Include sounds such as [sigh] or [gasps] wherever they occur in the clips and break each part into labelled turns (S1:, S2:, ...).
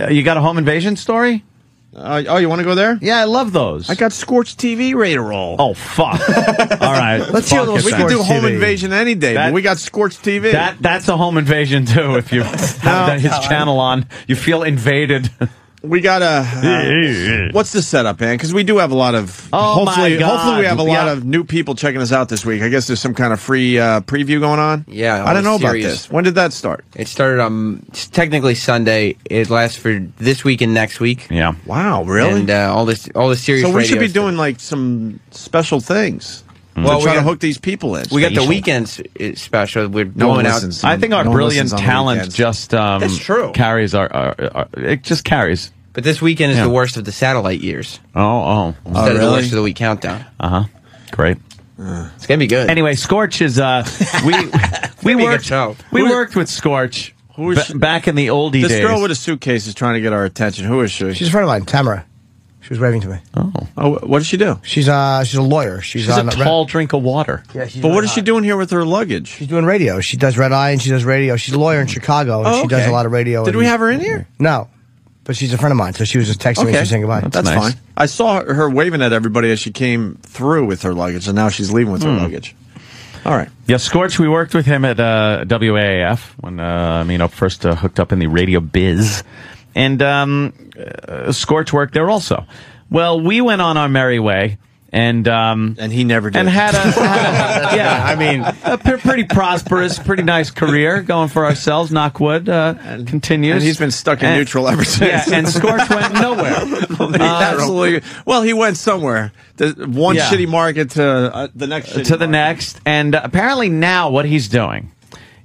S1: Uh, you got a home invasion story?
S2: Uh, oh, you want to go there?
S1: Yeah, I love those.
S2: I got Scorch TV ready to roll.
S1: Oh
S2: [laughs]
S1: fuck! All right,
S3: Let's hear a little
S1: fuck it
S2: we
S1: then.
S2: can do
S3: Scorch
S2: home
S3: TV.
S2: invasion any day,
S1: That-
S2: but we got Scorch TV.
S1: That that's a home invasion too. If you have that-
S2: [laughs]
S1: his channel on, you feel invaded.
S2: we
S1: [laughs]
S2: got a. Uh, what's the setup, man? Because we do have a lot of.
S1: Oh, my
S2: hopefully,
S1: God.
S2: hopefully we have a lot
S1: Yeah.
S2: of new people checking us out this week. I guess there's some kind of free uh, preview going on.
S4: Yeah,
S2: I
S4: all
S2: don't
S4: the
S2: know about
S4: series.
S2: this. When did that start?
S4: It started on it's technically Sunday. It lasts for this week and next week.
S1: yeah.
S2: Wow, really?
S4: And uh, all this, all the series.
S2: so we should be
S4: radio
S2: doing like some special things
S4: Well,
S2: to
S4: we
S2: try to
S4: got-
S2: hook these people in.
S4: stuff. We got
S1: Mm.
S4: the
S1: Special.
S4: weekends uh, special. We're
S2: No one
S4: going out.
S2: listens.
S1: I think our
S2: No one
S1: brilliant
S2: listens on the
S1: talent
S2: weekends.
S1: just um,
S4: That's true.
S1: carries our, our, our it just carries.
S4: But this weekend is
S1: Yeah.
S4: the worst of the satellite years.
S1: Oh oh,
S4: Instead of the
S2: really?
S4: worst of the week countdown.
S1: uh huh,
S2: [laughs]
S1: great.
S4: It's gonna be good.
S1: Anyway, Scorch is uh we we
S4: be a good
S1: worked
S4: show.
S1: we worked with Scorch
S2: Who is
S1: ba-
S2: she-
S1: back in the oldie
S2: This
S1: days.
S2: girl with a suitcase is trying to get our attention. Who is she?
S3: She's a friend of mine, Tamara. She was waving to me.
S2: oh, what does she do?
S3: She's uh she's a lawyer. She's,
S1: She's a
S3: on
S1: tall drink of water.
S3: yeah, she's
S2: But what
S3: really
S2: is she
S3: hot.
S2: doing here with her luggage?
S3: She's doing radio. She does red eye and she does radio. She's a lawyer in Chicago and
S2: Oh,
S3: she does
S2: okay.
S3: a lot of radio.
S2: Did
S3: and-
S2: we have her in here?
S3: No, but she's a friend of mine, so she was just texting me. She was saying goodbye.
S2: That's
S1: nice.
S2: fine. I saw her, her waving at everybody as she came through with her luggage, and now she's leaving with her
S1: Hmm.
S2: luggage. All right.
S1: Yeah, Scorch, we worked with him at uh, WAAF when, uh, you know, first uh, hooked up in the radio biz. And um, uh, Scorch worked there also. Well, we went on our merry way and. Um,
S2: And he never did.
S1: and
S2: [laughs]
S1: had a, had a- yeah, I mean, a p- pretty prosperous, pretty nice career going for ourselves. Knockwood uh, continues,
S2: and he's been stuck in
S1: And-
S2: neutral ever since.
S1: Yeah, and Scorch went
S2: [laughs]
S1: nowhere.
S2: He absolutely. Well, he went somewhere. The, one
S1: Yeah.
S2: shitty market to uh, the next. Shitty
S1: to the
S2: market.
S1: next. And uh, apparently now what he's doing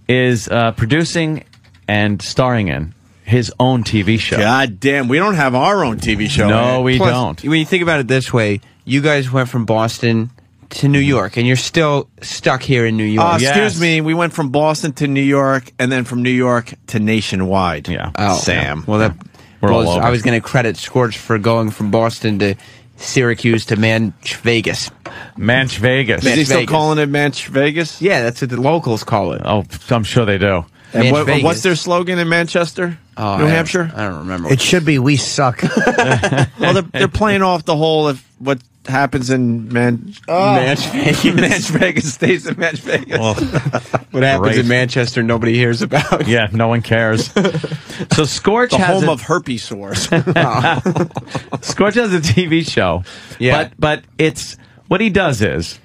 S1: is uh, producing and starring in his own TV show.
S2: God damn, we don't have our own TV show.
S1: No, we
S4: Plus,
S1: don't.
S4: When you think about it this way, you guys went from Boston to New York, and you're still stuck here in New York.
S2: Uh,
S1: Yes.
S2: Excuse me. We went from Boston to New York, and then from New York to nationwide.
S1: Yeah.
S4: Oh,
S2: Sam.
S4: yeah. Well, that
S1: We're all
S4: blows-
S1: over.
S4: I was going to credit Scorch for going from Boston to Syracuse to Manch Vegas.
S1: Manch Vegas.
S2: Is he
S4: Manch
S2: still
S4: Vegas.
S2: calling it Manch Vegas?
S4: Yeah, that's what the locals call it.
S1: Oh, I'm sure they do.
S2: And
S4: Manch
S2: what,
S4: Vegas.
S2: what's their slogan in Manchester,
S4: Oh, I
S2: New
S4: don't-
S2: Hampshire?
S4: I don't remember.
S3: It should be we
S2: [laughs]
S3: suck.
S2: well, they're, they're playing off the whole of what happens in Man-
S1: Ah.
S2: Manch
S1: [laughs]
S2: Vegas. Manch Vegas stays in Manch Vegas.
S4: what happens
S1: great.
S4: in Manchester, nobody hears about.
S1: Yeah, no one
S2: [laughs]
S1: cares. So Scorch
S2: the
S1: has
S2: home
S1: a,
S2: of
S1: [laughs]
S2: herpes sores. [laughs] Oh,
S1: Scorch has a TV show.
S4: Yeah.
S1: But but it's what he does is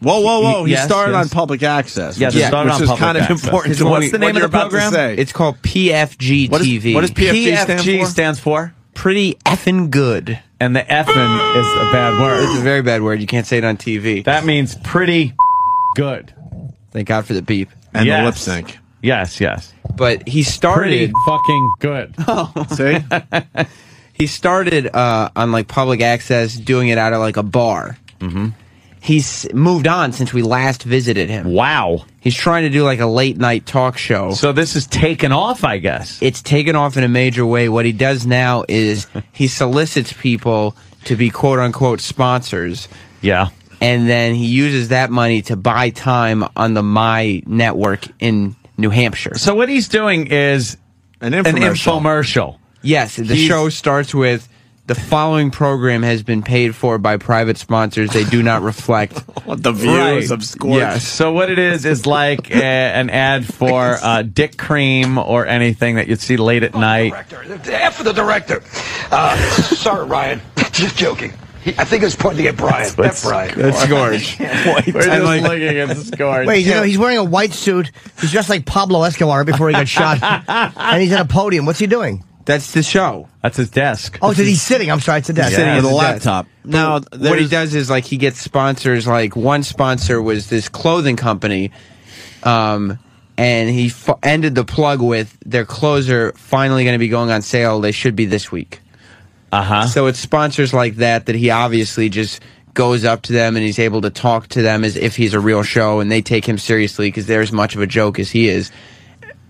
S2: whoa, whoa, whoa! He
S1: Yes,
S2: oh, started
S1: yes.
S2: on public access.
S1: Yeah,
S2: which
S1: he
S2: is-
S1: started
S2: which
S1: on
S2: is
S1: public
S2: kind of
S1: access.
S2: important. to
S1: What's
S2: what-
S1: the
S2: what
S1: name of
S2: you're
S1: the
S2: about to
S1: program?
S2: say.
S4: It's called PFG
S2: What is-
S4: TV.
S2: what is P- PFG stand
S1: PFG
S2: for?
S1: stands for
S4: Pretty effing good.
S1: and the effing is a bad
S4: It's a
S1: word.
S4: very bad word. You can't say it on TV.
S1: That means pretty good.
S4: Thank God for the beep.
S2: and the
S1: Yes.
S2: lip sync.
S1: Yes, yes.
S4: But
S1: Pretty
S4: he started.
S1: fucking good.
S2: See,
S4: [laughs] He started uh, on like public access, doing it out of like a bar. Mm-hmm. He's moved on since we last visited him.
S1: Wow.
S4: He's trying to do like a late night talk show.
S1: So this is taken off, I guess.
S4: it's taken off in a major way. What he does now
S1: [laughs]
S4: is he solicits people to be quote unquote sponsors,
S1: Yeah.
S4: and then he uses that money to buy time on the My Network in New Hampshire.
S1: So what he's doing is
S2: an
S1: an
S2: infomercial.
S1: infomercial.
S4: Yes, the
S1: He's-
S4: show starts with the following program has been paid for by private sponsors. They do not
S2: [laughs]
S4: reflect.
S2: the views
S1: Right.
S2: of Scorch.
S4: Yes.
S1: So what it is is like uh, an ad for uh, Dick Cream or anything that you'd see late at night.
S5: Director. After the director. Uh, sorry, Ryan. [laughs] Just joking. He, I think it's pointing at Brian. F. Brian. [laughs]
S4: That's Gorge.
S1: We're just looking at the score.
S3: Wait, you know he's wearing a white suit. He's dressed like Pablo Escobar before he got
S1: [laughs]
S3: shot, and he's at a podium. What's he doing?
S4: That's the show.
S1: That's his desk.
S3: Oh, so he's sitting. I'm sorry, it's a desk.
S1: sitting
S2: with
S1: at
S2: a
S1: the
S2: laptop. Now,
S4: what he
S2: there's-
S4: does is like he gets sponsors. Like one sponsor was this clothing company, um, and he f- ended the plug with their clothes are finally going to be going on sale. They should be this week.
S1: Uh huh.
S4: So it's sponsors like that that he obviously just goes up to them and he's able to talk to them as if he's a real show, and they take him seriously because they're as much of a joke as he is.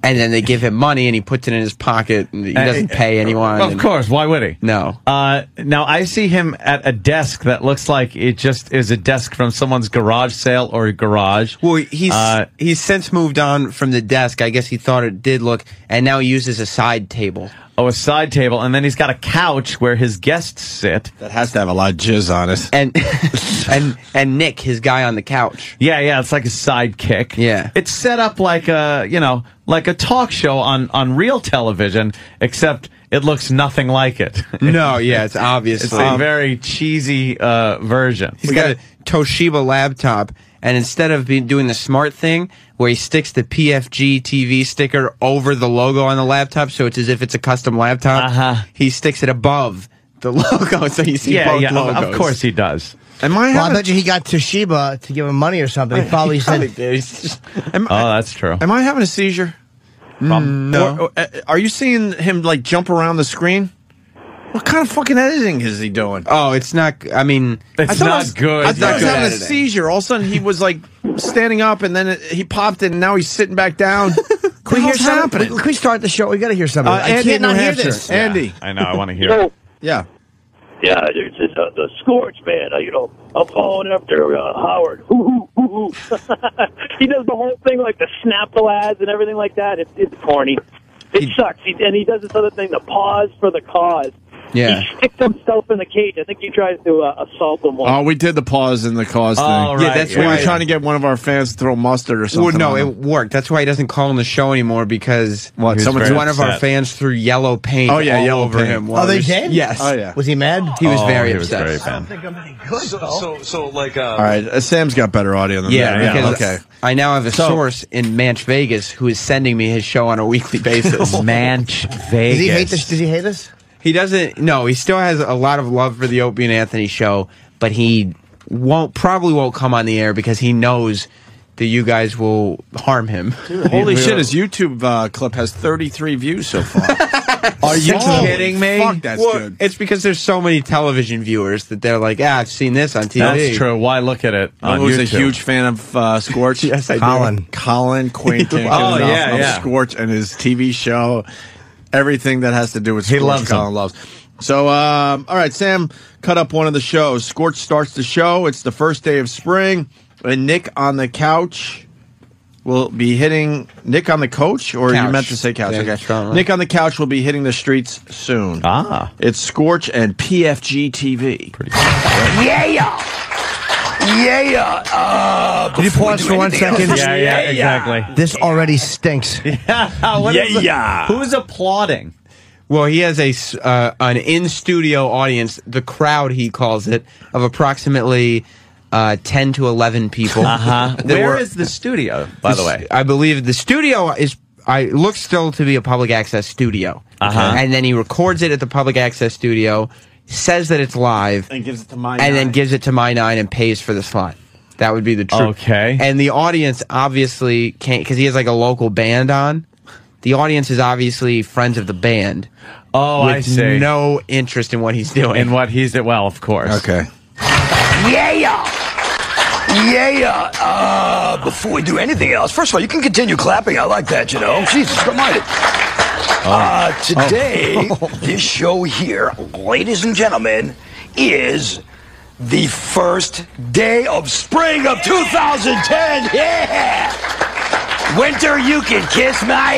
S4: And then they give him money, and he puts it in his pocket, and he doesn't pay anyone.
S1: Of
S4: and-
S1: course. Why would he?
S4: No.
S1: Uh, now I see him at a desk that looks like it just is a desk from someone's garage sale or a garage.
S4: Well, he's
S1: Uh,
S4: he's since moved on from the desk. I guess he thought it did look, and now he uses a side table.
S1: Oh, a side table, and then he's got a couch where his guests sit.
S2: That has to have a lot of jizz on it.
S4: and [laughs] and and Nick, his guy on the couch.
S1: Yeah, yeah, it's like a sidekick.
S4: Yeah.
S1: it's set up like a you know like a talk show on on real television, except it looks nothing like it. [laughs]
S4: No, yeah, it's obviously Um,
S1: It's a very cheesy uh, version.
S4: He's got a Toshiba laptop, and instead of being doing the smart thing where he sticks the PFG TV sticker over the logo on the laptop, so it's as if it's a custom laptop,
S1: Uh-huh.
S4: he sticks it above the [laughs] logo, so you see
S1: yeah,
S4: both
S1: yeah, of-
S4: logos.
S1: of course he does.
S2: Am I?
S3: Well, I
S2: having-
S3: bet you he got Toshiba to give him money or something. He
S2: [laughs]
S3: probably said,
S2: am,
S1: Oh, that's true.
S2: am I having a seizure?
S1: No.
S2: Or- or, uh, are you seeing him like jump around the screen? What kind of fucking editing is he doing?
S4: Oh, it's not. I mean,
S1: It's
S2: thought
S1: not
S2: I was-
S1: good.
S2: I
S1: It's
S2: thought I
S1: not
S2: was
S1: good
S2: having
S4: editing.
S2: a seizure. All of a sudden, he was like standing up, and then it, he popped it, and now he's sitting
S3: [laughs]
S2: back down. What
S3: "Can
S2: the
S3: we hear
S2: hell's
S3: something? Can we start the show? We got to hear something.
S2: Uh,
S3: I
S2: Andy,
S3: can't
S2: New
S3: not hear
S2: Hampshire.
S3: this."
S2: Andy,
S1: I know. I want to
S6: [laughs]
S1: hear.
S6: So,
S1: it.
S2: yeah.
S6: yeah, there's just, [laughs] uh, the Scorch, man. Uh, you know, I'm calling up there, uh, Howard. Hoo, hoo, hoo, hoo. he does the whole thing, like the Snapple ads and everything like that. It's it's corny. It sucks. He, and he does this other thing, the pause for the cause.
S4: Yeah.
S6: He sticks himself in the cage. I think he tries to uh, assault them.
S2: Oh, we did the pause in the cause thing.
S1: Oh, right.
S4: Yeah, that's
S2: We
S4: why-
S2: were trying to get one of our fans to throw mustard or
S4: well,
S2: something.
S4: no,
S2: on
S4: it
S2: him.
S4: worked. That's why he doesn't call on the show anymore because
S2: What,
S4: he was
S2: someone's
S4: very one of our
S1: upset.
S4: fans threw yellow paint.
S2: Oh, yeah,
S4: all
S2: yellow
S4: over
S2: paint.
S4: him.
S2: Oh,
S4: while
S3: they
S4: he was-
S3: did?
S4: Yes.
S2: Oh, yeah.
S3: Was he mad?
S4: He was
S1: Oh,
S4: very
S1: he was
S4: upset.
S1: very bad.
S7: So, so, so, like, uh,
S2: All right, uh, Sam's got better audio than
S4: Yeah,
S2: me.
S4: because
S2: okay.
S4: I now have a
S2: So-
S4: source in Manch Vegas who is sending me his show on a weekly basis.
S1: Manch
S3: Does he hate
S1: Vegas.
S3: this? Does he hate us?
S4: he doesn't. No, he still has a lot of love for the Opie and Anthony show, but he won't probably won't come on the air because he knows that you guys will harm him.
S2: Holy shit, his YouTube uh, clip has 33 views so far. [laughs]
S4: Are you
S2: kidding me? Fuck, that's good.
S4: It's because there's so many television viewers that they're like, ah, I've seen this on TV.
S1: That's true. Why look at it on
S2: Who's a
S1: YouTube?
S2: huge fan
S1: [laughs]
S2: of uh, Scorch?
S4: Yes, I do.
S3: Colin.
S2: Colin Quinn can't get
S1: Oh,
S2: enough
S1: yeah,
S2: of
S1: yeah.
S2: Scorch and his TV show. Everything that has to do with Scorch,
S1: loves
S2: Colin loves. So, um, all right, Sam cut up one of the shows. Scorch starts the show. It's the first day of spring, and Nick on the couch will be hitting Nick on the coach, or you
S4: Couch.
S2: meant to say couch?
S4: Yeah, strong
S2: Okay,
S4: line.
S2: Nick on the couch will be hitting the streets soon.
S1: Ah.
S2: It's Scorch and PFG TV.
S5: Yeah, yeah, uh,
S3: Can you pause for one
S5: anything
S3: second?
S5: else.
S1: Yeah, yeah, exactly.
S3: This already [laughs] stinks.
S1: [laughs] Uh, What is
S5: Yeah,
S1: it-
S5: yeah.
S1: Who's applauding?
S4: Well, he has a s- uh, an in studio audience, the crowd he calls it, of approximately uh, ten to eleven people.
S1: Uh,
S4: That
S1: where
S4: were-
S1: is the studio, by the way?
S4: I believe the studio is. I looks still to be a public access studio,
S1: Uh-huh.
S4: and then he records it at the public access studio, says that it's live,
S2: And gives it to my
S4: and then
S2: nine.
S4: gives it to my nine and pays for the slot. That would be the truth.
S1: Okay.
S4: And the audience obviously can't because he has like a local band on. The audience is obviously friends of the band.
S1: Oh,
S4: with
S1: I see.
S4: no interest in what he's doing.
S1: In what he's at? Well, of course. [laughs]
S2: Okay.
S5: Yeah, yeah. Yeah, yeah. Uh, before we do anything else, first of all, you can continue clapping. I like that, you know. Jesus, come on.
S1: Oh.
S5: Uh, today,
S1: [laughs]
S5: this show here, ladies and gentlemen, is the first day of spring of 2010. Yeah! Winter, you can kiss my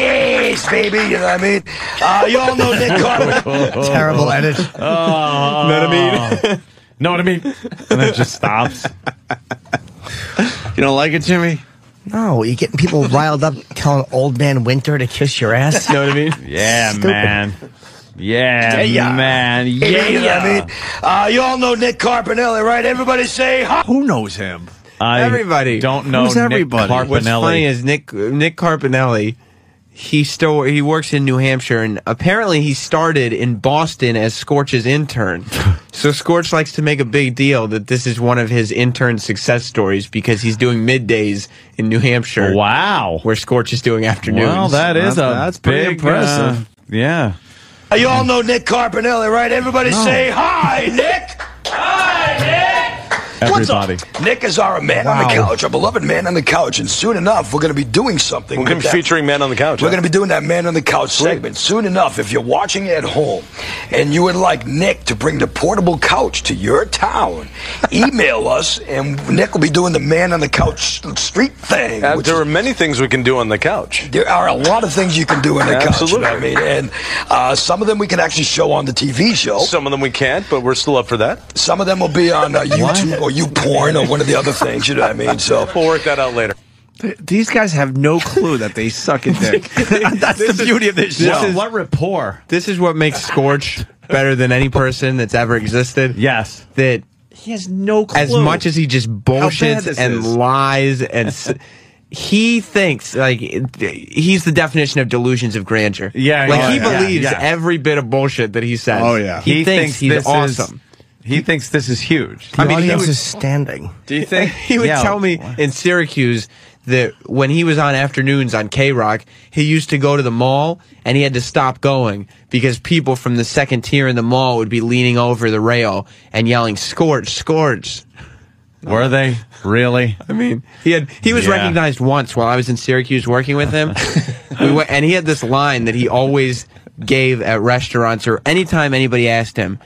S5: ass, baby. You know what I mean? Uh, you all know Nick
S1: Oh,
S5: Carter.
S3: Terrible
S1: [laughs]
S3: edit.
S1: Know what I mean? And then it just stops.
S2: You don't like it, Jimmy?
S3: No, you're getting people riled up telling old man Winter to kiss your ass.
S4: you know what I mean?
S1: [laughs] Yeah,
S3: Stupid.
S1: man. Yeah,
S5: Yeah.
S1: man. Yeah,
S5: Yeah, you know what I mean? Uh, you all know Nick Carpinelli, right? Everybody say hi.
S2: Who knows him?
S1: I
S4: Everybody.
S1: don't know.
S2: Who's
S1: Nick
S2: everybody?
S1: Carpinelli.
S4: What's funny is Nick Nick Carpinelli. He still he works in New Hampshire, and apparently he started in Boston as
S1: [laughs]
S4: Scorch's intern. so Scorch likes to make a big deal that this is one of his intern success stories because he's doing middays in New Hampshire,
S1: wow.
S4: where Scorch is doing afternoons.
S1: Well, that is
S2: That's-
S1: a
S2: that's
S1: big,
S2: pretty impressive.
S1: uh, yeah.
S5: Uh, You all know Nick Carpinelli, right? Everybody say hi, Nick. Hi, Nick.
S1: everybody.
S5: What's up? Nick is our man on the couch, our beloved man on the couch, and soon enough we're going to be doing something.
S7: We're gonna
S5: with
S7: be
S5: that.
S7: featuring Man on the Couch.
S5: We're
S7: huh?
S5: going to be doing that Man on the Couch segment soon enough. If you're watching at home and you would like Nick to bring the portable couch to your
S7: [laughs]
S5: town, email us and Nick will be doing the Man on the Couch street thing.
S7: Uh,
S5: which
S7: there
S5: is-
S7: are many things we can do on the couch.
S5: there are a lot of things you can do in the
S7: Absolutely.
S5: couch. You know what I mean, and uh, some of them we can actually show on the TV show.
S7: Some of them we can't, but we're still up for that.
S5: Some of them will be on uh, YouTube or YouPorn or one of the other things. You know what I mean? So
S7: We'll work that
S5: [laughs]
S7: out later. [laughs]
S2: These guys have no clue that they suck at dick.
S1: [laughs]
S2: That's the beauty of this show.
S1: What, what rapport?
S4: This is what makes Scorch better than any person that's ever existed.
S1: Yes.
S4: That
S2: He has no clue.
S4: as much as he just bullshits
S2: this
S4: and
S2: is.
S4: lies
S1: [laughs]
S4: and s- he thinks like he's the definition of delusions of grandeur.
S1: Yeah,
S4: like
S1: oh,
S4: he
S1: yeah,
S4: believes
S1: yeah.
S4: every bit of bullshit that he says.
S2: Oh, yeah.
S4: he, thinks,
S1: this
S4: he's
S1: is-
S4: awesome.
S1: he thinks this is huge.
S3: The
S1: I mean, he
S3: audience
S1: would-
S3: is standing.
S2: do you think?
S4: [laughs] he would
S1: Yeah.
S4: tell me in Syracuse that when he was on afternoons on K Rock, he used to go to the mall and he had to stop going because people from the second tier in the mall would be leaning over the rail and yelling "Scorch, scorch."
S1: were they really?
S4: [laughs] I mean, he had he was
S1: Yeah.
S4: recognized once while I was in Syracuse working
S1: [laughs]
S4: with him. we went, and he had this line that he always gave at restaurants or anytime anybody asked him.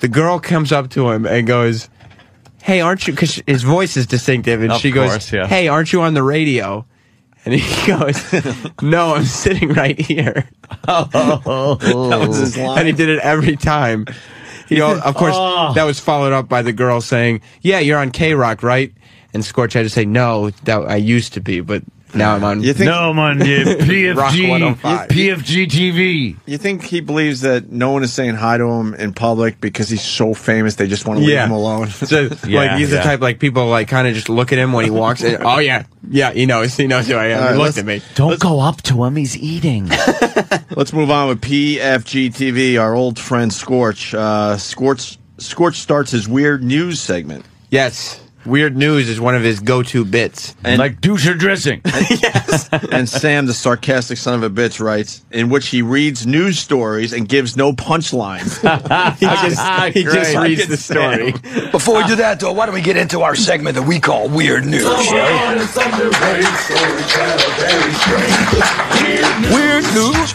S4: The girl comes up to him and goes, "Hey, aren't you?" Because his voice is distinctive, and
S1: Of
S4: she
S1: course,
S4: goes,
S1: yeah.
S4: "Hey, aren't you on the radio?" And he [laughs] goes, "No, I'm sitting right here."
S1: Oh.
S4: [laughs] and he did it every time. You know, of course,
S1: Oh.
S4: that was followed up by the girl saying, "Yeah, you're on K Rock, right?" And Scorch had to say, "No, that I used to be, but now I'm on." [laughs]
S2: You think?
S1: man,
S2: [laughs]
S4: Rock
S2: oh
S1: PFG,
S4: 105.
S1: PFG TV.
S2: You think he believes that no one is saying hi to him in public because he's so famous? They just want to leave
S4: Yeah.
S2: him [laughs] alone.
S4: So, like,
S1: Yeah,
S4: he's
S1: yeah.
S4: the type like people like kind of just look at him when he walks. in. [laughs] Oh yeah, yeah, he knows, he knows who I am.
S2: All right,
S4: he
S2: let's-
S4: looked at me.
S1: Don't go up to him. He's eating.
S2: Let's move on with PFG TV. Our old friend Scorch. Uh, Scorch. Scorch starts his weird news segment.
S4: Yes, weird news is one of his go-to bits.
S1: like, do your dressing.
S2: [laughs] and Sam, the sarcastic son of a bitch, writes in which he reads news stories and gives
S4: [laughs]
S2: no
S1: Oh, [laughs]
S2: punchlines.
S4: He
S3: Ah,
S4: just, he just
S1: Great.
S4: reads the story.
S5: before we do that, though, why don't we get into our segment that we call Weird News? shall we? Weird News.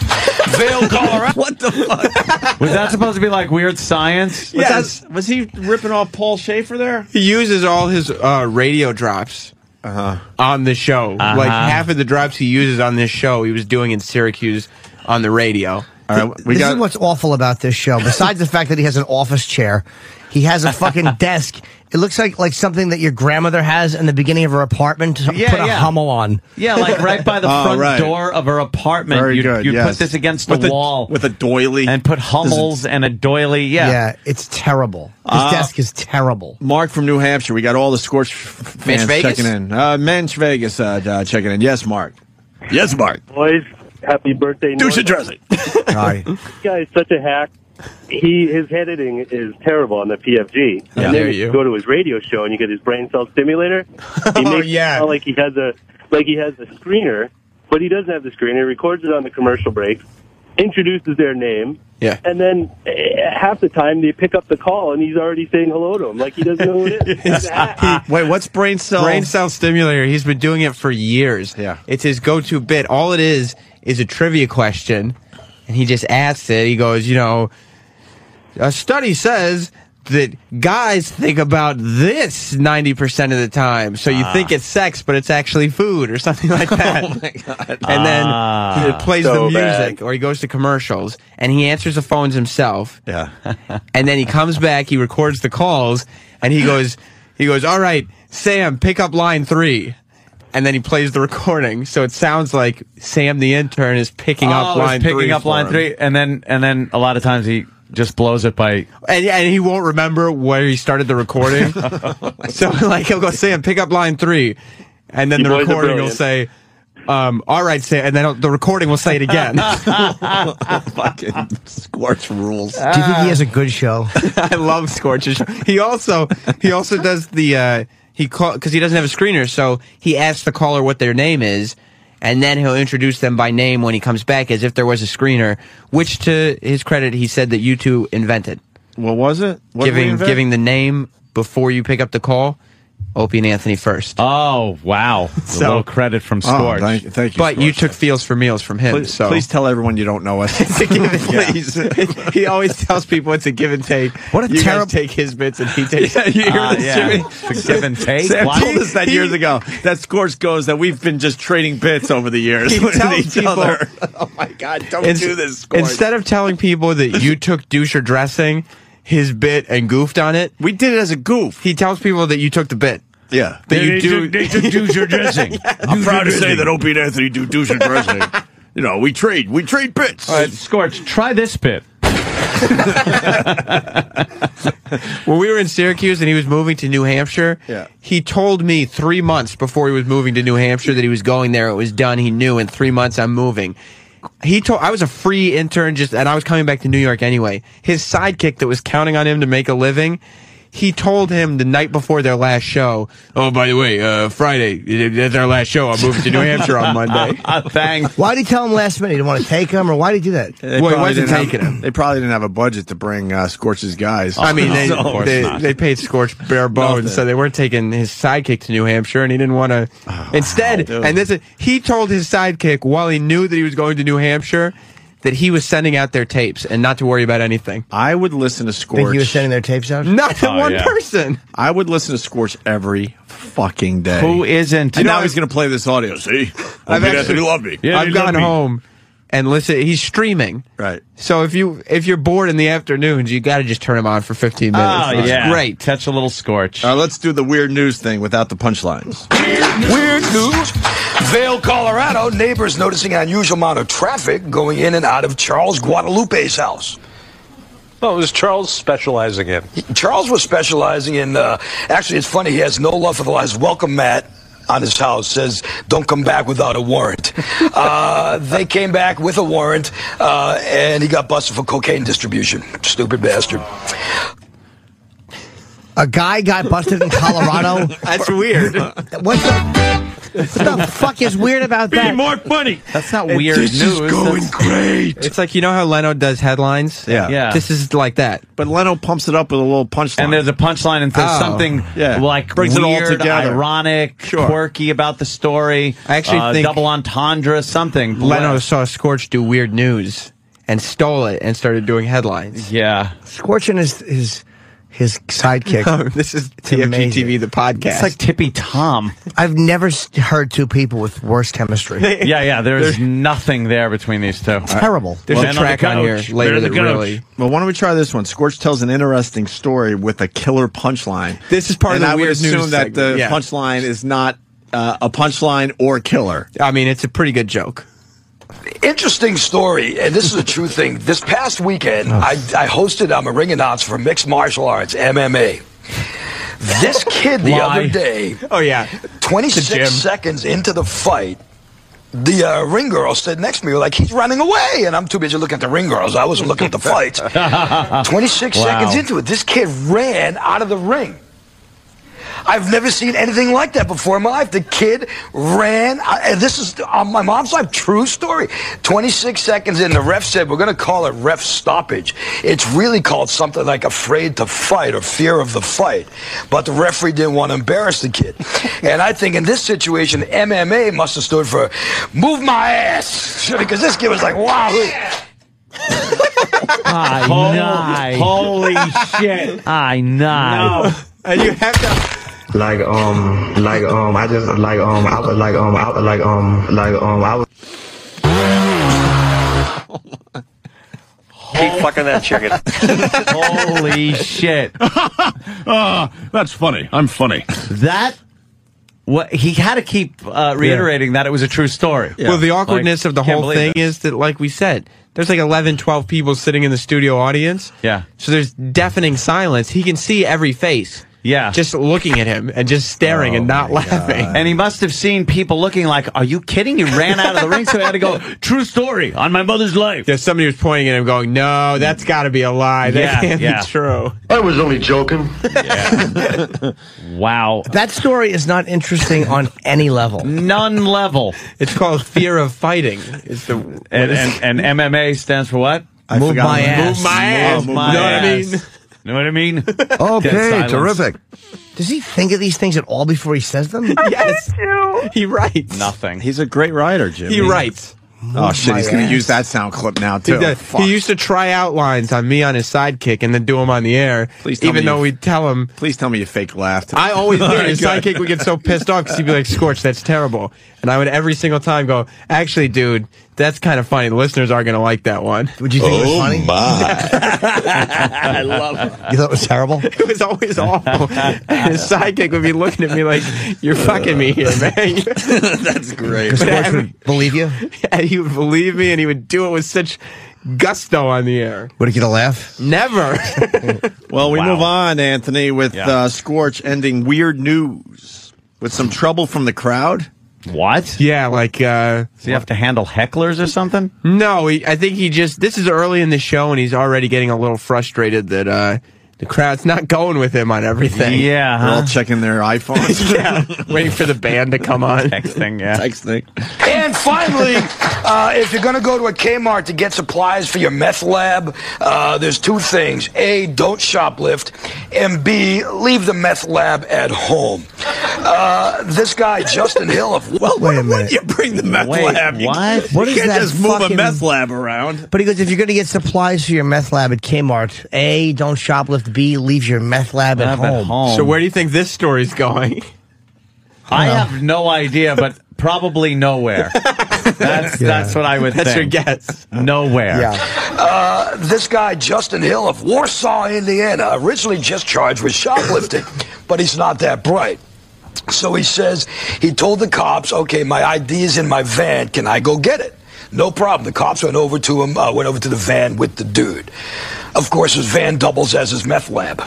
S5: Vail, Colorado.
S2: what the fuck?
S1: Was that supposed to be like weird science?
S4: Yes.
S2: Was he ripping off Paul Schaefer there?
S4: he uses all his uh, radio drops on the show. Like half of the drops he uses on this show, he was doing in Syracuse on the radio.
S2: All right, we
S3: this
S2: got.
S3: is what's awful about this show. Besides the fact that he has an office chair, he has a fucking desk. It looks like like something that your grandmother has in the beginning of her apartment to
S1: Yeah,
S3: put a
S1: yeah.
S3: Hummel on.
S1: Yeah, like right by the
S2: Oh,
S1: front
S2: right.
S1: door of her apartment.
S2: Very
S1: you'd
S2: good.
S1: you'd
S2: yes.
S1: put this against
S2: with
S1: the
S2: a-
S1: wall
S2: with a doily
S1: and put Hummels and a doily.
S3: Yeah,
S1: Yeah.
S3: it's terrible. His desk is terrible.
S2: Ah. Mark from New Hampshire. We got all the Scorch f- fans
S4: Mensch Vegas?
S2: checking in. Uh, Mensch Vegas uh, uh, checking in. Yes, Mark. Yes, Mark.
S8: boys. Happy birthday, Norm. [laughs]
S2: dressing.
S8: This guy is such a hack. He his editing is terrible on the PFG.
S4: How
S8: and
S4: dare
S8: then
S4: you. Oh,
S8: go to his radio show and you get his brain cell
S4: [laughs]
S8: stimulator. He makes it
S4: yeah.
S8: sound like he has a like he has a screener, but he doesn't have the screener. He records it on the commercial break, introduces their name.
S4: Yeah.
S8: And then eh, half the time they pick up the call and he's already saying hello to him like he doesn't know who it
S4: [laughs]
S8: is. He's a hack.
S2: [laughs] Wait, what's brain cell?
S4: Brain cell stimulator. He's been doing it for years.
S2: Yeah.
S4: It's his go to bit. All it is is a trivia question, and he just asks it. He goes, you know, a study says that guys think about this 90% of the time. So
S2: Ah.
S4: you think it's sex, but it's actually food or something
S2: [laughs] Oh
S4: like that. And then
S2: Ah.
S4: it plays the music or he goes to commercials and he answers the phones himself.
S1: [laughs]
S2: Yeah.
S4: And then he comes back, he records the calls, and he goes, he goes, all right, Sam, pick up line three. And then he plays the recording, so it sounds like Sam the intern is picking
S1: Oh,
S4: up
S1: it was
S4: line
S1: picking
S4: three.
S1: up
S4: for
S1: line
S4: him.
S1: three, and then and then a lot of times he just blows it by.
S4: and and he won't remember where he started
S1: [laughs]
S4: the recording. so like he'll go, Sam, pick up line three, and then
S8: You
S4: the
S8: boys are
S4: recording will say, um, "All right, Sam," and then the recording will say it again. I
S2: [laughs] fucking Scorch rules.
S3: Do you think he has a good
S4: [laughs]
S3: show?
S4: love Scorch's. He also he also does the uh, he call because he doesn't have a screener, so he asks the caller what their name is. And then he'll introduce them by name when he comes back, as if there was a screener, which, to his credit, he said that you two invented,
S2: What was it? What did we
S4: giving
S2: invent?
S4: giving the name before you pick up the call, Opie and Anthony first.
S1: Oh,
S4: [laughs]
S1: wow. a little credit from
S2: Oh,
S1: Scorch.
S2: thank, thank you.
S4: but you
S2: Scorch.
S4: took feels for meals from him,
S2: Please,
S4: so
S2: please tell everyone you don't know us.
S4: It's a give and [laughs] please. he always tells people it's a give and take.
S3: What a
S4: you guys
S3: terrib-
S4: take his bits and he [laughs] takes. Ah,
S2: you hear
S1: Uh,
S2: this,
S1: yeah.
S2: Jimmy?
S1: It's a give and take.
S2: Sam
S1: What?
S2: told us
S4: [laughs]
S2: that years ago. That Scorch goes that we've been just trading bits over the years [laughs] with each other. [laughs]
S4: Oh my god! Don't
S2: Ins- do this, Scorch.
S4: Instead of telling people that [laughs] you took douche or dressing, his bit and goofed on it,
S2: We did it as a goof.
S4: he tells people that you took the bit.
S2: Yeah.
S4: That you do. [laughs]
S1: dressing.
S2: I'm proud to say that Opie and Anthony do douche and dressing. you know, we trade. We trade bits.
S1: All right, Scorch, try this bit.
S4: [laughs] when we were in Syracuse and he was moving to New Hampshire,
S2: Yeah.
S4: he told me three months before he was moving to New Hampshire that he was going there. It was done. He knew in three months I'm moving. He told I was a free intern just, and I was coming back to New York anyway. His sidekick that was counting on him to make a living. He told him the night before their last show. Oh, by the way, uh, Friday that's our last show. I'm moving to [laughs] New Hampshire on Monday.
S1: Uh, thanks.
S3: Why did he tell him last minute? He didn't want to take him, or why did he do that?
S2: They
S4: Well, he
S2: probably
S4: wasn't
S2: didn't
S4: taking
S2: have,
S4: him.
S2: They probably didn't have a budget to bring uh, Scorch's guys.
S4: I
S2: [laughs]
S4: mean, they,
S1: Oh, No, of course
S4: they,
S1: not.
S4: they paid Scorch bare
S2: Nothing.
S4: bones, so they weren't taking his sidekick to New Hampshire, and he didn't want to. Instead,
S2: Oh, dude.
S4: and this is, he told his sidekick while he knew that he was going to New Hampshire that he was sending out their tapes and not to worry about anything.
S2: I would listen to
S3: Think he was
S2: Scorch.
S3: sending their tapes
S2: Hmm?
S3: out?
S4: Not to
S1: Oh,
S4: one
S1: yeah.
S4: person.
S2: I would listen to Scorch every fucking day.
S1: Who isn't?
S2: and now
S1: No,
S2: he's going to play this audio. See,
S4: I've
S2: Opie and
S4: actually-
S2: Anthony love me.
S1: Yeah, they
S4: I've
S1: love
S4: gone
S1: me.
S4: home and listen. He's streaming,
S2: Right.
S4: So if you if you're bored in the afternoons, you got to just turn him on for 15 minutes.
S1: Oh,
S4: It's
S1: yeah.
S4: great.
S1: Catch a little Scorch.
S2: Uh, let's do the weird news thing without the punchlines.
S5: Weird news. Vail, Colorado, neighbors noticing an unusual amount of traffic going in and out of Charles Guadalupe's house.
S7: No, it was Charles specializing in.
S5: Charles was specializing in, uh, actually, it's funny, he has no love for the lies. Welcome, Matt. On his house says, "Don't come back without a
S7: [laughs]
S5: warrant." Uh, they came back with a warrant, uh, and he got busted for cocaine distribution. Stupid bastard.
S3: A guy got busted in Colorado.
S4: That's weird.
S3: What the, what the fuck is weird about that?
S1: That's not weird news. That's-
S5: great.
S4: it's like you know how Leno does headlines.
S2: Yeah.
S1: Yeah.
S4: This is like that.
S2: But Leno pumps it up with a little punchline.
S1: and there's a punchline and says
S4: Oh.
S1: something
S2: Yeah.
S1: like
S2: Brings it all
S1: weird,
S2: together.
S1: ironic,
S2: Sure.
S1: quirky about the story.
S4: I actually
S1: uh,
S4: think
S1: double entendre, something.
S4: Leno saw Scorch do weird news and stole it and started doing headlines.
S1: Yeah.
S3: Scorching his his his sidekick.
S4: this is
S3: amazing.
S4: TFGTV, the podcast.
S1: It's like Tippy Tom.
S3: I've never s- heard two people with worse chemistry.
S1: [laughs] Yeah, yeah. There's nothing there between these two.
S3: Terrible.
S4: There's
S1: Well,
S4: a
S1: and on the
S4: track on,
S1: couch.
S4: here later
S1: They're
S4: that
S1: the couch.
S4: really.
S2: well, why don't we try this one? Scorch tells an interesting story with a killer punchline.
S4: This is part
S2: and
S4: of the
S2: I would
S4: weird
S2: assume
S4: news
S2: that the
S4: segment. Yeah.
S2: punchline is not uh, a punchline or killer.
S4: I mean, it's a pretty good joke.
S5: Interesting story, and this is a true thing. This past
S4: Oh.
S5: weekend, I, I hosted I'm a ring announcer for mixed martial arts MMA. This kid the
S1: Why?
S5: other day,
S4: Oh yeah,
S5: 26 seconds into the fight, the uh, ring girl stood next to me, like he's running away, and I'm too busy looking at the ring girls. I wasn't looking at
S4: [laughs]
S5: the
S1: [laughs]
S5: fight. 26
S1: Wow.
S5: seconds into it, this kid ran out of the ring. I've never seen anything like that before in my life. The kid ran. I- and this is on my mom's life. True story. 26 seconds in, the ref said, We're going to call it ref stoppage. It's really called something like afraid to fight or fear of the fight. But the referee didn't want to embarrass the kid. And I think in this situation, MMA must have stood for move my ass. [laughs] Because this kid was like, Wow. [laughs]
S4: [laughs]
S1: Holy, holy shit. I know.
S4: and you have to.
S9: like um like um I just like um I was like um I was like um like um I was
S10: Keep fucking that
S11: [laughs]
S10: chicken.
S7: [laughs]
S1: [laughs]
S12: [laughs]
S1: Holy shit.
S12: Ah, That's funny. I'm funny.
S1: That. What he had to keep uh, reiterating that it was a true story.
S4: Well, the awkwardness
S1: Like,
S4: of the
S1: can't
S4: whole
S1: believe it.
S4: thing is that, like we said, there's like 11, 12 people sitting in the studio audience.
S1: Yeah.
S4: So there's deafening silence. He can see every face.
S1: Yeah. Oh,
S4: Just looking at him and just staring and not laughing.
S1: And he must have seen people looking like, "Are you kidding? You ran out of the ring, so I had to
S4: [laughs]
S1: go." True story on my mother's life.
S4: There's somebody who's pointing at him, going, "No, that's got to be a lie. That
S1: Yeah,
S4: can't
S1: yeah.
S4: be true."
S10: I was only joking.
S1: Wow,
S3: That story is not interesting on any level.
S1: none level.
S4: It's called fear of fighting. It's the
S1: And, and and MMA stands for what?
S2: I
S3: Move
S2: forgot
S3: my
S2: what-
S3: ass.
S4: Move my
S2: Oh,
S4: ass.
S2: move
S4: You know
S2: my
S4: what I
S1: ass.
S4: mean?
S1: Know what I mean? Dead
S3: Okay,
S1: silence.
S3: Does he think of these things at all before he says them? yes.
S4: [laughs] He writes.
S1: Nothing.
S2: He's a great writer, Jimmy.
S4: He writes.
S2: Oh shit, he's going to use that sound clip now
S4: He,
S2: too.
S4: does.
S2: Fuck.
S4: he used to try out lines on me on his sidekick and then do them on the air.
S2: Please tell
S4: even
S2: me
S4: though
S2: you-
S4: we'd tell him.
S2: Please tell me you fake laughed. [laughs]
S4: I always did.
S2: All right,
S4: his
S2: good.
S4: sidekick would get so pissed off because he'd be like, "Scorch, that's terrible," and I would every single time go, "Actually, dude, that's kind of funny. The listeners are gonna like that one."
S3: Would you think it was
S4: [laughs]
S3: funny?
S4: I love. It.
S3: You thought it was terrible?
S4: [laughs] It was always awful. And his sidekick would be looking at me like, "You're fucking me here, man." [laughs]
S5: That's great.
S3: Because Scorch would believe you?
S4: and he would believe me, and he would do it with such gusto on the air.
S3: Would it get a laugh? [laughs]
S4: Never.
S2: Well, we
S1: Wow.
S2: move on, Anthony, with
S1: Yeah.
S2: uh, Scorch ending weird news with some trouble from the crowd.
S1: What?
S4: yeah, like. uh
S1: So you have to handle hecklers or something?
S4: No, he, I think he just. This is early in the show, and he's already getting a little frustrated that uh, the crowd's not going with him on everything.
S1: Yeah,
S2: They're all
S1: huh?
S2: checking their iPhones.
S4: [laughs] yeah. Waiting for the band to come on.
S1: Texting, yeah.
S2: Texting.
S5: And finally, uh, if you're going to go to a Kmart to get supplies for your meth lab, uh, there's two things. A, don't shoplift. And B, leave the meth lab at home. Uh, this guy, Justin Hill of Well,
S3: Wait a minute.
S2: you bring the meth
S1: Wait,
S2: lab. You,
S1: what?
S3: What
S2: you
S3: is
S2: can't
S3: that
S2: just move a
S3: fucking-
S2: meth lab around.
S3: But he goes, if you're going to get supplies for your meth lab at Kmart, A, don't shoplift. B, leave your meth lab at
S1: Lab
S3: home.
S1: at home.
S4: So where do you think this story's going? [laughs]
S1: I have no idea, but probably
S4: [laughs]
S1: nowhere. That's that's what I would
S4: That's your
S1: think.
S4: guess.
S1: Nowhere.
S3: Yeah.
S5: Uh, this guy, Justin Hill of Warsaw, Indiana, originally just charged with shoplifting, but he's not that bright. So he says, he told the cops, okay, my ID is in my van. Can I go get it? No problem. The cops went over to him, uh, went over to the van with the dude. Of course, his van doubles as his meth lab.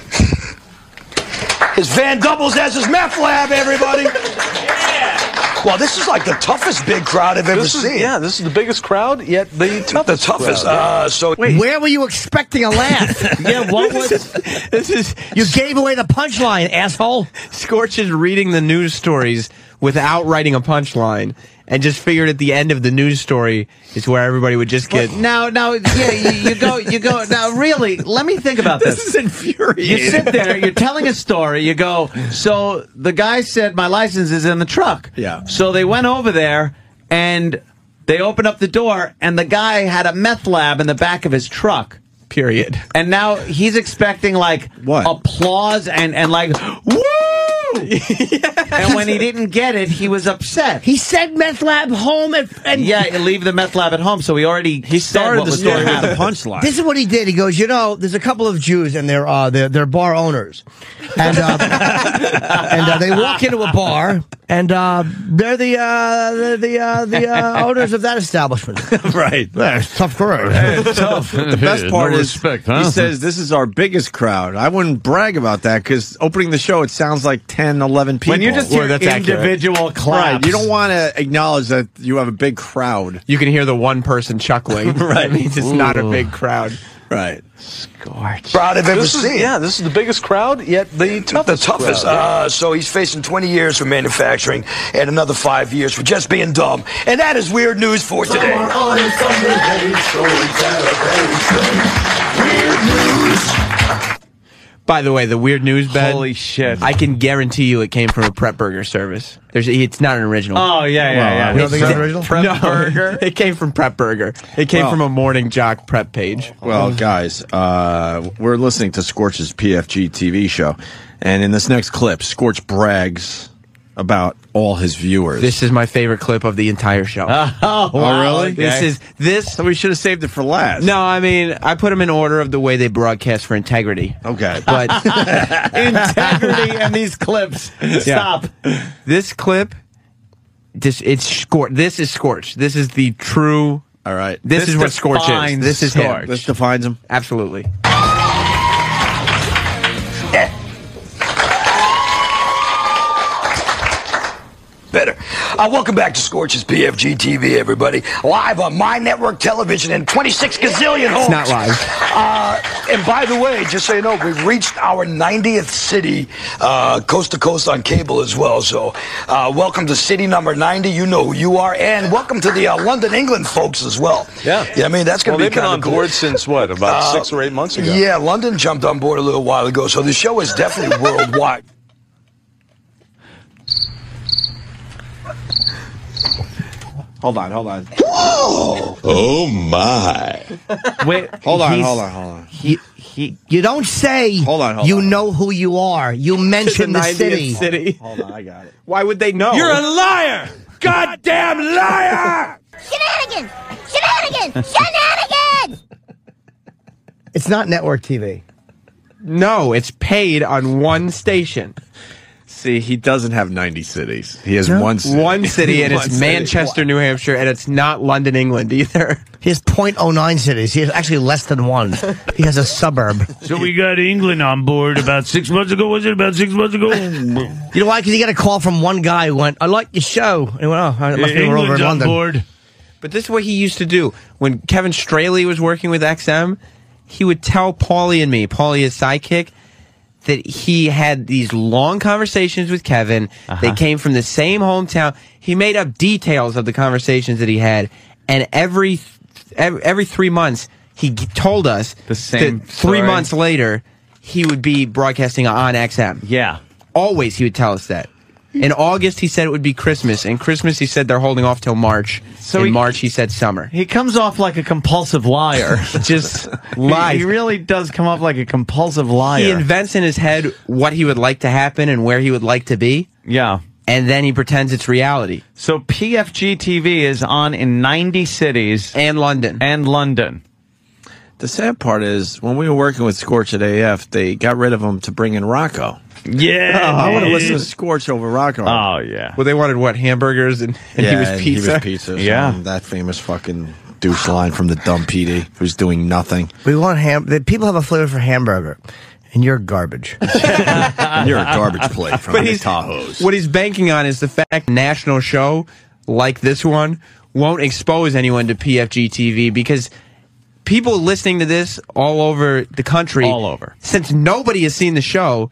S5: his van doubles as his meth lab, everybody. Well, this is like the toughest big crowd I've ever
S7: This is,
S5: seen.
S7: yeah, this is the biggest crowd yet the
S5: the
S7: toughest.
S5: toughest.
S7: crowd.
S5: Uh, so
S3: Where were you expecting a
S2: [laughs]
S3: laugh?
S1: Yeah,
S5: [laughs]
S1: what was
S4: This is
S3: you gave away the punchline, asshole.
S4: Scorch is reading the news stories without writing a punchline, and just figured at the end of the news story is where everybody would just get.
S1: now now yeah, you, you go you go now really, let me think about this.
S4: is infuriating.
S1: you sit there, you're telling a story, you go, so the guy said my license is in the truck.
S2: Yeah.
S1: So they went over there and they opened up the door and the guy had a meth lab in the back of his truck.
S4: Period.
S1: And now he's expecting like
S2: What?
S1: applause and, and like [gasps] woo And when he didn't get it, he was upset.
S3: He said meth lab home and, and
S1: yeah, you leave the meth lab at home. So he already he
S2: Started the story with the
S1: happened.
S2: punchline.
S3: This is what he did. He goes, you know, there's a couple of Jews and they're uh, they're, they're bar owners, and
S2: [laughs]
S3: uh, and uh, they walk into a bar and uh, they're the uh, the the, uh, the uh, owners of that
S2: [laughs]
S3: establishment.
S2: right.
S3: That's tough crowd.
S4: [laughs]
S1: [laughs]
S2: [laughs] tough. The best part is he says this is our biggest crowd. I wouldn't brag about that because opening the show, it sounds like 10, 11 people.
S1: when you just hear
S4: Well, that's accurate.
S1: individual claps,
S2: right, you don't want to acknowledge that you have a big crowd.
S4: You can hear the one
S7: [laughs]
S4: person chuckling. right. That means it's not a big crowd.
S2: Right.
S5: proud I've ever
S7: This is,
S5: seen.
S7: yeah, this is the biggest crowd yet the
S5: the
S7: toughest.
S5: toughest.
S7: crowd.
S5: Uh, so he's facing 20 years for manufacturing and another five years for just being dumb. And that is weird news for
S7: [laughs]
S5: today.
S4: By the way, the weird news bed.
S1: Holy shit.
S4: I can guarantee you it came from a prep burger service. There's, it's not an original. uh,
S1: Oh yeah, yeah, yeah.
S3: You don't think it's
S1: Prep-
S4: [laughs]
S3: original?
S1: Prep
S4: no,
S1: burger.
S4: It came from Prep Burger. It came
S2: Well-
S4: from a morning jock prep page.
S2: Well, guys, uh, we're listening to Scorch's PFG TV show, and in this next clip, Scorch brags about all his viewers.
S4: This is my favorite clip of the entire show.
S1: [laughs] Oh,
S2: wow, really? okay.
S4: This is this.
S2: so we should have saved it for last.
S4: No, I mean I put them in order of the way they broadcast for integrity.
S2: Okay.
S1: [laughs]
S4: [laughs] But
S1: integrity and these clips. Stop.
S4: this clip, this it's scorch. This is scorch. This is the true.
S2: all right.
S4: This,
S1: This
S4: is what scorch is.
S1: defines
S4: This is
S1: Scorch.
S4: him.
S2: this defines him.
S4: Absolutely.
S5: Better. Uh, welcome back to Scorch's PFG TV, everybody. Live on my network television in 26 gazillion homes.
S4: It's not live.
S5: Uh, and by the way, just so you know, we've reached our 90th city, uh, coast to coast on cable as well. So, uh, welcome to city number 90. You know who you are, and welcome to the uh, London, England folks as well.
S7: Yeah.
S5: yeah. I mean, that's going to
S7: well,
S5: be
S7: they've been
S5: kind
S7: on
S5: of cool.
S7: board since what? About
S5: Uh,
S7: six or eight months ago.
S5: Yeah, London jumped on board a little while ago, so the show is
S7: [laughs]
S5: definitely worldwide.
S2: Hold on, hold on.
S5: Whoa!
S2: Oh my!
S1: Wait,
S2: hold on,
S3: he's-
S2: hold on, hold on.
S3: He, he, you don't say. Hold on.
S2: hold
S3: you know who you are. You mention the,
S11: 90th
S3: city.
S11: city.
S2: Hold on, I got it.
S11: Why would they know?
S3: You're a
S11: liar! Goddamn liar!
S13: Shenanigans! Shenanigans! Shenanigans!
S3: It's not network TV.
S4: No, it's paid on one station.
S2: See, he doesn't have 90 cities. He has one city.
S4: One city,
S2: [laughs]
S4: and
S2: One
S4: it's
S2: city.
S4: Manchester, New Hampshire, and it's not London, England either.
S3: He has 0.09 cities. He has actually less than one. He has a suburb.
S14: So we got England on board about six months ago. Was it about six months ago?
S3: You know why? Because he got a call from one guy who went, I like your show. And he went, oh, it must be we're over in London.
S4: But this is what he used to do. When Kevin Straley was working with XM, he would tell Paulie and me, Paulie his sidekick, that he had these long conversations with Kevin.
S1: Uh-huh.
S4: They came from the same hometown. He made up details of the conversations that he had, and every th- every, every three months he g- told us the
S1: same
S4: three
S1: story.
S4: months later, he would be broadcasting on XM.
S1: Yeah,
S4: always he would tell us that. In August, he said it would be Christmas. In Christmas, he said they're holding off till March. So in
S1: he-
S4: March, he said summer.
S1: He comes off like a compulsive
S4: [laughs]
S1: liar. Just [laughs]
S4: Lies.
S1: He, he really does come off like a compulsive liar.
S4: He invents in his head what he would like to happen and where he would like to be.
S1: Yeah.
S4: And then he pretends it's reality.
S1: So PFG TV is on in 90 cities
S4: and London.
S1: And London.
S2: The sad part is when we were working with Scorch at AF, they got rid of him to bring in Rocco.
S1: Yeah,
S2: Oh, I want to
S1: dude.
S2: listen to Scorch over Rocco.
S1: Oh yeah.
S4: Well, they wanted what hamburgers and, and
S2: yeah,
S4: he was
S2: and
S4: pizza.
S2: He was pizza. so that famous fucking douche line from the dumb PD who's doing nothing.
S3: We want ham. The people have a flavor for hamburger, and you're
S1: [laughs]
S3: garbage.
S4: [laughs]
S2: And you're a garbage plate from
S4: But
S2: the
S4: he's-
S2: Tahoes.
S4: What he's banking on is the fact national show like this one won't expose anyone to PFG TV because people listening to this all over the country, all over, since nobody has seen the show.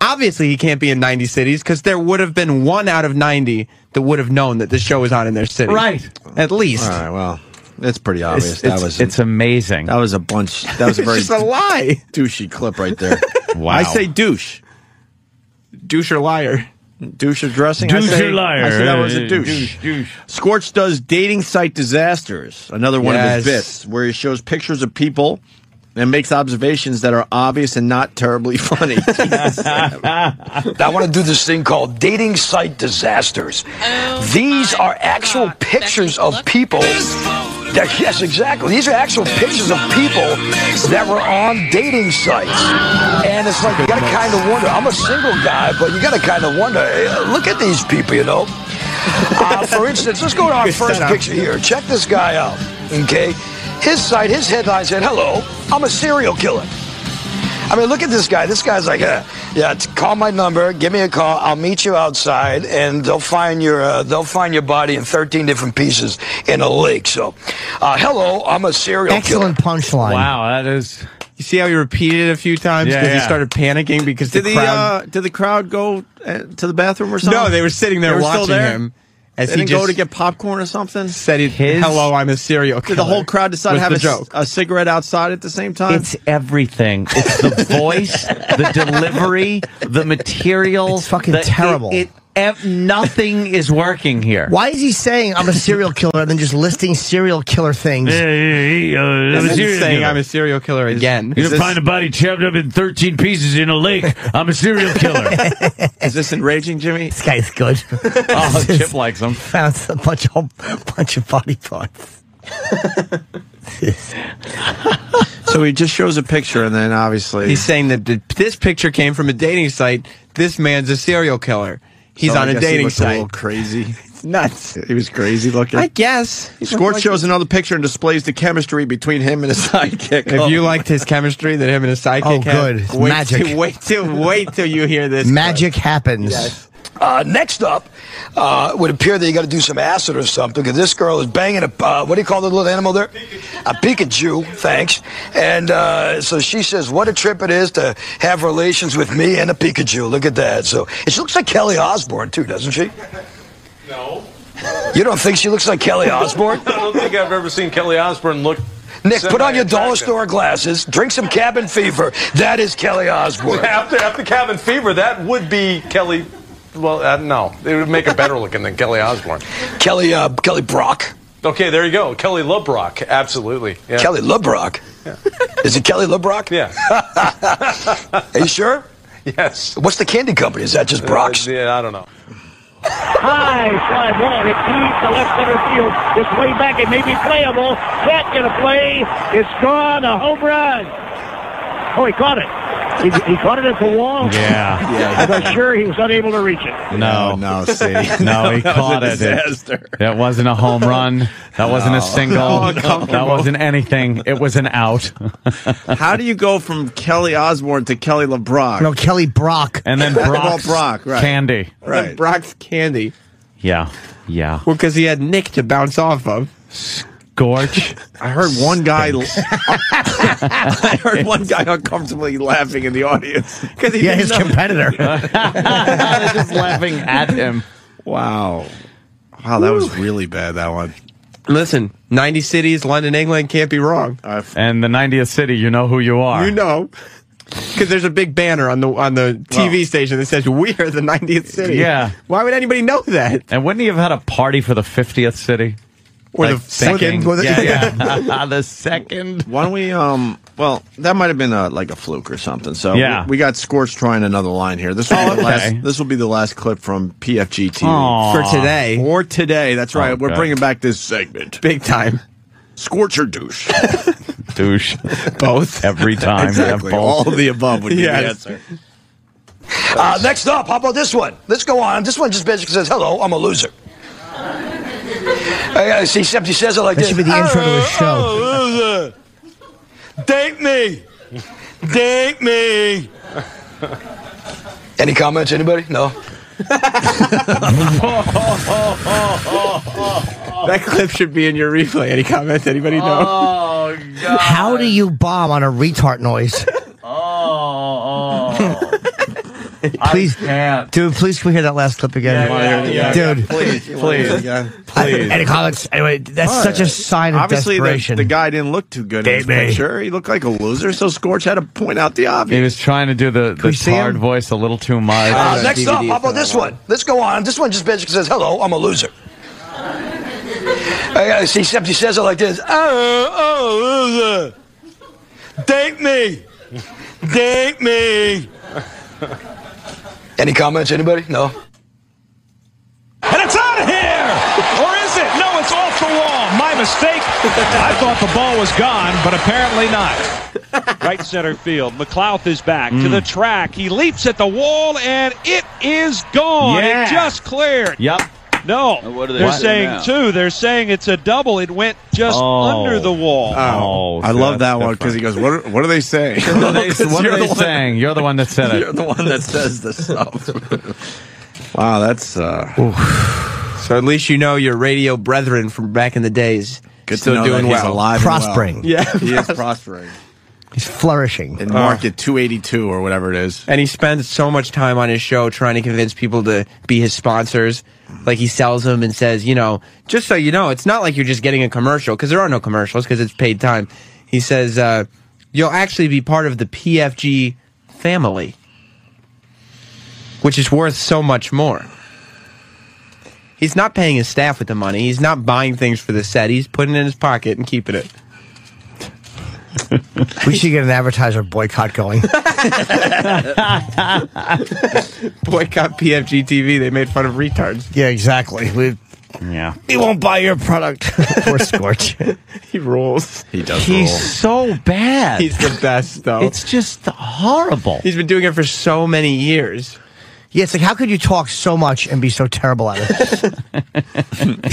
S4: Obviously, he can't be in 90 cities because there would have been one out of 90 that would have known that the show was on in their city.
S2: Right.
S4: At least.
S2: All right, well, that's pretty obvious.
S1: It's-
S2: that
S1: it's-
S2: was
S1: it's amazing.
S2: That was a bunch. That was a
S4: It's
S2: [laughs] very
S4: just a lie.
S2: douchey clip right [laughs] there.
S1: Wow.
S2: I say douche.
S4: Douche or liar.
S2: Douche or dressing. I
S14: Douche
S2: say-
S14: or liar.
S2: I said that was a
S14: Uh,
S2: douche. Scorch does dating site disasters. Another one of his
S4: Yes.
S2: bits where he shows pictures of people and makes observations that are obvious and not terribly [laughs] funny.
S5: I want to do this thing called dating site disasters. These are actual pictures of people. that- yes, exactly. These are actual pictures of people that were on dating sites. And it's like, you got to kind of wonder. I'm a single guy, but you got to kind of wonder eh, look at these people, you know? Uh, for instance, let's go to our
S15: Good
S5: first
S15: setup.
S5: picture here. Check this guy out, okay? His site, his headline said, Hello, I'm a serial killer. I mean, look at this guy. This guy's like, yeah, yeah. t- Call my number. Give me a call. I'll meet you outside, and they'll find your uh, they'll find your body in thirteen different pieces in a lake. So, uh, hello, I'm a serial
S3: Excellent punchline.
S1: Wow, that is.
S4: You see how he repeated it a few times
S1: Yeah,
S4: because he
S1: yeah.
S4: started panicking because
S2: did
S4: the,
S2: the
S4: crowd.
S2: uh, did the crowd go uh, to the bathroom or something?
S4: no, they were sitting
S2: They
S4: there
S2: were still
S4: watching
S2: there?
S4: him as
S2: They
S4: he
S2: didn't
S4: just
S2: go to get popcorn or something.
S4: said, he,
S1: His-
S4: "Hello, I'm a serial killer."
S2: Did the whole crowd decide to
S4: was
S2: have
S4: the
S2: a, s-
S4: joke?
S2: a cigarette outside at the same time?
S1: It's everything. It's [laughs] the voice, the delivery, the material. It's
S3: fucking terrible.
S1: It, ev- nothing is working here.
S3: Why is he saying I'm a serial killer and then just listing serial killer things?
S14: I'm
S4: And
S14: a
S4: then
S14: serial
S4: saying
S14: killer.
S3: [laughs]
S4: I'm a serial killer again.
S14: You're gonna find a body chopped up in 13 pieces in a lake. I'm a serial killer.
S2: [laughs] Is this enraging, Jimmy?
S3: This guy's
S2: [laughs]
S3: good.
S1: Oh, Chip likes them.
S3: Found a bunch of bunch of body parts.
S2: [laughs] so he just shows a picture, and then obviously
S4: He's saying that th- this picture came from a dating site. This man's a serial killer. He's
S2: So I
S4: on a
S2: guess he
S4: dating
S2: looked A little
S4: site.
S2: crazy.
S4: It's nuts.
S2: He was crazy looking.
S4: I guess.
S2: Scorch shows another picture and displays the chemistry between him and his [laughs] sidekick.
S4: If you liked his chemistry that him and his sidekick
S3: Oh,
S4: had,
S3: good. It's
S4: [laughs] wait
S3: magic.
S4: Till, wait till wait till you hear this.
S3: Magic happens.
S4: Yes.
S5: Uh, next up, uh, it would appear that you got to do some acid or something because this girl is banging a uh, what do you call the little animal there? A Pikachu. Thanks. And uh, so she says, "What a trip it is to have relations with me and a Pikachu." Look at that. So and she looks like Kelly Osbourne too, doesn't she?
S7: No.
S5: You don't think she looks like Kelly Osbourne?
S7: [laughs] I don't think I've ever seen Kelly Osbourne look.
S5: Nick, put on your dollar
S7: semi-attractive.
S5: store glasses, drink some cabin fever. That is Kelly Osbourne.
S7: After, after Cabin Fever, that would be Kelly. Well, uh, no, it would make it better looking than Kelly Osbourne.
S5: Kelly, uh, Kelly Brock.
S7: Okay, there you go. Kelly LeBrock, absolutely. Yeah.
S5: Kelly LeBrock. Is it Kelly LeBrock?
S7: Yeah.
S5: [laughs] Are you sure?
S7: Yes.
S5: What's the candy company? Is that just
S7: Uh,
S5: Brock's?
S7: yeah, I don't know.
S15: High fly ball. It deep to left center field. It's way back. It may be playable. That gonna play. It's gone. A home run. Oh, he caught it. He, he caught it at the wall.
S1: Yeah.
S15: I was sure he was unable to reach it.
S1: No,
S2: no, see.
S1: [laughs] no, he
S2: [laughs] That was a
S1: caught it.
S2: disaster.
S1: it. That wasn't a
S2: [laughs]
S1: home run. That wasn't
S2: No.
S1: a single.
S2: No,
S1: that
S2: uncomfortable.
S1: wasn't anything. It was an out.
S2: [laughs] How do you go from Kelly Osborne to Kelly LeBrock?
S3: No, Kelly Brock.
S1: And
S2: [laughs]
S1: then Brock's
S2: Brock, right.
S1: candy.
S2: Right. Brock's candy.
S1: Yeah, yeah.
S4: Well, because he had Nick to bounce off of.
S1: Gorge.
S2: [laughs] I heard one guy. [laughs] I heard
S1: [laughs]
S2: one guy uncomfortably laughing in the audience because he
S3: Yeah,
S2: didn't
S3: his
S2: know-
S3: competitor.
S1: They're just laughing at him.
S2: Wow. Wow, that was really bad, that one.
S4: Listen, 90 cities, London, England can't be wrong.
S1: And the 90th city, you know who you are.
S4: You know. Because there's a big banner on the on the TV station that says "We are the 90th city."
S1: Yeah.
S4: Why would anybody know that?
S1: And wouldn't he have had a party for the 50th city?
S4: Or the
S1: thinking-
S4: second- or the-
S1: yeah,
S4: [laughs]
S2: [laughs]
S1: yeah. [laughs] the second.
S2: Why don't we? Um. Well, that might have been a, like a fluke or something. So
S1: Yeah.
S2: we, we got Scorch trying another line here. This will be
S1: Oh,
S2: the
S1: okay.
S2: last. This will be the last clip from PFG TV
S1: Aw. For
S4: today.
S2: Or today. That's right. We're
S1: Okay.
S2: bringing back this segment.
S4: Big time.
S2: Scorch or douche?
S1: Douche.
S4: Both.
S1: Every time.
S2: exactly.
S1: Yeah,
S2: All
S1: both.
S2: of the
S1: [laughs]
S2: above would be the
S4: Yes.
S2: answer.
S5: Uh, next up, how about this one? Let's go on. This one just basically says, "Hello, I'm a loser." I, I see, except he says it like
S3: That
S5: this.
S3: should be the intro to his show.
S11: Loser. Date me. Date me.
S5: Any comments? Anybody?
S7: [laughs]
S5: No.
S4: [laughs] That clip should be in your replay. Any comments? Anybody know?
S1: Oh, God.
S3: How do you bomb on a retard
S1: [laughs]
S3: noise?
S1: Oh, oh.
S3: [laughs] Please-
S1: I can't.
S3: Dude, please can we hear that last clip again?
S1: Yeah, yeah, yeah.
S3: Dude.
S1: Please, please,
S2: Yeah.
S1: please.
S3: Any comments? Anyway, that's such a sign of
S2: Obviously, the,
S3: desperation.
S2: the guy didn't look too good in his
S3: Date me.
S2: picture. He looked like a loser, so Scorch had to point out the
S1: He
S2: obvious.
S1: was trying to do the, the
S3: we see
S1: hard
S3: him?
S1: voice a little too much.
S5: Uh,
S4: that
S5: next
S4: DVD
S5: up, how
S4: for
S5: about
S4: that
S5: this
S4: one.
S5: one? Let's go on. This one just basically says, "Hello, I'm a loser." [laughs] I, I see, except he says it like this.
S11: Oh, oh, loser. Date me. Date
S4: [laughs]
S11: me.
S5: Any comments? Anybody? No.
S11: And it's out of here! Or is it? No, it's off the wall. My mistake. I thought the ball was gone, but apparently not. Right center field. McLouth is back to the track. He leaps at the wall, and it is gone.
S1: Yeah.
S11: It just cleared.
S1: Yep.
S11: No,
S14: What are they
S11: they are
S14: saying
S11: saying
S14: now?
S11: two. They're saying it's a double. It went just
S1: Oh.
S11: under the wall.
S1: Oh,
S2: I love that one because he goes, "What? Are, what are they saying?"
S1: [laughs] What
S2: [laughs]
S1: are they, what are
S2: You're
S1: they
S2: the one-
S1: saying? You're the one that said
S2: [laughs] You're
S1: it.
S2: the one that says
S1: [laughs]
S2: the stuff. wow, that's uh,
S4: So at least you know your radio brethren from back in the days.
S2: good
S4: still
S2: to know
S4: doing
S2: that he's
S4: well.
S2: alive, and
S3: Prospering.
S2: well.
S4: Yeah.
S2: he is [laughs] prospering
S3: He's flourishing.
S2: in [laughs] market 282 or whatever it is.
S4: Ah. And he spends so much time on his show trying to convince people to be his sponsors. Like he sells them and says, you know, just so you know, it's not like you're just getting a commercial because there are no commercials because it's paid time. He says, uh, you'll actually be part of the PFG family, which is worth so much more. He's not paying his staff with the money. He's not buying things for the set. He's putting it in his pocket and keeping it.
S3: We should get an advertiser boycott
S2: [laughs]
S3: going.
S4: Boycott PFG TV. They made fun of retards.
S3: yeah, exactly. We,
S1: Yeah.
S3: we won't buy your product.
S1: [laughs]
S3: Poor Scorch.
S4: He rules.
S2: [laughs] He does.
S1: He's
S2: rule.
S1: so bad.
S4: He's the best, though.
S1: it's just horrible.
S4: He's been doing it for so many years.
S2: [laughs]
S3: Yeah, it's like how could you talk so much and be so terrible at it?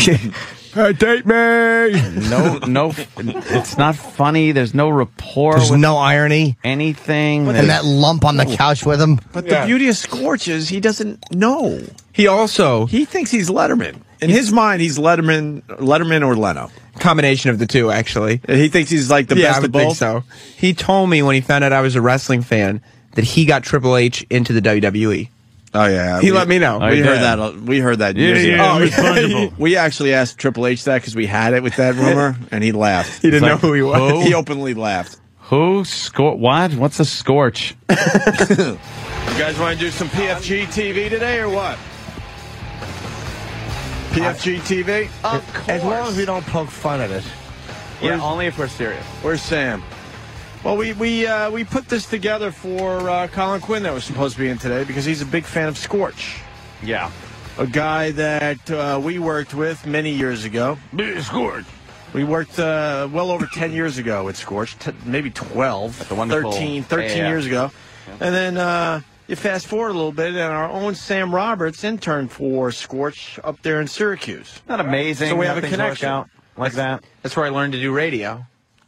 S1: Hey, date me. No, no, it's not funny. There's no rapport.
S3: There's
S1: with
S3: no irony.
S1: Anything.
S3: And that lump on the couch with him.
S2: But the beauty of Scorch is he doesn't know. He also he thinks he's Letterman. In his mind, he's Letterman, Letterman or Leno.
S4: Combination of the two, actually.
S2: He thinks he's like the
S4: yeah,
S2: best
S4: I would
S2: of both.
S4: think so. He told me when he found out I was a wrestling fan that he got Triple H into the WWE.
S2: Oh yeah,
S4: he
S2: we-
S4: let me know.
S2: We heard that. a- We heard that.
S4: Yeah,
S2: years
S4: yeah, Oh,
S2: ago. [laughs]
S4: irresponsible.
S2: we actually asked Triple H that because we had it
S4: [laughs]
S2: with that rumor, and he laughed.
S4: He didn't know who he was.
S1: who?
S2: [laughs] He openly laughed.
S1: Who score? What? What's
S3: [laughs]
S1: a scorch?
S2: You guys want to do some PFG TV today or what? PFG TV?
S1: Of course.
S2: As long as we don't
S3: poke fun at it.
S2: Where's,
S1: only if we're serious.
S2: where's Sam? Well, we we uh, we put this together for uh, Colin Quinn that was supposed to be in today because he's a big fan of Scorch,
S1: Yeah.
S2: a guy that uh, we worked with many years ago. Scorch. We worked uh, well over
S1: [laughs]
S2: 10 years ago with Scorch, t- maybe 12,
S1: the wonderful
S2: 13, 13
S1: AAF.
S2: years ago. And then uh, you fast forward a little bit, and our own Sam Roberts interned for Scorch up there in Syracuse.
S1: Not amazing.
S2: So we have
S1: how
S2: a
S1: things work
S2: connection.
S1: out like that.
S4: [laughs] That's where I learned to do radio.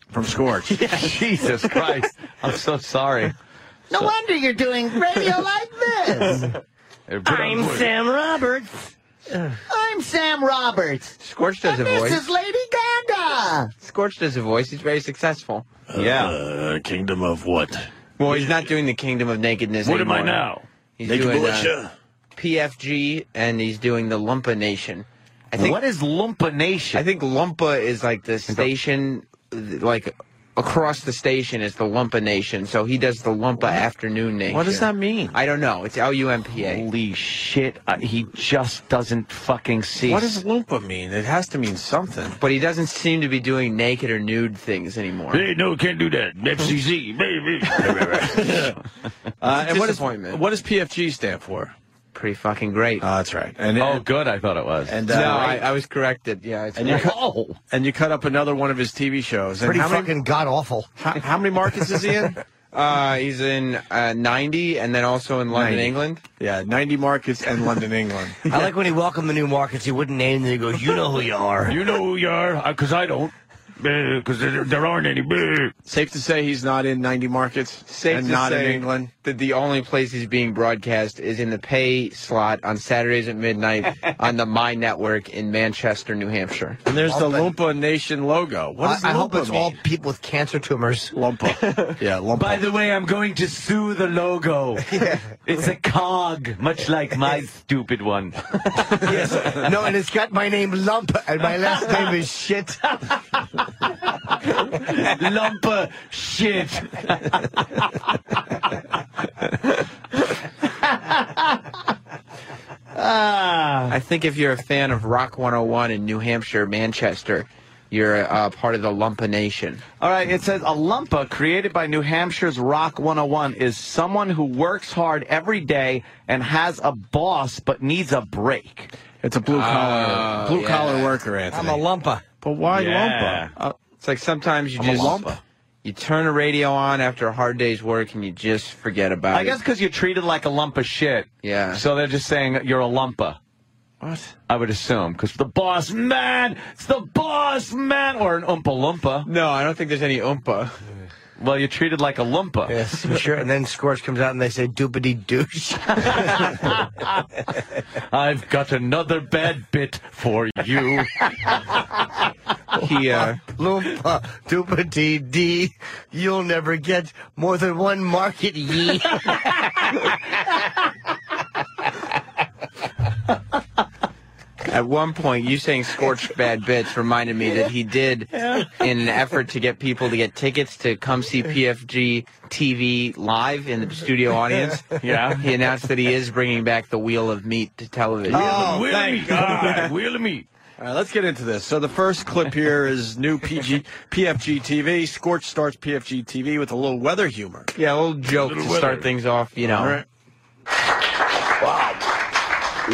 S2: From
S4: [laughs]
S2: Scorch.
S4: Jesus Christ. I'm so sorry.
S13: [laughs] No wonder you're doing radio like this. I'm Sam Roberts. [sighs] I'm Sam Roberts.
S4: Scorch does a
S13: And this
S4: voice.
S13: is Lady Gaga.
S4: Scorch does a voice. He's very successful.
S1: Yeah.
S4: Uh, kingdom of what? Well, he's not doing the Kingdom of Nakedness.
S1: What am I
S4: anymore.
S1: now?
S4: He's
S1: Naked
S4: doing uh,
S1: militia?
S4: PFG, and he's doing the Lumpa Nation. I think.
S1: What is Lumpa Nation?
S4: I think Lumpa is like the station, th- like across the station is the Lumpa Nation. So he does the Lumpa Afternoon Nation.
S1: What does that
S4: mean? I don't know. It's L U M P A.
S1: Holy shit! Uh, he just doesn't fucking see.
S2: What does Lumpa mean? It has to mean something.
S4: But he doesn't seem to be doing naked or nude things anymore. Uh,
S14: Hey, no, can't do that.
S4: [laughs]
S14: FCC, baby.
S2: Uh, and what is,
S4: Disappointment.
S2: what does PFG stand for?
S4: Pretty fucking great.
S2: Oh, that's right. And,
S1: oh, good. I thought it was.
S2: and, uh,
S4: no, I, I was corrected. Yeah. It's
S2: and you
S4: great.
S2: cut, and you cut up another one of his TV shows. And
S3: Pretty
S2: how many-
S3: fucking god awful.
S2: How, how many markets is he
S13: [laughs]
S2: in?
S4: Uh, he's in uh, 90 and then also in London,
S2: 90.
S4: England.
S2: Yeah, 90 markets
S4: [laughs]
S2: and London, England.
S3: I like when he welcomed the new markets, he wouldn't name them. He goes, You know who you are.
S14: you know who you are, because I don't. [laughs] Because there, there aren't any. Bleh.
S2: Safe to say he's not in 90 markets
S4: Safe
S2: and
S4: to
S2: not
S4: say
S2: in England.
S4: that the only place he's being broadcast is in the pay slot on Saturdays at
S2: [laughs]
S4: midnight on the My Network in Manchester, New Hampshire.
S2: And there's the Lumpa Nation logo. What does
S3: I, I
S2: Lumpa
S3: hope it's
S2: mean?
S3: all people with cancer tumors.
S2: Lumpa.
S3: [laughs]
S2: Yeah, Lumpa.
S14: By the way, I'm going to sue the
S4: [laughs]
S14: logo. It's a cog, much like
S1: my stupid one.
S3: yes. No, and it's got my name Lump, and my last name is Shit.
S14: lump of shit.
S3: Ah.
S4: I think if you're a fan of Rock 101 in New Hampshire, Manchester, you're uh, part of the Lumpa Nation.
S1: All right, it says a lumpa created by New Hampshire's Rock 101 is someone who works hard every day and has a boss but needs a break.
S2: It's a blue collar,
S4: Oh,
S2: blue
S4: yeah.
S2: collar worker, Anthony.
S3: lumper.
S2: but why
S1: Yeah.
S2: Lumpa?
S4: Uh, it's like sometimes you
S2: I'm a
S4: just
S2: lump.
S4: you turn a radio on after a hard day's work and you just forget about
S1: I
S4: it.
S1: guess because you're treated like a lump of shit.
S4: Yeah.
S1: So they're just saying you're a lumpa.
S2: What?
S1: I would assume because the boss man, it's the boss man, or an oompa lumpa.
S4: no, I don't think there's any oompa.
S1: Well, you're treated like a lumpa.
S3: Yes, I'm sure. And then Scorch comes out and they say, Doopity douche.
S1: [laughs] I've got another bad bit for you.
S4: He,
S3: [laughs]
S4: uh,
S3: Loompa, doopity dee, you'll never get more than one market ye.
S4: At one point, you saying "scorched bad bitch" reminded me that he did, in an effort to get people to get tickets to come see PFG TV live in the studio audience.
S1: Yeah.
S4: he announced that he is bringing back the Wheel of Meat to television. Oh,
S14: Wheel of me. God, wheel of me.
S2: Oh, All right, let's get into this. So the first clip here is new PG, PFG TV. Scorch starts PFG TV with a little weather humor.
S4: yeah, a little joke to
S14: weather.
S4: start things off. You know,
S2: All right.
S5: Wow.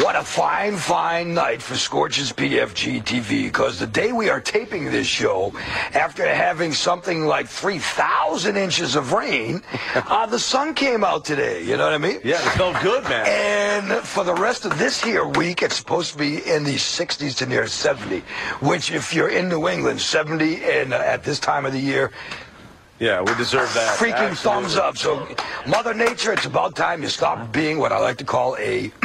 S5: What a fine, fine night for Scorch's PFG TV, because the day we are taping this show, after having something like 3,000 inches of
S7: [laughs]
S5: rain, uh, the sun came out today. You know what I mean?
S7: Yeah, it felt good, man.
S5: And for the rest of this here week, it's supposed to be in the 60s to near 70, which if you're in New England, 70 and uh, at this time of the year,
S7: Yeah, we deserve that.
S5: Freaking
S7: Absolutely.
S5: thumbs up. So, Mother Nature, it's about time you stop being what I like to call a [clears throat]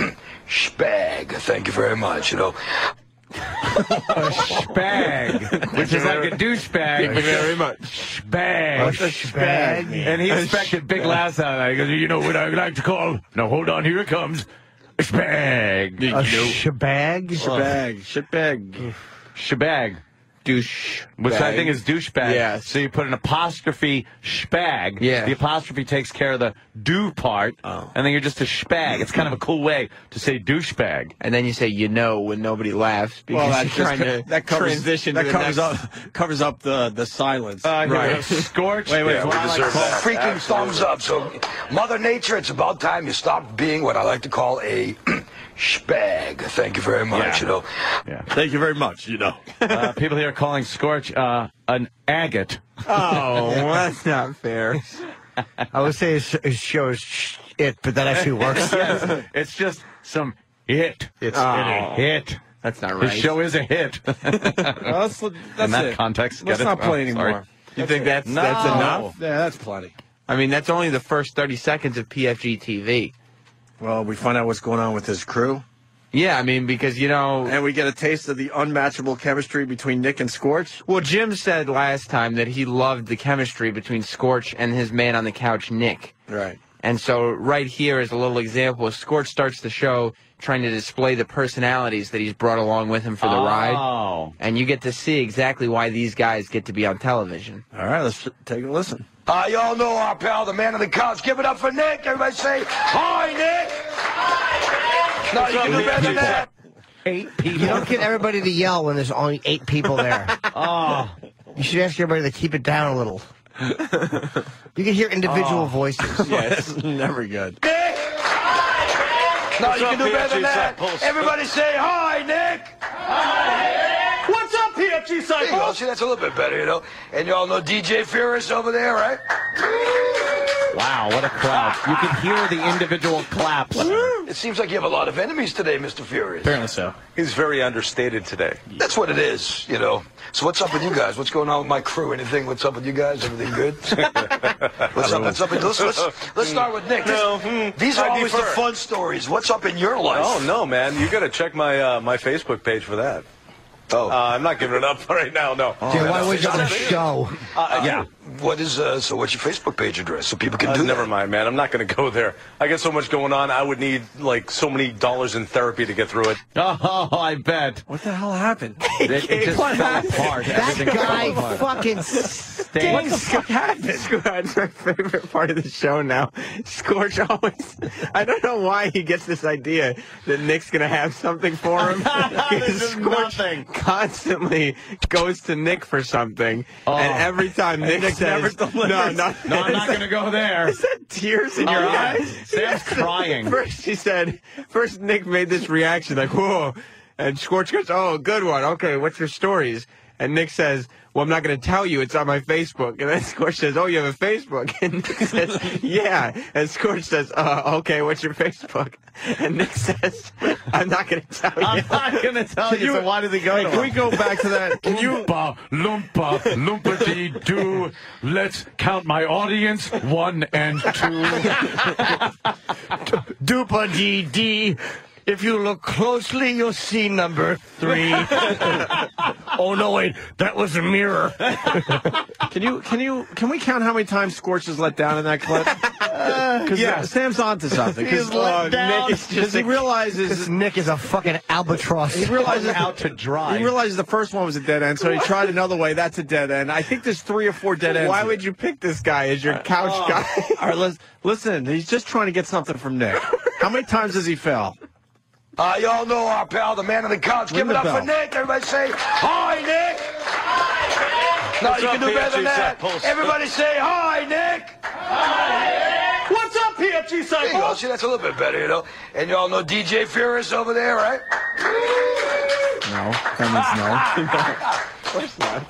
S5: spag. Thank you very much. You know,
S14: Spag, [laughs] which is like a douchebag.
S5: Thank you very
S14: much.
S16: Oh,
S14: Spag.
S5: What's a spag mean?
S14: And he
S5: A
S14: expected big laughs out of that. He goes, you know what I like to call? Now hold on, here it comes. A spag.
S3: A shebag?
S2: Shebag. Shebag.
S1: Shebag.
S4: Douche.
S1: Which I
S4: bag.
S1: think is douchebag.
S4: Yes.
S1: So you put an apostrophe spag.
S4: Yeah. Oh.
S1: The apostrophe takes care of the do part. And then you're just a spag. It's kind of a cool way to say douchebag.
S4: And then you say you know when nobody laughs because
S2: Well, that,
S4: you're
S2: just
S4: trying
S2: co-
S4: to
S2: that covers
S4: transition.
S2: that
S4: to the
S2: covers
S4: next-
S2: up covers up the the silence.
S4: Uh, here we go. Scorched
S2: Wait, wait.
S5: Yeah,
S2: what I
S5: we
S2: like
S5: deserve
S2: to call-
S5: that. Freaking thumbs up. So, Mother Nature, it's about time you stop being what I like to call a [clears throat] spag. Thank you very much.
S1: Yeah.
S5: You know,
S2: Thank you very much. You know.
S1: uh, people here are calling Scorch uh, an agate.
S4: [laughs] Oh, that's not fair.
S3: I would say his, his show is sh- it, but that actually works.
S1: [laughs] Yes. It's just some hit. It's
S4: Oh.
S1: a hit.
S4: That's not
S1: The
S4: right.
S1: show is a hit. [laughs]
S2: That's, that's
S1: In that
S2: it.
S1: context,
S2: let's
S1: get it?
S2: not play
S1: Oh,
S2: anymore.
S1: sorry.
S4: You think that's that's
S2: No.
S4: enough?
S2: Yeah, that's plenty.
S4: I mean, that's only the first thirty seconds of PFG TV.
S2: Well, we find out what's going on with his crew,
S4: Yeah, I mean, because you know,
S2: and we get a taste of the unmatchable chemistry between Nick and Scorch.
S4: Well, Jim said last time that he loved the chemistry between Scorch and his man on the couch, Nick.
S2: Right.
S4: And so, right here is a little example. Scorch starts the show trying to display the personalities that he's brought along with him for the ride.
S1: Oh.
S4: And you get to see exactly why these guys get to be on television.
S2: All right, let's take a listen.
S5: uh, y'all know our pal, the man on the couch. Give it up for Nick. Everybody say, Hi, Nick. No, you can do better than that.
S3: Eight people. You don't get everybody to yell when there's only eight people there.
S1: oh.
S3: You should ask everybody to keep it down a little. You can hear
S11: Oh. [laughs]
S3: individual [laughs] voices.
S2: Yes, never good.
S5: Nick. No,
S7: What's
S5: you
S7: up,
S5: can do better than
S7: PFG
S5: that.
S7: Side Pulse?
S5: Everybody say, Hi, Nick.
S7: What's up, PFG
S5: There you go.
S7: Cycles?
S5: See, that's a little bit better, you know. And y'all know DJ Furious over there, right?
S1: Wow, what a crowd. You can hear the individual claps.
S5: It seems like you have a lot of enemies today, Mr. Furious.
S2: Apparently so.
S7: He's very understated today.
S5: That's what it is, you know. So what's up with you guys? What's going on with my crew? Anything? What's up with you guys? Everything
S7: [laughs]
S5: good? what's up? What's up? With, let's, let's, let's start with Nick. This-
S7: No, hmm,
S5: these are
S7: I
S5: always the
S7: defer.
S5: fun stories. What's up in your life?
S7: Oh no, man! You got to check my uh, my Facebook page for that.
S5: Oh.
S7: uh, I'm not giving it up [laughs] right now. No.
S3: Yeah, why would you on Oh, a show?
S5: Uh, yeah. What is uh, so? What's your Facebook page address so people can
S7: Uh,
S5: do
S7: never
S5: that?
S7: mind, man. I'm not going to go there. I got so much going on. I would need like so many dollars in therapy to get through it.
S1: [laughs] Oh, I bet.
S2: What the hell happened?
S1: [laughs] It, it just fell apart.
S3: That
S1: Everything
S3: guy
S1: fell apart.
S3: fucking stinks.
S1: What the
S4: fuck happened? That's my favorite part of the show now. Scorch always. I don't know why he gets this idea that Nick's gonna have something
S1: [laughs]
S4: for him.
S1: This is
S4: Scorch
S1: nothing.
S4: constantly goes to Nick for something, and every time Nick, says,
S1: Oh. never
S4: "No, no,
S1: No, I'm not going to go there.
S4: Is that tears in
S1: Oh,
S4: your
S1: yeah.
S4: eyes?
S1: Sam's crying.
S4: First, she said, first Nick made this reaction like, whoa. And Scorch goes, oh, good one. Okay, what's your stories? And Nick says, well, I'm not going to tell you. It's on my Facebook. And then Scorch says, oh, you have a Facebook? [laughs] And Nick says, yeah. And Scorch says, uh, okay, what's your Facebook? And Nick says, I'm not going to tell you.
S1: [laughs] I'm not going to tell you, so why did he go
S2: Hey,
S1: to
S2: can we
S1: him?
S2: go back
S1: [laughs]
S2: to that? Can you?
S12: Lumpa, lumpa, lumpity do. Let's count my audience. One and
S2: [laughs]
S12: two.
S3: Dupa DD. If you look closely, you'll see number three. oh no, wait, that was a mirror.
S2: [laughs] Can you? Can you? Can we count how many times Scorch is let down in that clip? Because Sam's onto something. uh,
S3: He's let down.
S2: Because
S3: [laughs]
S2: he realizes
S3: This Nick is a fucking albatross.
S2: [laughs] he realizes
S1: out to dry.
S2: He realizes the first one was a dead end, so he tried another way. That's a dead end. I think there's three or four dead ends.
S4: Why would you pick this guy as
S1: Uh,
S4: your couch
S1: oh,
S4: guy?
S2: Uh, [laughs] All right, let's listen. He's just trying to get something from Nick. How many times does he fail?
S5: Uh, y'all know our pal, the man on the couch. Give
S2: Ring
S5: it
S2: the
S5: up for
S2: bell.
S5: Nick. Everybody say, Hi, Nick. No,
S7: What's
S5: you
S7: up,
S5: can do better than
S7: PFG Side
S5: that.
S7: Pulse?
S5: Everybody say, Hi, Nick.
S7: What's up, PFG
S5: Richie Cycle. There you go. See, that's a little bit better, you know. And you all know DJ Furious over there, right?
S2: No, that means no. [laughs]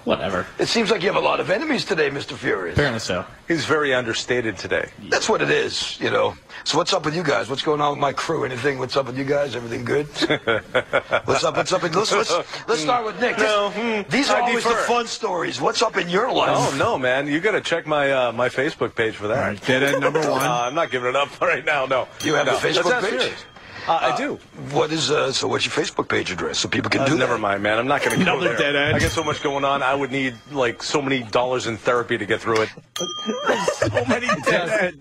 S5: Whatever. It seems like you have a lot of enemies today, Mr. Furious.
S7: Apparently so. He's very understated today.
S5: That's what it is, you know. So what's up with you guys? What's going on with my crew? Anything? What's up with you guys? Everything
S7: [laughs]
S5: good? what's up? What's up? Let's let's, let's start with Nick.
S7: No,
S5: This-
S7: hmm,
S5: these are
S7: I
S5: always the
S7: defer.
S5: fun stories. What's up in your life?
S7: Oh no, man! You got to check my uh, my Facebook page for that.
S5: dead end number one.
S7: [laughs] Uh, I'm not giving it up [laughs] right now. No,
S5: You have
S7: no.
S5: a
S7: That's
S5: Facebook
S7: not
S5: page?
S7: serious. Uh, I do.
S5: What is uh, so? What's your Facebook page address so people can
S7: Uh,
S5: do?
S7: never mind, man. I'm not going to go
S5: Another
S7: there.
S5: dead end.
S7: I got so much going on. I would need like so many dollars in therapy to get through it.
S1: so many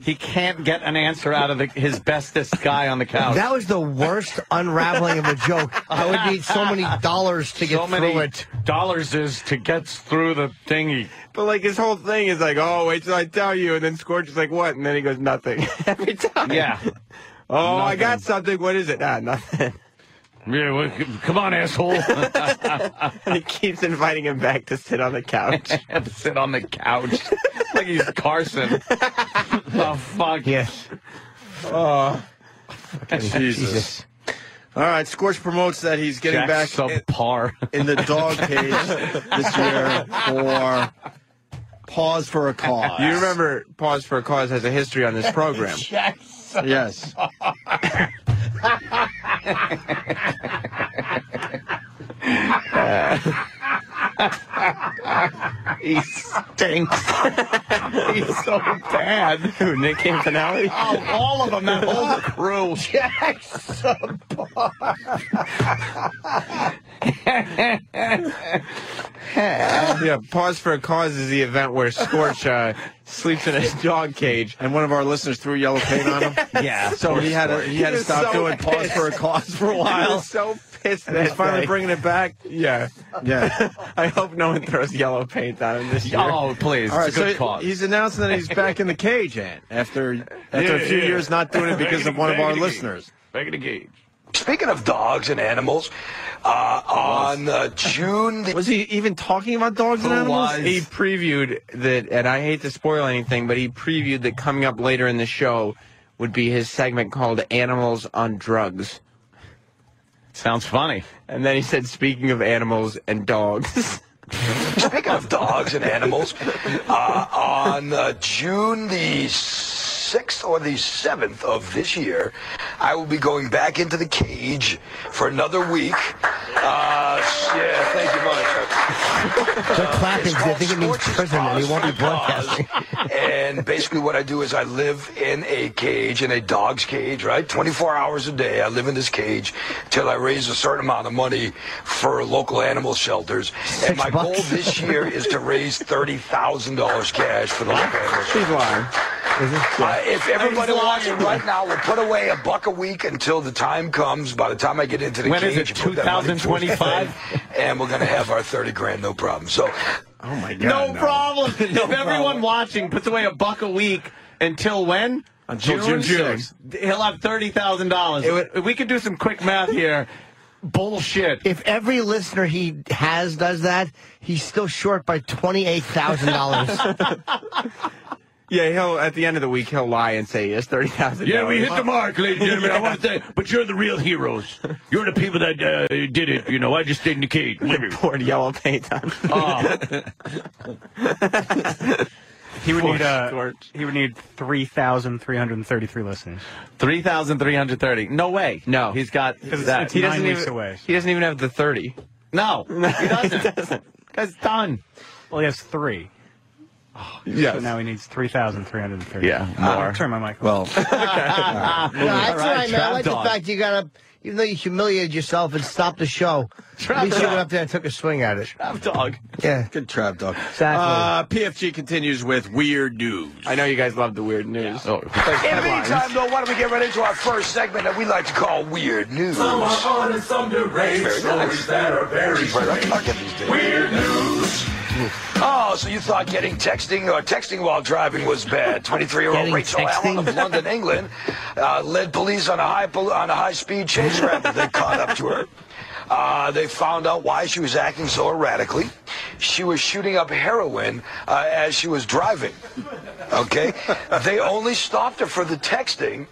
S1: He can't get an answer out of the, his bestest guy on the couch.
S3: That was the worst unraveling of a joke. I would need so many dollars to get
S1: so
S3: through
S1: many
S3: it.
S1: dollars is to get through the thingy.
S17: But like his whole thing is like, oh, wait till I tell you, and then Scorch is like, what? And then he goes, nothing. [laughs] Every time.
S1: Yeah.
S17: Oh, I got something. What is it? Ah, nothing.
S1: Yeah, well, c- come on, asshole.
S17: [laughs] and he keeps inviting him back to sit on the
S1: [laughs]
S17: couch.
S1: sit on the couch like he's
S17: [laughs]
S1: Carson. oh fuck yes.
S2: Oh,
S1: Jesus. Jesus.
S2: All right, Scorch promotes that he's getting back
S1: Jack's subpar
S2: in the dog cage this year for Pause for a Cause.
S17: You remember Pause for a Cause has a history on this
S5: [laughs]
S17: program. [laughs]
S2: Yes.
S1: [laughs] he stinks. [laughs] He's so bad.
S17: Who, Nick Campanelli?
S1: Oh, all of them, that whole crew.
S17: yeah, Pause for a Cause is the event where Scorch uh, sleeps in a dog cage.
S2: And one of our listeners threw yellow paint on
S17: [laughs]
S2: him.
S1: Yeah.
S2: So he had to, he had to
S17: was
S2: stop
S17: so
S2: doing Pause
S17: pissed.
S2: for a Cause for a while.
S17: He was [laughs] so pissed
S2: And he's
S17: that
S2: finally
S17: day.
S2: bringing it back.
S17: Yeah.
S2: Yeah.
S17: [laughs] I hope no one throws yellow paint on him this year.
S1: Oh, please.
S2: All right,
S1: it's a good
S2: so
S1: cause.
S2: he's announcing that he's back in the cage, Ant, after after a
S5: Yeah,
S2: few
S5: yeah.
S2: years not doing it because of one of our
S5: Back in the cage.
S2: listeners.
S5: Back in the cage. Speaking of dogs and animals, uh, on uh, June the
S17: Was he even talking about dogs and
S5: Who
S17: animals?
S5: was?
S17: He previewed that, and I hate to spoil anything, but he previewed that coming up later in the show would be his segment called Animals on Drugs.
S1: Sounds funny.
S17: And then he said, speaking of animals and dogs. [laughs]
S5: Speaking of dogs and animals, uh, on uh, June the 6th or the 7th of this year, I will be going back into the cage for another week. Uh, yeah, thank you, Monica.
S3: Quit clapping
S5: it's
S3: because I think it means prison and he won't be broadcasting.
S5: and basically what I do is I live in a cage, in a dog's cage, right? 24 hours a day, I live in this cage till I raise a certain amount of money for local animal shelters. and my goal this year is to raise $30,000 cash for the local animal shelters.
S17: He's lying.
S5: Uh, if everybody
S17: He's
S5: watching
S17: lying.
S5: right now will put away a buck a week until the time comes, by the time I get into the
S1: When is
S5: cage,
S1: it,
S5: and put that money towards the
S1: 2025?
S5: thing, and we're gonna have our thirty grand, no problem. So, oh my
S1: no, [laughs] problem. [laughs] if everyone watching puts away a buck a week until when?
S2: Until June
S1: sixth. He'll have $30,000. We could do some quick math here. Bullshit.
S3: If every listener he has does that, he's still short by twenty-eight thousand dollars.
S17: Yeah, he'll at the end of the week he'll lie and say yes, thirty thousand.
S14: Yeah, we hit the mark, ladies
S4: [laughs]
S14: and gentlemen. I
S17: [laughs]
S14: want to thank, but you're the real heroes. You're the people that uh, did it. You know, I just stayed in the cage.
S17: poured yellow paint on.
S14: Oh.
S1: [laughs]
S18: He would
S1: Poor
S18: need uh, he would need three thousand three hundred thirty three listeners.
S1: 3,330. No way. No. He's got
S18: Because
S1: that.
S18: it's He doesn't nine weeks even- away.
S17: He doesn't even have the thirty.
S1: No, he doesn't. Guy's done.
S18: Well, he has three.
S2: Yes.
S18: So now he needs three thousand three hundred thirty. Ah,
S1: Yeah, more.
S18: turn my mic. off.
S2: Well,
S18: [laughs]
S3: No, that's
S18: All right,
S3: right, man. I
S18: trap
S3: like
S18: dog.
S3: the fact you got up, even though you humiliated yourself and stopped the show.
S2: Trap
S3: at least you
S2: dog.
S3: went up there and took a swing at it. Trap
S1: dog.
S3: Yeah.
S2: Good trap dog.
S3: Exactly.
S2: Uh, PFG continues with weird news. I know you guys love the weird news. [laughs]
S1: Oh.
S5: In the meantime, though, why don't we get right into our first segment that we like to call Weird News?
S14: Some are odd and some deranged.
S5: Very
S14: Stories that are very
S5: Right, I
S14: strange.
S5: can get these days.
S14: Weird news.
S5: Oh, so you thought getting texting or texting while driving
S14: [laughs]
S5: was bad? Twenty-three-year-old
S14: Getting
S5: Rachel
S14: texting? [laughs]
S5: Allen of London, England, uh, led police on a high pol- on a high-speed chase rabbit that caught up to her. Uh, they found out why she was acting so erratically. She was shooting up heroin uh, as she was driving. Okay? they only stopped her for the texting.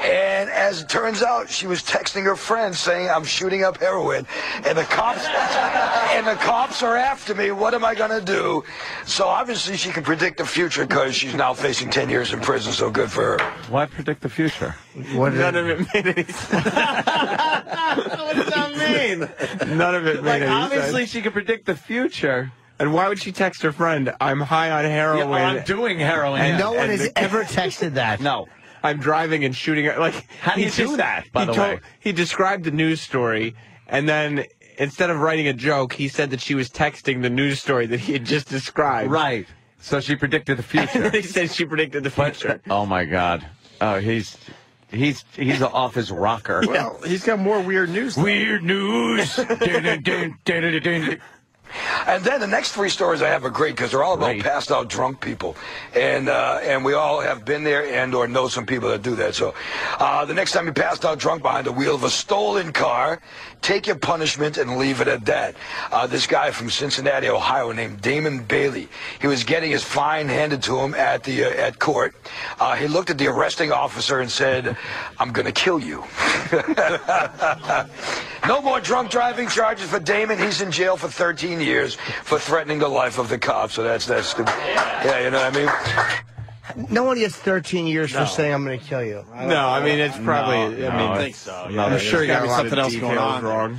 S5: And as it turns out, she was texting her friends saying, "I'm shooting up heroin," and the cops [laughs] and the cops are after me. What am I gonna do? So obviously, she can predict the future because she's now facing 10 years in prison. So good for her.
S1: Why predict the future?
S4: None of it made any sense.
S8: what does that
S4: mean? [laughs] None of it made
S8: Like,
S4: any sense.
S8: obviously
S4: she could predict the future. And why would she text her friend, I'm high on heroin?
S8: Yeah, or I'm doing heroin.
S4: And
S8: No one
S4: and
S8: has
S4: the- [laughs]
S8: ever
S3: texted that.
S4: no. I'm driving and shooting. her- Like,
S8: How do
S4: he
S8: you do that, by
S4: he
S8: the way?
S4: He described the news story, and then instead of writing a joke, he said that she was texting the news story that he had just described. Right.
S1: So she
S4: [laughs]
S1: predicted the
S4: future. he said she predicted the future.
S1: Oh my God! Oh, he's he's he's off his rocker.
S4: Well,
S2: he's got more weird news.
S1: Weird news.
S5: [laughs] And then the next three stories I have are great because they're all about passed out drunk people, and uh, and we all have been there and or know some people that do that. So, uh, the next time you passed out drunk behind the wheel of a stolen car, take your punishment and leave it at that. Uh, this guy from Cincinnati, Ohio, named Damon Bailey, he was getting his fine handed to him at the uh, at court. Uh, he looked at the arresting officer and said, "I'm going to kill you." [laughs] no more drunk driving charges for Damon. He's in jail for 13 years for threatening the life of the cop. So that's that's the, yeah, you know what I mean.
S3: No one gets 13 years
S5: No.
S3: for saying I'm going to kill you. I don't-
S4: No, I mean, it's probably.
S3: No, no,
S4: I
S1: Oh,
S4: mean,
S3: I think so,
S2: yeah. I'm sure you
S4: there's
S2: got
S4: a lot of
S2: something else going
S4: details
S2: on.
S4: Wrong.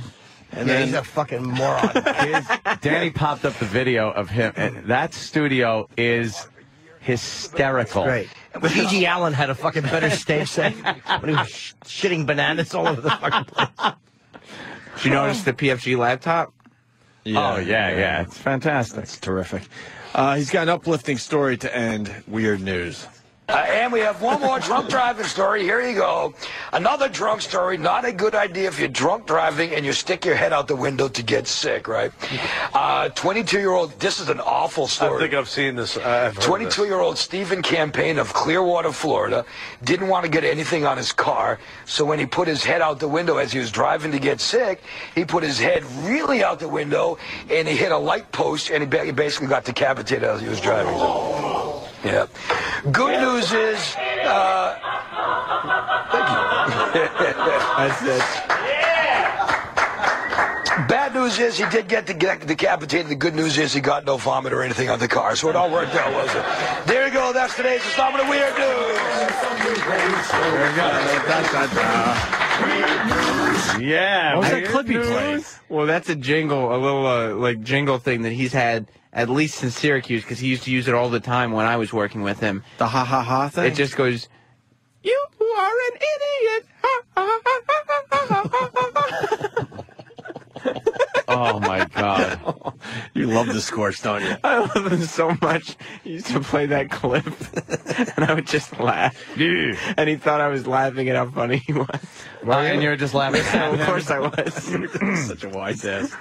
S3: And
S2: Yeah,
S3: then
S2: he's
S3: he's
S2: a
S3: a fucking moron.
S1: [laughs] Danny popped up the video of him. And that studio is hysterical.
S3: Great. P.G. Allen had a fucking better stage set when he was sh- shitting bananas all over the fucking place.
S4: Did you notice the PFG laptop?
S1: Oh yeah, yeah. It's fantastic. It's
S2: terrific. Uh, he's got an uplifting story to end weird news.
S5: Uh, and we have one more drunk driving story. Here you go. Another drunk story. Not a good idea if you're drunk driving and you stick your head out the window to get sick, right? Uh, 22-year-old, this is an awful story.
S19: I think I've seen this. I've heard this.
S5: 22 year old Stephen Campaign of Clearwater, Florida, didn't want to get anything on his car, so when he put his head out the window as he was driving to get sick, he put his head really out the window and he hit a light post and he ba- he basically got decapitated as he was driving. Yeah. Good news is. Uh, [laughs] That's
S4: it.
S5: Bad news is he did get deca- decapitated. The good news is he got no vomit or anything on the car, so it all worked out, was it? There you go. That's today's installment of Weird News.
S1: Yeah.
S4: What was
S1: weird
S4: that clip he
S1: news.
S4: played? Well, that's a jingle, a little uh, like jingle thing that he's had at least since Syracuse because he used to use it all the time when I was working with him.
S2: The ha ha ha thing.
S4: It just goes.
S20: You are an idiot.
S1: Oh my god.
S2: [laughs] you love the scorch, don't you?
S4: I love him so much. He used to play that clip, [laughs] and I would just laugh. And he thought I was laughing at how funny he was.
S1: and you were just laughing at
S4: of
S1: him?
S4: course
S1: [laughs]
S4: I was.
S2: Such a wise ass.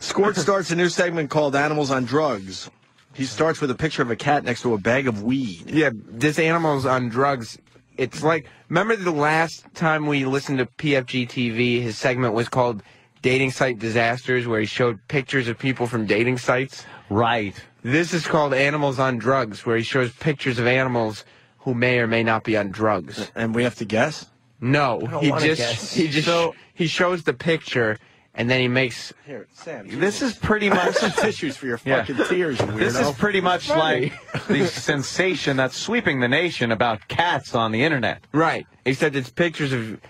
S2: Scorch starts a new segment called Animals on Drugs. He starts with a picture of a cat next to a bag of weed.
S4: Yeah, this animal's on drugs. It's like remember the last time we listened to PFG TV, his segment was called Dating Site Disasters where he showed pictures of people from dating sites.
S1: Right.
S4: This is called Animals on Drugs where he shows pictures of animals who may or may not be on drugs.
S2: And we have to guess?
S4: No,
S1: don't
S4: he
S1: wanna
S4: just
S1: guess.
S4: he just he shows the picture and then he makes
S2: Here, Sam.
S1: This is pretty
S4: [laughs]
S1: much
S2: some tissues for your
S1: Yeah.
S2: fucking tears, you weirdo.
S1: This is pretty much
S2: Right.
S1: like the sensation that's sweeping the nation about cats on the internet.
S4: Right. Except it's pictures of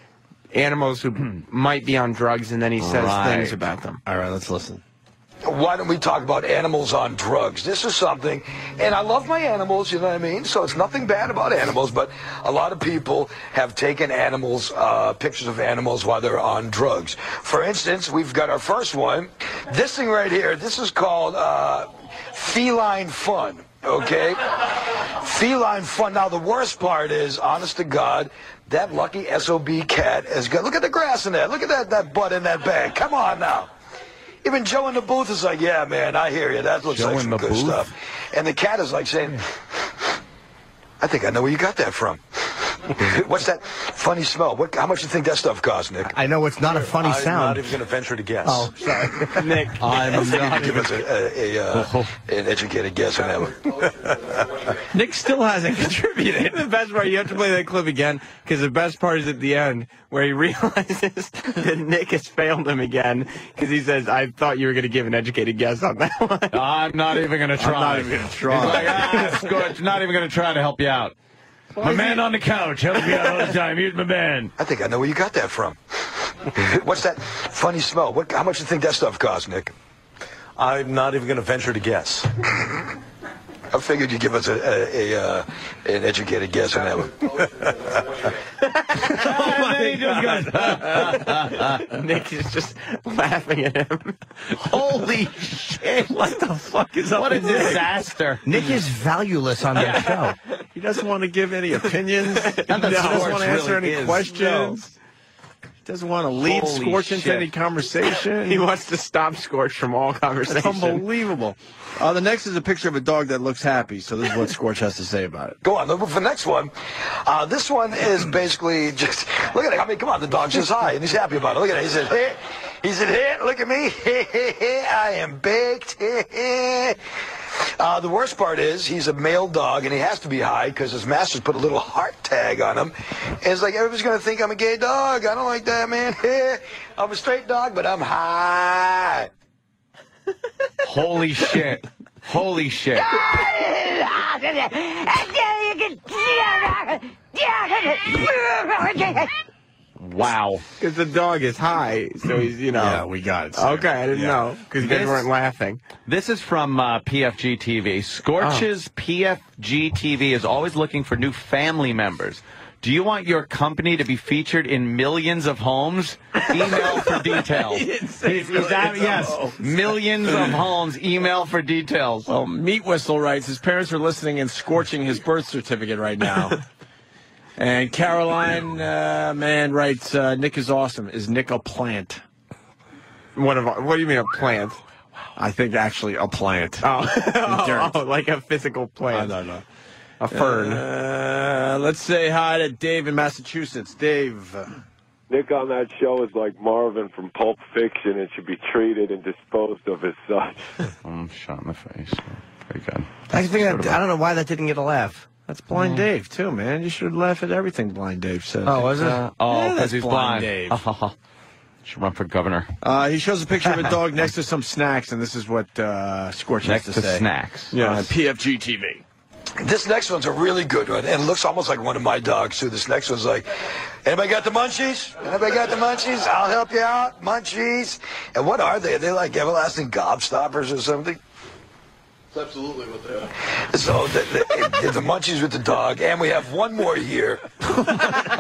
S4: animals who might be on drugs and then he says
S1: Right.
S4: things about them.
S2: All right, let's listen.
S5: Why don't we talk about animals on drugs? This is something, and I love my animals, you know what I mean? So it's nothing bad about animals, but a lot of people have taken animals, uh, pictures of animals while they're on drugs. For instance, we've got our first one. This thing right here, this is called uh, feline fun, okay? feline fun. Now, the worst part is, honest to God, that lucky SOB cat has got, look at the grass in there, look at that, that butt in that bag. Come on now. Even Joe in the booth is like, yeah, man, I hear you. That looks
S1: Joe
S5: like
S1: in
S5: some
S1: the
S5: good
S1: booth?
S5: stuff. And the cat is like saying, I think I know where you got that from. [laughs] What's that funny smell? What? How much do you think that stuff costs, Nick?
S16: I know it's not a funny
S5: I'm
S16: sound.
S5: not even going to venture to guess.
S16: Oh,
S5: sorry,
S1: [laughs]
S16: Nick.
S5: [laughs]
S16: I'm Oh.
S5: I'm
S16: not
S5: not give us a, a, a, uh, an educated guess on that one.
S4: Nick still [laughs] hasn't contributed. the best part, you have to play that clip again because the best part is at the end where he [laughs] realizes that Nick has failed him again because he says, "I thought you were going to give an educated guess on that one." [laughs]
S1: I'm not even going to try.
S4: not even gonna try.
S1: He's like, ah, Scorch, not even going to try to help you out.
S14: My man on the couch helps me out all the time. Here's my man.
S5: I think I know where you got that from. [laughs] What's that funny smell? What? How much do you think that stuff costs, Nick? I'm not even going to venture to guess. [laughs] I figured you'd give us a, a, a uh, an educated guess on that one.
S4: [laughs] Nick is just laughing at him. Holy shit! What the fuck is up
S1: What a
S4: with Nick?
S1: disaster.
S16: Nick is valueless on that
S1: [laughs]
S16: show.
S2: He doesn't want to
S4: [laughs]
S2: give any opinions. he
S4: No,
S2: doesn't want
S4: Scorch
S2: to answer
S4: really
S2: any
S4: is.
S2: questions. He doesn't want to lead
S4: Holy
S2: Scorch into
S4: shit.
S2: any conversation.
S4: He wants to stop Scorch from all
S2: That's
S4: [laughs] conversation.
S2: unbelievable. Uh, the next is a picture of a dog that looks happy. So this is what Scorch has to say about it.
S5: Go on, look for the next one. Uh, this one is basically just look at it. I mean, come on, the dog's just high and he's happy about it. Look at it. He said, hey. he said, hey, look at me. [laughs] Hey, hey, hey, I am baked. Hey, hey. Uh, the worst part is he's a male dog and he has to be high because his master's put a little heart tag on him. And it's like everybody's gonna think I'm a gay dog. I don't like that, man. [laughs] I'm a straight dog, but I'm high.
S1: Holy shit. Holy shit. Wow.
S4: Because the dog is high, so he's you know.
S2: Yeah, we got it. Sam.
S4: Okay, I didn't
S2: Yeah.
S4: know because you guys
S1: This-
S4: weren't laughing.
S1: This is from uh, PFG TV.
S4: Oh.
S1: Scorch's PFG TV is always looking for new family members. Do you want your company to be featured in millions of homes? Email for
S4: [laughs]
S1: details. Is- is that- yes,
S4: oh.
S1: millions of homes. Email for details.
S2: Well, Meat Whistle writes his parents are listening and scorching his birth certificate
S1: [laughs]
S2: right now. and Caroline uh, Man writes, uh, Nick is awesome. Is Nick a plant?
S4: What of what do you mean a plant?
S2: I think actually a plant.
S4: Oh, [laughs]
S2: dirt.
S4: oh, like a physical plant.
S2: I don't know.
S4: A fern.
S2: Uh, let's say hi to Dave in Massachusetts. Dave.
S21: Nick on that show is like Marvin from Pulp Fiction and should be treated and disposed of as such.
S1: I'm shot in the face. Very good.
S3: I think that, I don't know why that didn't get a laugh.
S2: That's Blind Dave, too, man. You should laugh at everything Blind Dave says.
S3: Oh, was it?
S1: Uh, oh,
S2: Yeah,
S1: because
S2: that's
S1: he's blind. Oh.
S2: blind Dave.
S1: [laughs] Should run for governor.
S2: Uh, he shows a picture of a dog next to some snacks, and this is what uh, Scorch
S1: Next
S2: has
S1: to
S2: to, say.
S1: snacks.
S2: Yeah, PFG TV.
S5: This next one's a really good one, and it looks almost like one of my dogs too. This next one's like, anybody got the munchies? Anybody got the munchies? I'll help you out, munchies. And what are they? Are they like everlasting gobstoppers or something?
S10: That's absolutely what they are.
S5: So the, the, the, munchies with the dog, and we have one more here.
S1: [laughs]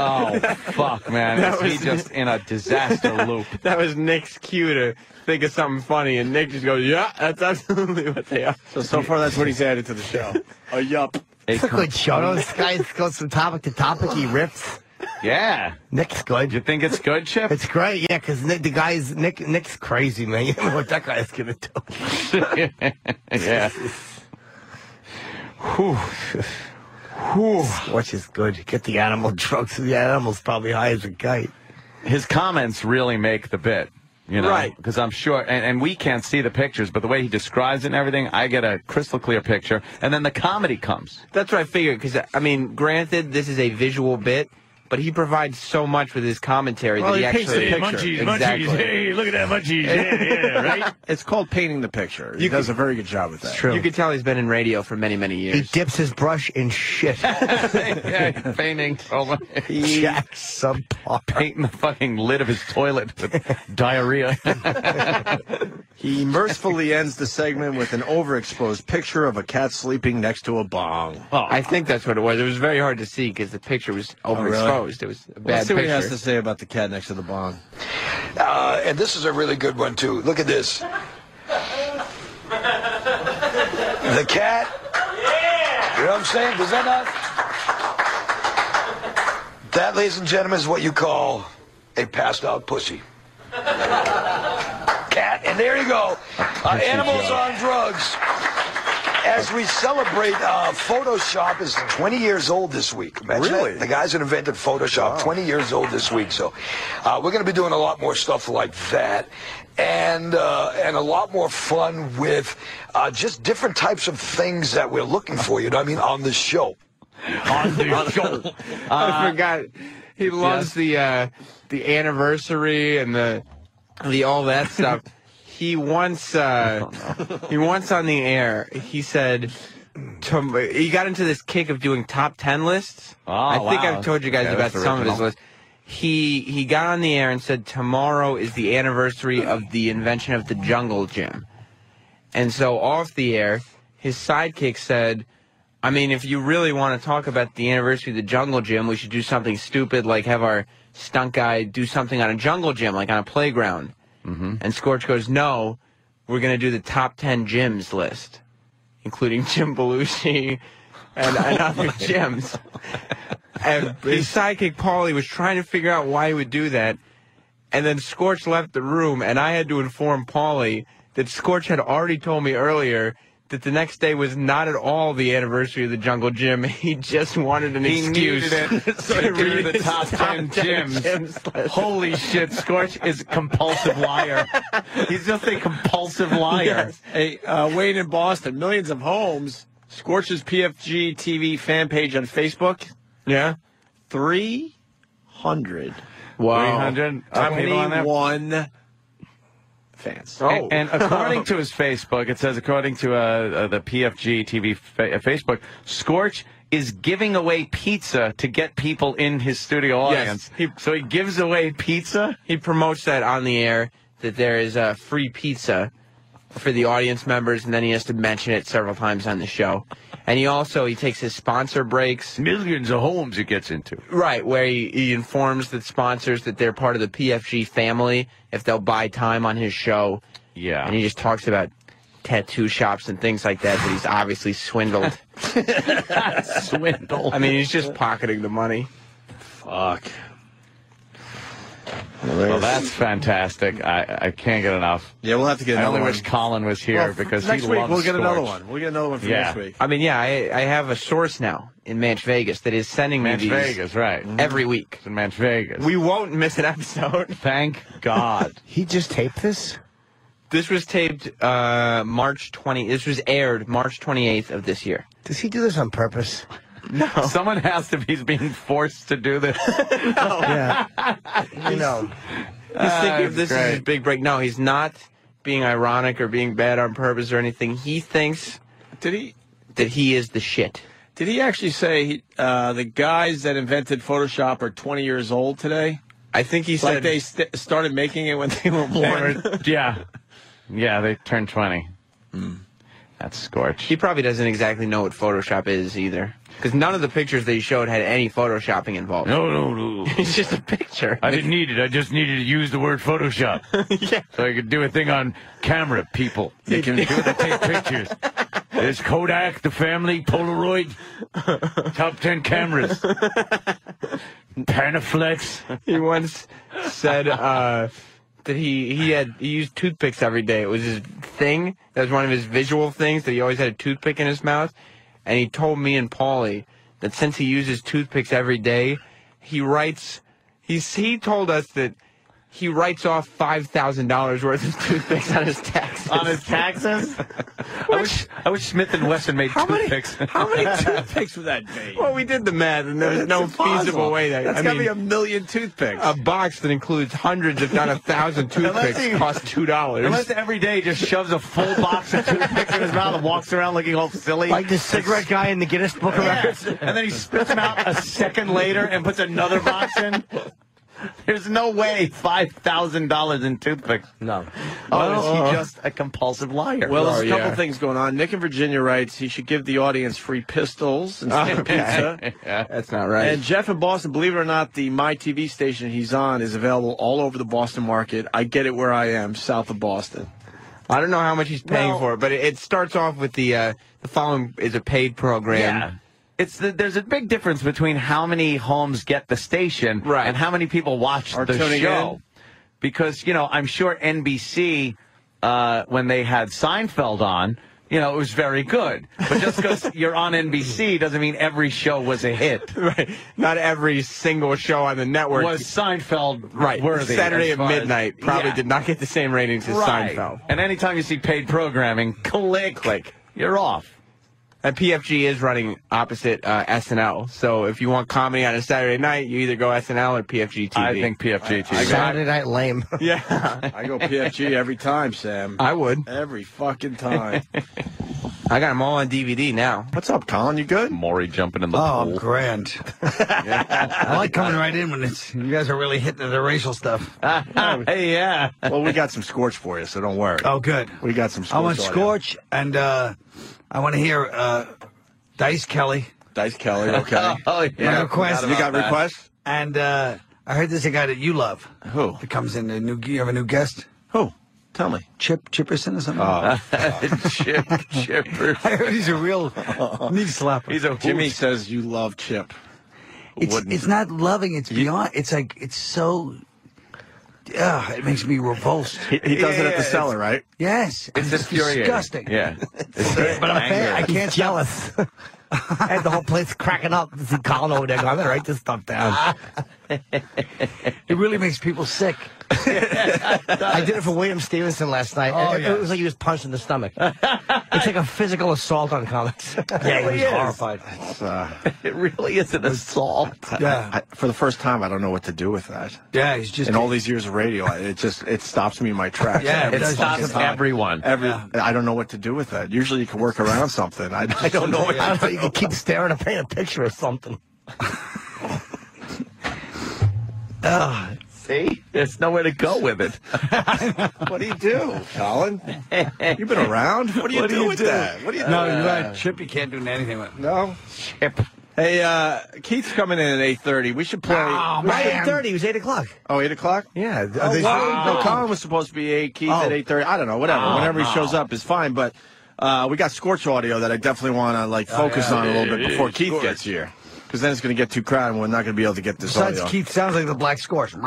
S1: Oh, fuck, man.
S4: That
S1: Is he
S4: was-
S1: just in a disaster loop?
S4: [laughs] That was Nick's cue to think of something funny, and Nick just goes, "Yeah, that's absolutely what they are."
S2: So, so far, that's what he's added to the show. A yup.
S1: A
S2: [laughs]
S16: It's a good show.
S1: complete-
S16: This guy goes from topic to topic. He rips.
S1: Yeah.
S16: Nick's good.
S1: You think it's good, Chip?
S16: It's great, yeah, because Nick, the guy's Nick. Nick's crazy, man. [laughs] You don't know what that guy's gonna do.
S1: [laughs]
S16: [laughs]
S1: yeah.
S16: Which is good. Get the animal drugs. The animal's probably high as a kite.
S1: His comments really make the bit. You know,
S16: Right.
S1: Because I'm sure, and, and we can't see the pictures, but the way he describes it and everything, I get a crystal clear picture. And then the comedy comes.
S4: That's what I figured. Because I mean, granted, this is a visual bit, but he provides so much with his commentary
S2: Well,
S4: that he,
S2: he paints
S4: actually
S2: the
S14: Munchies,
S2: picture.
S4: Exactly.
S14: munchies. [laughs] Hey, look at that munchies. Yeah, yeah, right?
S2: [laughs] It's called painting the picture. He
S4: You
S2: does
S4: could-
S2: a very good job with that.
S4: You could tell he's been in radio for many, many
S2: [laughs]
S16: He
S4: years.
S16: dips his brush in shit.
S1: yeah, painting. Oh my.
S16: Jack subpar.
S1: Painting the fucking lid of his toilet with
S16: [laughs]
S1: diarrhea.
S2: He mercifully ends the segment with an overexposed picture of a cat sleeping next to a bong.
S4: I think that's what it was. It was very hard to see because the picture was
S2: Oh, really?
S4: overexposed. It was a bad
S2: Let's
S4: picture.
S2: see what he has to say about the cat next to the bong.
S5: Uh, and this is a really good one too. Look at this.
S7: [laughs]
S5: The cat. You know what I'm saying? Does that not? That, ladies and gentlemen, is what you call a passed out pussy. Cat, and there you go. Uh, animals on drugs. as we celebrate, uh, Photoshop is 20 years old this week. Imagine
S22: Really?
S5: that. The guys that invented Photoshop, 20 years old this week. So uh, we're going to be doing a lot more stuff like that. And uh, and a lot more fun with uh, just different types of things that we're looking for, you know what I mean, on the show. On
S16: [laughs]
S4: the show. [laughs]
S5: Uh,
S4: I forgot. He loves the uh, the anniversary and the the all that stuff. he once uh, he once on the air he said. tom- He got into this kick of doing top ten lists. I think
S23: Oh, wow.
S4: I've told you guys
S23: Yeah,
S4: about
S23: that's
S4: some of his
S23: original.
S4: lists. He he got on the air and said tomorrow is the anniversary of the invention of the jungle gym. And so off the air, his sidekick said, I mean, if you really want to talk about the anniversary of the jungle gym, we should do something stupid like have our stunt guy do something on a jungle gym, like on a playground. Mm-hmm. And Scorch goes, No, we're going to do the top 10 gyms list, including Jim Belushi and, and
S23: [laughs]
S4: other gyms.
S24: [laughs]
S4: And his sidekick, Paulie, was trying to figure out why he would do that. And then Scorch left the room, and I had to inform Paulie that Scorch had already told me earlier that the next day was not at all the anniversary of the Jungle Gym. [laughs] He just wanted an
S24: He
S4: excuse
S24: needed it
S4: [laughs]
S24: to
S4: to
S24: do
S4: read
S24: the
S4: his
S24: top 10 gyms.
S4: list.
S24: Holy shit, Scorch is a compulsive liar. He's just a compulsive liar.
S2: Yes. Hey, uh, Wayne in Boston, millions of homes. Scorch's PFG TV fan page on Facebook.
S1: [laughs]
S4: Yeah.
S2: 300.
S1: Wow. 300 uh, people on there? Oh.
S2: 21 fans.
S25: Oh.
S1: And, and
S2: [laughs]
S25: [laughs]
S1: according to his Facebook, it says according to uh, uh, the PFG TV fa- uh, Facebook, Scorch is giving away pizza to get people in his studio audience. so he gives away pizza.
S4: He promotes that on the air that there is a free pizza for the audience members, and then he has to mention it several times on the show. And he also he takes his sponsor breaks.
S24: Millions of homes it gets into.
S4: Right, where he, he informs the sponsors that they're part of the PFG family if they'll buy time on his show.
S1: Yeah.
S4: And he just talks about tattoo shops and things like that that he's obviously swindled.
S1: [laughs] swindled.
S4: I mean, he's just pocketing the money.
S2: Fuck.
S1: Well, that's fantastic. I, I can't get enough.
S25: Yeah, we'll have to get
S1: I
S25: another
S1: only
S25: one.
S1: wish Colin was here
S25: Well,
S1: because
S25: next
S1: he
S25: week
S1: loves
S25: we'll get another
S1: Scorch.
S25: one. We'll get another one for
S1: Yeah.
S25: next week.
S4: I mean, yeah, I, I have a source now in Manch Vegas that is sending
S1: Manch
S4: me these
S1: Vegas, right?
S4: every week.
S1: It's in Manch Vegas.
S4: We won't miss an episode.
S1: [laughs] Thank God.
S4: [laughs] he just taped this? This was taped uh, March 20. This was aired March 28th of this year.
S3: Does he do this on purpose?
S25: [laughs]
S1: No. Someone asked if he's being forced to do
S4: [laughs]
S1: this.
S3: You know.
S4: He's thinking
S3: Uh,
S4: if this is his
S1: Ah, great.
S4: big break. No, he's not being ironic or being bad on purpose or anything. He thinks
S2: Did he
S4: that he is the shit.
S2: Did he actually say he- uh, the guys that invented Photoshop are 20 years old today?
S4: I think he
S2: like
S4: said-
S2: they st- started making it when they were born.
S1: yeah. Yeah, they turned 20. That's Scorch.
S4: He probably doesn't exactly know what Photoshop is either. Because none of the pictures they showed had any Photoshopping involved.
S24: No, no, no.
S4: [laughs] it's just a picture.
S24: I didn't need it. I just needed to use the word
S1: [laughs]
S24: Photoshop. So I could do a thing on camera, people. They can do the take pictures. There's Kodak, the family, Polaroid, top 10 cameras, Panaflex.
S4: [laughs] he once said uh, that he he had he used toothpicks every day. It was his thing. That was one of his visual things that he always had a toothpick in his mouth. And he told me and Paulie that since he uses toothpicks every day, he writes. He he told us that he writes off five thousand dollars worth of toothpicks on his taxes.
S1: On his
S4: [laughs]
S1: taxes? I wish I wish Smith and Wesson made
S4: How many-
S1: toothpicks.
S2: How
S24: [laughs]
S2: many toothpicks would that be?
S4: Well, we did the math, and there's no
S2: It's impossible.
S4: feasible way that
S2: That's
S4: I
S2: got to
S4: mean-
S2: be a million toothpicks.
S4: A box that includes hundreds, if not a thousand,
S1: [laughs] Unless he-
S4: toothpicks costs two
S24: Oh,
S1: Unless
S4: [laughs] dollars.
S1: every day he just shoves a full box of toothpicks in his mouth and walks around looking all silly.
S3: Like the cigarette guy in the Guinness Book of Records.
S1: And then he spits them out a second later and puts another box in. There's no way five thousand dollars in toothpicks.
S3: No.
S1: Oh, is
S2: Oh.
S1: he just a compulsive liar?
S2: Well, there's a
S1: Oh,
S2: couple
S1: yeah.
S2: things going on. Nick in Virginia writes he should give the audience free pistols instead of pizza.
S4: That's not right.
S2: And Jeff in Boston, believe it or not, the My TV station he's on is available all over the Boston market. I get it where I am, south of Boston.
S4: I don't know how much he's paying for it, but it, it starts off with the uh, the following is a paid program.
S1: Yeah. It's the, there's a big difference between how many homes get the station and how many people watch
S2: Are
S1: the
S2: tuning
S1: show. Because you know, I'm sure NBC uh, when they had Seinfeld on, you know, it was very good. But just [laughs] because you're on NBC doesn't mean every show was a hit.
S4: [laughs] Right. Not every single show on the network
S1: Was Seinfeld
S4: right.
S1: worthy?
S4: Saturday
S1: as
S4: at
S1: far as-
S4: midnight probably
S1: Yeah.
S4: did not get the same ratings as
S1: Right.
S4: Seinfeld.
S1: And anytime you see paid programming, click, click, you're off.
S4: And PFG is running opposite uh, SNL. So if you want comedy on a Saturday night, you either go SNL or PFG TV.
S1: I think PFG TV.
S16: Saturday Night Lame.
S3: [laughs]
S4: Yeah.
S2: I go PFG every time, Sam.
S4: I would.
S2: Every
S1: [laughs]
S2: fucking time.
S4: I got them all on DVD now.
S2: What's up, Colin? You good?
S1: Maury jumping in the
S2: Oh,
S1: pool.
S16: grand. I like coming right in when it's you guys are really hitting the
S2: [laughs]
S16: racial stuff.
S1: hey, yeah.
S2: [laughs] Well, we got some scorch for you, so don't worry.
S16: Oh, good.
S2: We got some
S16: I
S2: scorch.
S16: want
S2: audio.
S16: Scorch, and uh, I want to hear uh, Dice Kelly.
S2: Dice Kelly,
S16: [laughs]
S2: okay.
S1: oh,
S16: My request.
S2: You got requests?
S16: And uh, I heard there's a guy that you love. Who? That comes in. A new. You have a new guest.
S2: Who? Tell me.
S16: Chip Chipperson or something.
S2: Oh.
S1: [laughs] Chip Chipper.
S16: I heard [laughs] he's a real knee slapper.
S1: He's a
S2: Jimmy says you love Chip.
S16: It's
S2: Wouldn't.
S16: it's not loving. It's beyond. It's like it's so. Yeah, it makes me revulsed.
S2: He, he does it at the
S1: Yeah,
S2: cellar, right?
S16: Yes,
S1: It's
S16: just
S1: infuriating.
S16: disgusting.
S1: Yeah.
S16: But I'm a fan. I can't jealous. I had the whole place cracking up. to See Colin over there. going, I'm gonna write this stuff down. it really makes people sick.
S3: I did it for William Stevenson last night.
S16: Oh,
S3: it, it
S16: yes.
S3: was like he was punched in the stomach. it's like a physical assault on comics.
S16: Yeah, he was
S3: [laughs] It
S16: horrified.
S2: It's, uh,
S1: [laughs] It really is an
S2: [laughs]
S1: assault.
S16: Yeah.
S2: I, for the first time, I don't know what to do with that.
S16: Yeah, he's just
S2: In
S16: [laughs]
S2: all these years of radio, I- it just it stops me in my tracks.
S16: Yeah, it
S2: Every
S16: does.
S2: fucking
S16: Stops
S2: time.
S1: everyone.
S2: Every I don't know what to do with that. Usually, you can work around something. I, I
S1: [laughs]
S2: don't know. What
S3: I
S2: to
S3: don't know.
S16: [laughs]
S3: You can keep staring and paint a picture or something.
S1: See? There's nowhere to go with
S2: [laughs]
S1: it.
S2: What do you do, Colin? You've been around. What do you
S16: What
S2: do,
S16: do you
S2: with
S16: do?
S2: that? What do you do?
S16: No, you're right. Chip, you can't do anything with.
S2: No.
S1: Chip.
S2: Hey, uh, Keith's coming in at eight thirty. We should play.
S16: Oh, man.
S3: 8.30, it was 8 o'clock.
S2: Oh, eight o'clock.
S16: Yeah. are
S2: Oh,
S16: they-
S2: wow. No, Colin was supposed to be eight. Keith at
S16: Oh.
S2: eight thirty. I don't know. Whatever.
S1: Oh,
S2: Whenever
S1: no.
S2: he shows up is fine. But uh, we got Scorch audio that I definitely want to like focus
S16: Oh, yeah.
S2: on a little bit
S1: Yeah,
S2: before
S1: yeah,
S2: Keith
S1: Scorch.
S2: gets here, because then it's going to get too crowded and we're not going to be able to get this
S16: Besides,
S2: audio.
S16: Keith sounds like the Black Scorch. Or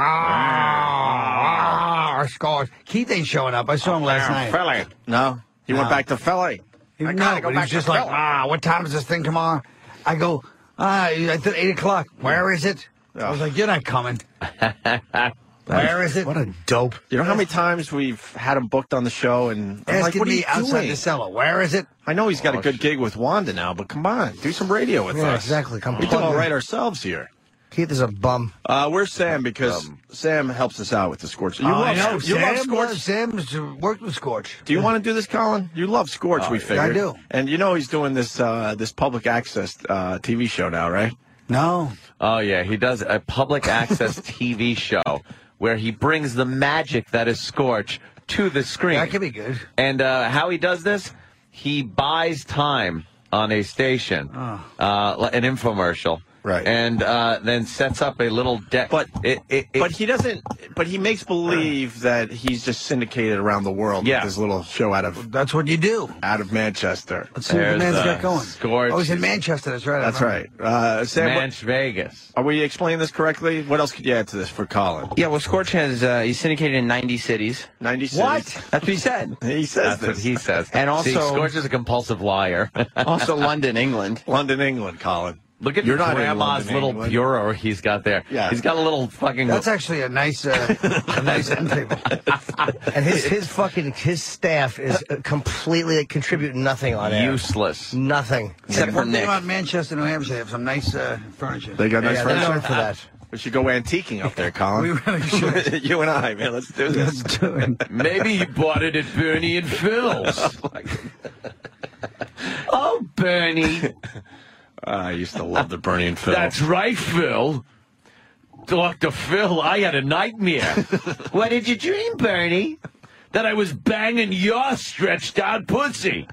S16: Scorch. Keith ain't showing up. I saw him
S2: Oh,
S16: last night.
S1: Fella.
S2: No, he went back to Philly.
S16: He, no,
S2: gotta go
S16: but he
S2: back
S16: was
S2: to
S16: just like,
S2: Philly.
S16: ah, what time does this thing come on? I go, ah, I said eight o'clock. Where is it? I was like, you're
S2: [laughs]
S16: not coming. Where is it?
S2: What a dope. You know how many times we've had him booked on the show and I'm
S16: Asking
S2: like, what are
S16: me
S2: you
S16: outside
S2: doing?
S16: the cellar. Where is it?
S2: I know he's got a good gig with Wanda now, but come on, do some radio with
S3: Yeah,
S2: us.
S3: exactly. Come
S2: We do
S3: plug
S2: all
S3: in.
S2: right ourselves here.
S3: Keith is a bum.
S2: Uh, where's Sam? Because Sam helps us out with the Scorch. You
S16: Oh,
S2: love,
S16: I know.
S2: you
S16: Sam
S2: love Scorch.
S16: loves- Sam's uh, worked with Scorch.
S2: Do you want to do this, Colin? You love Scorch, we figured.
S16: I do.
S2: And you know he's doing this uh, this public access uh, TV show now, right?
S16: No.
S1: Oh, yeah. He does a public access TV show where he brings the magic that is Scorch to the screen.
S16: That could be good.
S1: And uh, how he does this, he buys time on a station,
S16: Oh.
S1: uh, li- an infomercial.
S2: Right.
S1: And uh, then sets up a little deck.
S2: But-
S1: it, it, it,
S2: But he doesn't. But he makes
S16: [clears throat]
S2: believe that he's just syndicated around the world
S1: Yeah.
S2: with his little show out of
S16: That's what you do.
S2: out of Manchester.
S16: Let's see what the
S1: There's
S16: man's
S1: the
S16: got going.
S1: Scorch.
S16: Oh, he's in Manchester. That's right. I
S2: That's
S16: remember.
S2: right. Uh, Sam, what-
S1: Manch Vegas.
S2: are we explaining this correctly? What else could you add to this for Colin?
S26: Yeah, well, Scorch has uh, he's syndicated in 90 cities.
S2: 96.
S26: What? That's what he said.
S2: He says
S1: That's
S2: this.
S1: what he says.
S26: And
S1: See,
S26: also-
S1: Scorch is a compulsive liar. [laughs]
S26: Also, London, England.
S2: London, England, Colin.
S1: Look at
S2: You're not in
S1: Grandma's
S2: London,
S1: little
S2: England.
S1: bureau he's got there.
S2: Yeah.
S1: He's got a little fucking.
S16: That's actually a nice, uh,
S2: [laughs]
S16: a nice end table.
S3: And his, his fucking, his staff is
S13: Uh,
S3: completely contributing nothing on
S1: [laughs]
S3: air.
S1: useless.
S3: Nothing.
S26: Except for
S16: One thing
S26: Nick.
S16: about Manchester, New Hampshire, they have some nice uh, furniture.
S2: They got nice
S3: Yeah, they're
S2: furniture.
S3: known for
S2: [laughs]
S3: that.
S2: We should go antiquing up there, Colin.
S16: [laughs] We really
S2: [laughs]
S16: should.
S2: you and I, man. Let's do
S16: Let's
S2: this.
S16: do it.
S1: Maybe he bought it at Bernie and
S2: [laughs]
S1: Phil's. oh, Bernie.
S2: [laughs] I used to love the Bernie and Phil.
S1: That's right, Phil. Dr. Phil, I had a
S2: [laughs]
S1: nightmare. what did you dream, Bernie? That I was banging your stretched out pussy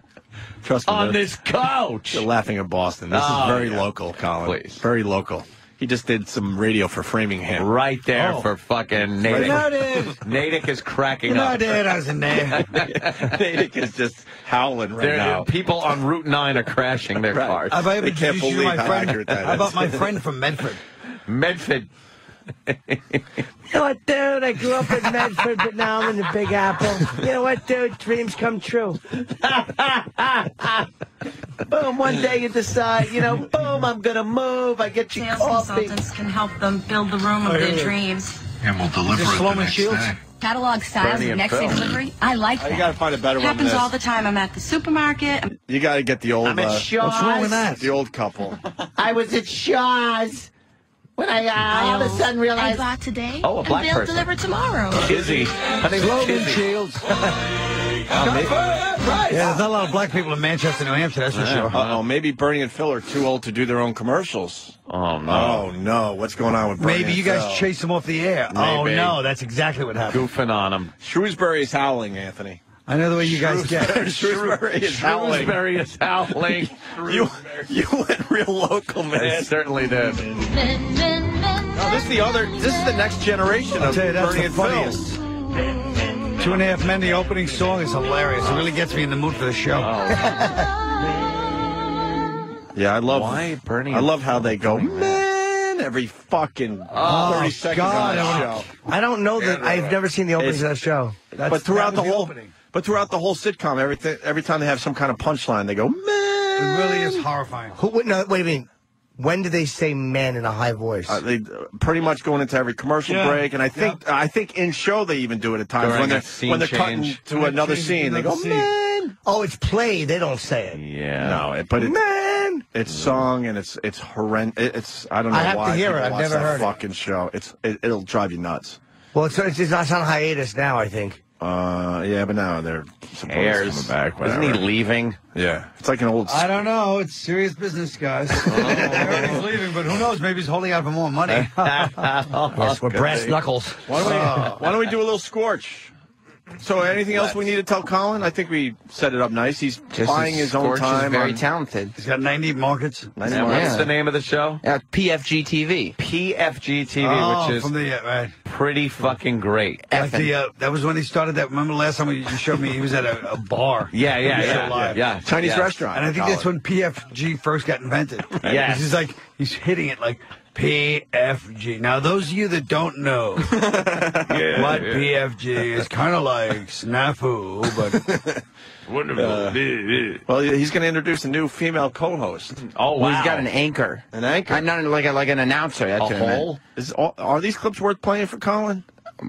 S2: Trust me.
S1: on
S2: they're-
S1: this couch.
S2: They're laughing at Boston. This
S1: Oh,
S2: is very
S1: yeah.
S2: local, Colin.
S1: Please.
S2: Very local. He just did some radio for Framingham.
S1: Right there
S16: Oh.
S1: for fucking Natick.
S16: United!
S1: Natick is cracking up.
S16: United! I was
S1: [laughs]
S16: in there.
S2: Natick is just howling right
S1: There-
S2: now.
S1: people on Route 9 are crashing [laughs] their
S2: Right.
S1: cars.
S16: Have I ever
S2: They can't
S16: introduced you to
S2: believe [laughs]
S16: my
S2: how
S16: friend?
S2: accurate that
S16: How
S2: is.
S16: about my friend from Medford?
S1: [laughs] Medford.
S13: You know what, dude? I grew up in Medford, but now I'm in the Big Apple. You know what, dude? Dreams come true. [laughs] boom, one day you decide, you know, boom, I'm going to move. I get you
S27: Sales
S13: coffee.
S27: consultants can help them build the room
S13: Oh,
S27: of their
S13: yeah.
S27: dreams.
S10: And we'll deliver
S13: Just
S10: it
S13: slow
S10: the
S13: my
S10: next
S13: shields.
S10: day.
S27: Catalog styles
S2: Bernie
S27: and
S2: and
S27: next day
S2: Phil.
S27: delivery. I like
S2: Uh, You
S27: that.
S2: gotta find a better one than
S27: Happens
S2: this.
S27: all the time. I'm at the supermarket. I'm
S2: You got to get the old.
S27: I'm at
S2: uh,
S27: Shaw's. What's wrong with that?
S2: The
S27: [laughs]
S2: old couple.
S13: I was at Shaw's when I uh, all of a sudden
S27: Oh. I
S13: realized.
S27: bought today.
S13: Oh, a black
S27: and they'll
S13: person.
S27: deliver tomorrow.
S16: Kizzy. Her name's Slogan Kizzy.
S2: [laughs]
S13: Shields.
S16: Yeah, there's not a lot of black people in Manchester, New Hampshire, that's for sure.
S2: oh, maybe Bernie and Phil are too old to do their own commercials.
S1: Oh
S2: no! Oh no! What's going on with Bernie?
S16: Maybe you
S2: and
S16: guys
S2: Phil?
S16: chase them off the air. Oh,
S2: Maybe.
S16: no, that's exactly what happened.
S1: goofing on them.
S2: Shrewsbury is howling, Anthony.
S16: I know the way you guys get.
S2: Shrewsbury is howling.
S1: Shrewsbury is howling.
S2: [laughs] you, you went real local, man.
S1: It certainly did. Oh,
S2: No, this is the other. This is the next generation
S16: I'll
S2: of
S16: tell you, that's
S2: Bernie
S16: the
S2: and Phil.
S16: funniest. Two and a Half Men, the opening song is hilarious. It really gets me in the mood for the show.
S1: Oh.
S2: Yeah, I love.
S16: Why Bernie
S2: I
S16: and
S2: love how they go, man. Every fucking
S16: Oh,
S2: thirty seconds on
S16: God, I
S2: that
S16: wanna-
S2: show.
S3: I don't know that I've never seen the openings of that show. That's,
S2: but throughout
S3: that
S2: the
S3: was
S2: whole,
S3: opening.
S2: but throughout the whole sitcom, everything, every time they have some kind of punchline, they go, man.
S16: It really is horrifying.
S3: Who, wait, no, wait a minute. When do they say man in a high voice?
S2: Uh, they uh, pretty much going into every commercial
S3: Yeah.
S2: break, and I think I think in show they even do it at times
S3: During
S2: when
S3: a
S2: they're
S3: scene
S2: when they're
S3: change.
S2: cutting
S3: When
S2: to
S3: they
S2: another
S3: change to
S2: scene, they
S3: another
S2: go
S3: scene.
S2: man,
S3: oh, it's play. They don't say it.
S1: Yeah,
S2: no, it, but it,
S3: man,
S2: it's song and it's it's horrendous. it's I don't know
S3: I have to
S2: why
S3: hear
S2: people
S3: it. I've
S2: watch
S3: never
S2: that
S3: heard it.
S2: fucking show. It's it, it'll drive you nuts.
S3: Well, it's, it's, it's on hiatus now, I think.
S2: Uh, yeah, but now they're supposed
S1: Cares.
S2: to come back.
S1: Isn't
S2: Whatever.
S1: he leaving?
S2: Yeah, it's like an old. [laughs]
S16: I don't know. It's serious business, guys.
S1: Oh.
S16: Everybody's leaving, but who knows? Maybe he's holding out for
S1: [laughs]
S16: more money.
S2: Yes, we're brass
S3: knuckles. Uh.
S2: Why don't, we, why don't we do a little scorch? So, anything else we need to tell Colin? I think we set it up nice. He's buying his own
S4: Scorch
S2: time.
S4: Is very
S2: on-
S4: talented.
S16: He's got 90 markets.
S2: Nice
S1: And
S2: mark.
S1: what's the name of the show?
S4: Uh, PFG TV.
S1: PFG TV,
S16: Oh,
S1: which is
S16: from the, uh, right.
S1: pretty fucking great.
S16: Like the, uh, that was when he started that. Remember last time you showed me he was at a, a bar.
S1: Yeah, yeah,
S16: He was
S1: yeah,
S16: still live.
S1: yeah, yeah. Chinese Yeah. restaurant.
S16: And I think that's when PFG first got invented.
S1: Right. Yes.
S16: He's like, he's hitting it like PFG. Now, those of you that don't know
S28: [laughs]
S16: what PFG is, kind of like snafu,
S2: [laughs]
S16: but
S14: Wonderful.
S2: Uh, well, he's going to introduce a new female co-host.
S1: Oh,
S4: Well, he's got an anchor.
S2: An anchor?
S4: I'm not like a, like an announcer. That's what I meant.
S2: Is all, are these clips worth playing for Colin?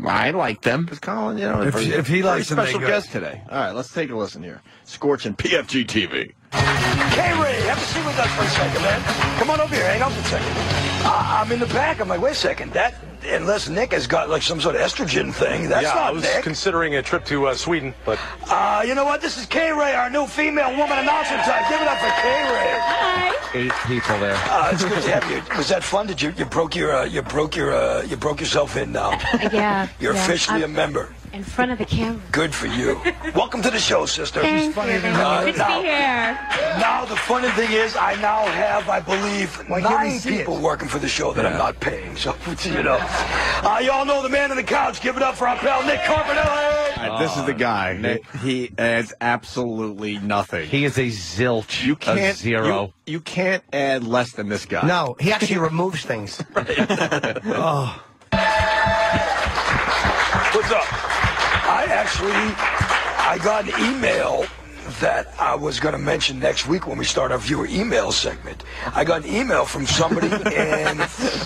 S4: I like them.
S2: Because Colin, you know,
S16: If-
S2: very-
S16: if he likes them,
S2: very special
S16: they're good.
S2: guest today. All right, let's take a listen here. Scorching PFG TV.
S5: Hey, Ray, have a seat with us for a second, man. Come on over here. Hang on for a second. Uh, I'm in the back. I'm like, wait a second. That, unless Nick has got like some sort of estrogen thing, that's
S7: yeah, I
S5: not
S7: was
S5: Nick.
S7: considering a trip to uh, Sweden, [laughs] but
S5: uh, you know what? This is Kay Ray, our new female woman announcer type. Give it up for Kay Ray.
S1: Eight people there.
S5: Uh, it's good to have you. Was that fun? Did you you broke your uh, you broke your uh, you broke yourself in now?
S29: [laughs] Yeah.
S5: You're
S29: yeah.
S5: officially
S29: I'm
S5: a member.
S29: In front of the camera.
S5: Good for you. Welcome to the show, sister.
S29: Thank you. Thank
S5: Uh,
S29: you. Good to
S5: now-
S29: be here.
S5: Now the funny thing is, I now have, I believe,
S29: can't we
S5: nine
S29: see
S5: people working for the show that I'm not paying. So [laughs] you know, uh, y'all know the man on the couch. Give it up for our pal Nick Carpenter.
S2: All right, this is the guy. He adds absolutely nothing.
S1: He is a zilch.
S2: You can't
S1: zero.
S2: You, you can't add less than this guy.
S3: No, he actually [laughs] removes things.
S16: oh,
S5: What's up? I actually, I got an email that I was going to mention next week when we start our viewer email segment. I got an email from
S7: [laughs]
S5: somebody in,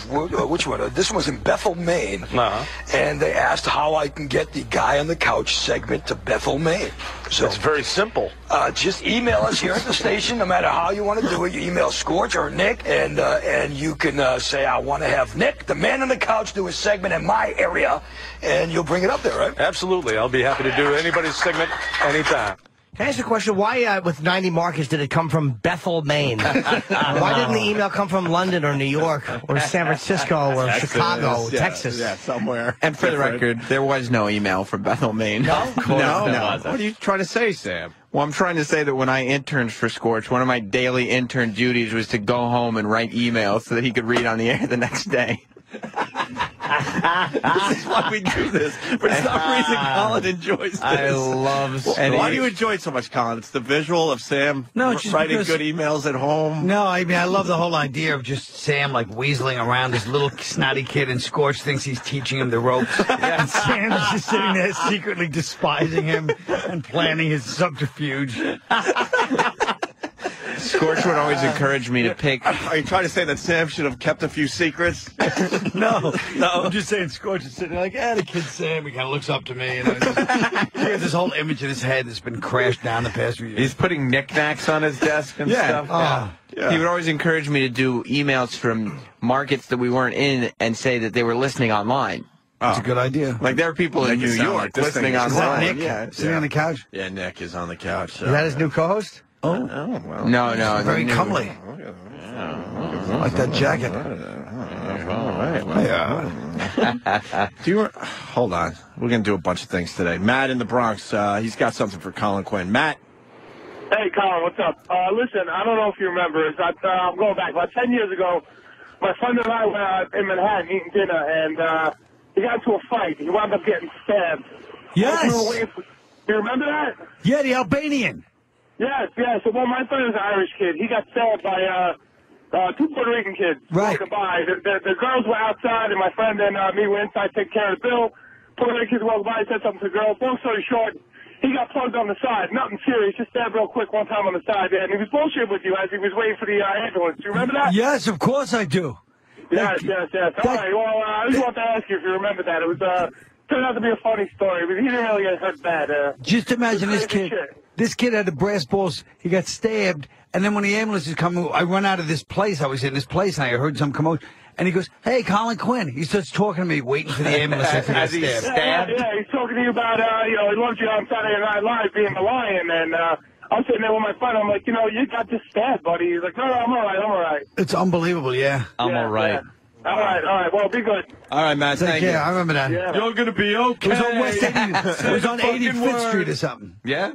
S5: wh- which one? Uh, This one's in Bethel, Maine.
S7: Uh-huh.
S5: And they asked how I can get the guy on the couch segment to Bethel, Maine. So
S7: it's very simple.
S5: uh, just email us here at the station, no matter how you want to do it. You email Scorch or Nick, and uh, and you can uh, say, I want to have Nick, the man on the couch, do a segment in my area, and you'll bring it up there, right?
S7: Absolutely, I'll be happy to do anybody's segment anytime.
S3: Can I ask a question? Why, uh, with 90 markets, did it come from Bethel,
S2: [laughs]
S3: Maine? Why didn't the email come from London or New York or
S2: [laughs]
S3: San Francisco or
S4: Texas,
S3: Chicago,
S4: yeah,
S3: Texas?
S2: [laughs] Yeah, somewhere.
S4: And for the
S2: Different.
S4: record, there was no email from Bethel, Maine. [laughs]
S2: No? Of course
S4: no,
S2: there
S4: no.
S2: wasn't. What are you trying to say, Sam?
S4: Well, I'm trying to say that when I interned for Scorch, one of my daily intern duties was to go home and write emails so that he could read on the air the next day.
S2: this is why we do this. For
S16: [laughs]
S2: some reason, Colin enjoys this.
S30: I love
S2: And Why
S30: stories.
S2: do you enjoy it so much, Colin? It's the visual of Sam
S16: No,
S2: r-
S16: it's just
S2: writing
S16: because-
S2: good emails at home.
S16: No, I mean I love the whole idea
S2: [laughs]
S16: of just Sam like weaseling around this little snotty kid, and Scorch thinks he's teaching him the [laughs] ropes, and Sam's just sitting there secretly despising him and planning his subterfuge.
S2: Scorch would always encourage me to pick. [laughs] Are you trying to say that Sam should have kept a few secrets?
S16: [laughs] No, no, I'm just saying Scorch is sitting there like, ah, the kid Sam, he kind of looks up to me, and I
S28: [laughs]
S16: just, he has this whole image in his head that's been crashed down the past few years.
S28: He's putting knickknacks on his desk and
S4: [laughs] Yeah.
S28: stuff.
S4: Oh.
S28: He
S4: He would always encourage me to do emails from markets that we weren't in and say that they were listening online.
S16: That's a good idea.
S4: Like there are people in
S2: Ah. Make it
S4: New
S2: sound
S4: York
S2: like this
S4: listening
S2: thing is-
S16: Is that
S4: online.
S16: Nick sitting on the couch?
S2: Yeah, Nick is on the couch. So.
S16: Is that his new co-host? Oh,
S2: well.
S4: No, no,
S16: very
S4: the new-
S16: comely.
S2: Oh,
S16: I like that jacket.
S2: Yeah. [laughs] do you? Hold on. We're gonna do a bunch of things today. Matt in the Bronx. Uh, he's got something for Colin Quinn. Matt.
S11: Hey, Colin, what's up? Uh, listen, I don't know if you remember. It's, uh, I'm going back about 10 years ago. My friend and I were out in Manhattan eating dinner, and uh, he got into a fight. He wound up getting stabbed.
S16: Yes.
S11: We were waiting for- you remember that?
S16: Yeah, the Albanian.
S11: Yes, yes. So, well, my friend is an Irish kid. He got stabbed by uh, uh, two Puerto Rican kids.
S16: Right.
S11: walking by. The, the, the girls were outside, and my friend and uh, me were inside taking care of the bill. Puerto Rican kids walked by and said something to the girls. Long story short, he got plugged on the side. Nothing serious, just stabbed real quick one time on the side. And he was bullshitting with you as he was waiting for the uh, ambulance. You remember that?
S16: Yes, of course I do.
S11: Yes, yes, yes. All right. Well, uh, I just want to ask you if you remember that. It was uh, turned out to be a funny story, but he didn't really get hurt bad. Uh,
S16: Just imagine this
S11: crazy
S16: kid. This kid had the brass balls. He got stabbed, and then when the ambulance is coming, I run out of this place. I was in this place, and I heard some commotion. And he goes, "Hey, Colin Quinn." He starts talking to me, waiting for the ambulance. after he got
S11: Yeah,
S16: stabbed.
S11: yeah, yeah, he's talking to you about, uh, you know, he loved you on Saturday Night Live being the lion, and uh, I'm sitting there with my friend. I'm like, you know, you got this stab, buddy. He's like, no, no, I'm all right, I'm all right.
S16: It's unbelievable. Yeah.
S1: I'm all right.
S11: All right, all right, well, be
S31: [laughs]
S11: good.
S2: All right, Matt.
S16: Take
S2: Thank
S16: care.
S2: you.
S16: I remember that.
S2: You're gonna be okay.
S16: It was on [laughs] West
S1: [laughs]
S16: 80, it was on
S2: Say the fucking
S16: 85th Street or
S2: word.
S16: something.
S2: Yeah.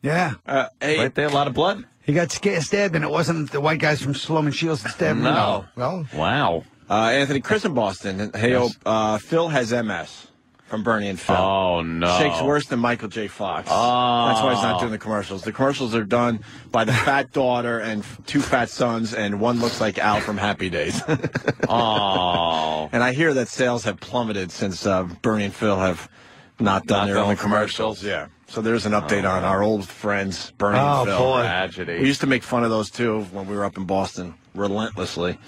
S16: Yeah.
S2: Uh, hey,
S1: Right there, a lot of blood.
S16: He got sca- stabbed, and it wasn't the white guys from Sloman Shields that stabbed him.
S2: No.
S16: Well,
S1: Wow.
S2: Uh, Anthony, Chris in Boston. Hey,
S1: Yes.
S2: oh, uh, Phil has MS from Bernie and Phil.
S1: Oh, no.
S2: Shakes worse than Michael J. Fox.
S1: Oh.
S2: That's why he's not doing the commercials. The commercials are done by the fat [laughs] daughter and f- two fat sons, and one looks like Al from Happy Days. [laughs]
S1: Oh.
S2: and I hear that sales have plummeted since uh, Bernie and Phil have not done
S1: Not
S2: their
S1: done
S2: own
S1: the commercials.
S2: commercials. Yeah. So there's an update on our old friends, Bernie
S16: Oh,
S2: and Phil.
S16: boy.
S1: Tragedy.
S2: We used to make fun of those too when we were up in Boston relentlessly.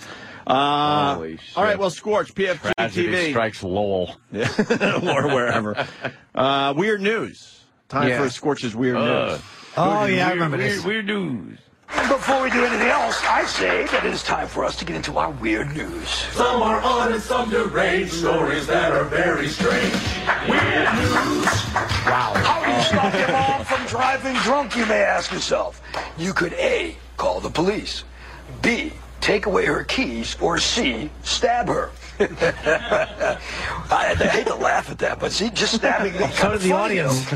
S2: Uh,
S1: Holy
S2: All right,
S1: shit.
S2: well, Scorch, PFG
S1: Tragedy
S2: TV,
S1: strikes
S2: [laughs]
S1: Lowell.
S2: or wherever. Uh, weird news. Time
S1: Yeah.
S2: for Scorch's weird
S1: Uh,
S2: news.
S16: oh yeah, I
S32: Weird-
S16: remember
S32: weird-
S16: this.
S32: Weird news.
S5: And before we do anything else, I say that it is time for us to get into our weird news.
S33: Some are odd and some deranged. Stories that are very strange. Weird news.
S5: How do you stop your mom from driving drunk, you may ask yourself? You could A, call the police, B, take away her keys, or C, stab her. [laughs] I, I hate to laugh at that, but see, just stabbing them.
S16: So did the audience.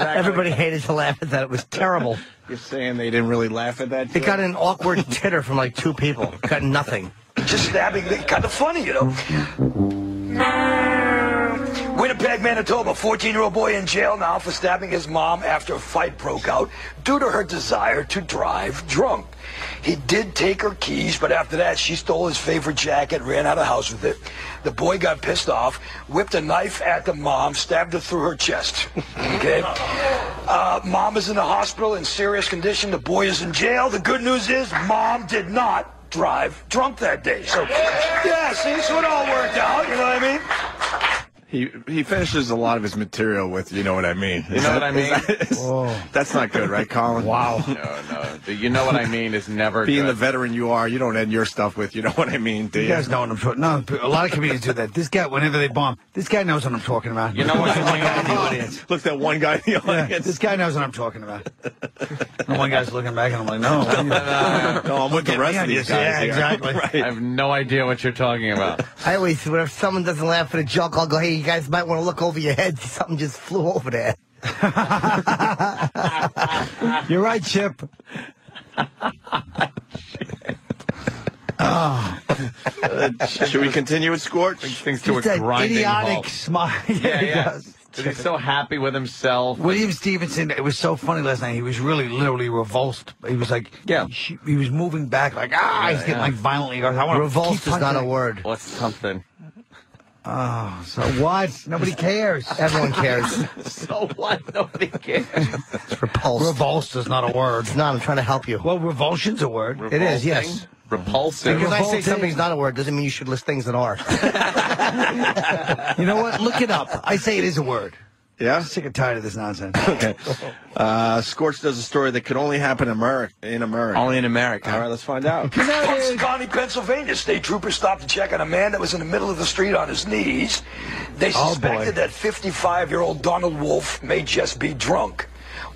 S16: Everybody hated to laugh at that. It was terrible.
S2: You're saying they didn't really laugh at that?
S16: It got
S2: [laughs]
S16: an awkward titter from like two people. Got nothing.
S5: Just stabbing them. Kind of funny, you know. Winnipeg, Manitoba, 14-year-old boy in jail now for stabbing his mom after a fight broke out due to her desire to drive drunk. He did take her keys, but after that, she stole his favorite jacket and ran out of the house with it. The boy got pissed off, whipped a knife at the mom, stabbed her through her chest. [laughs] Okay? Uh, mom is in the hospital in serious condition. The boy is in jail. The good news is mom did not drive drunk that day. So, yeah, see, so it all worked out. You know what I mean?
S2: He he finishes a lot of his material with, you know what I mean.
S32: You know
S2: [laughs]
S32: what I mean?
S2: that's not good, right, Colin? Wow.
S32: No, no. The You know what I mean is never
S2: Being
S32: good.
S2: the veteran you are, you don't end your stuff with, you know what I mean, do
S16: You
S2: you?
S16: guys know what I'm talking. No, a lot of comedians do that. This guy, whenever they bomb, this guy knows what I'm talking about.
S32: You know what's
S16: Look
S32: going
S16: at the
S32: on?
S16: audience.
S2: Look, that one guy in the
S16: Yeah,
S2: audience.
S16: this guy knows what I'm talking about. And one guy's looking back, and I'm
S2: [laughs]
S16: like, no.
S2: No,
S16: [laughs]
S2: I'm with the
S16: Get me
S2: rest
S16: on
S2: of
S16: your
S2: these guys.
S16: side.
S2: here. [laughs]
S16: Exactly.
S2: Right.
S32: I have no idea what you're talking about.
S3: I always, if someone doesn't laugh at a joke, I'll go, hey, you guys might want to look over your heads. Something just flew over
S16: [laughs]
S3: there.
S16: You're right, Chip. oh,
S2: Ah. Should we continue with Scorch? Things
S16: Just that idiotic smile. [laughs]
S7: Yeah,
S16: he
S7: yeah.
S16: does.
S7: 'Cause he's so happy with himself.
S16: William Stevenson, it was so funny last night. He was really literally revulsed. He was like, yeah, he, he was moving back, like, [laughs] ah, he's
S7: Yeah,
S16: getting
S7: yeah.
S16: like violently. I want
S3: Revulsed is not a word.
S7: What's something?
S16: Oh, so what? Nobody cares.
S2: [laughs]
S16: Everyone cares.
S7: so what? Nobody cares.
S16: It's repulsed. Revulsed is not a word. It's
S3: not. I'm trying to help you.
S16: Well, revulsion's a word.
S3: It is, yes.
S7: Repulsive.
S3: Because I say something's not a word doesn't mean you should list things that are.
S16: You know what? Look it up. I say it is a word.
S2: Yeah?
S16: sick and tired of this nonsense.
S2: okay. Uh, Scorch does a story that could only happen in America. In America. Only in America. All right, let's find out.
S5: Punxsutawney, Pennsylvania. State troopers stopped to check on a man that was in the middle of the street on his knees. They
S16: Oh,
S5: suspected
S16: boy.
S5: that 55-year-old Donald Wolf may just be drunk.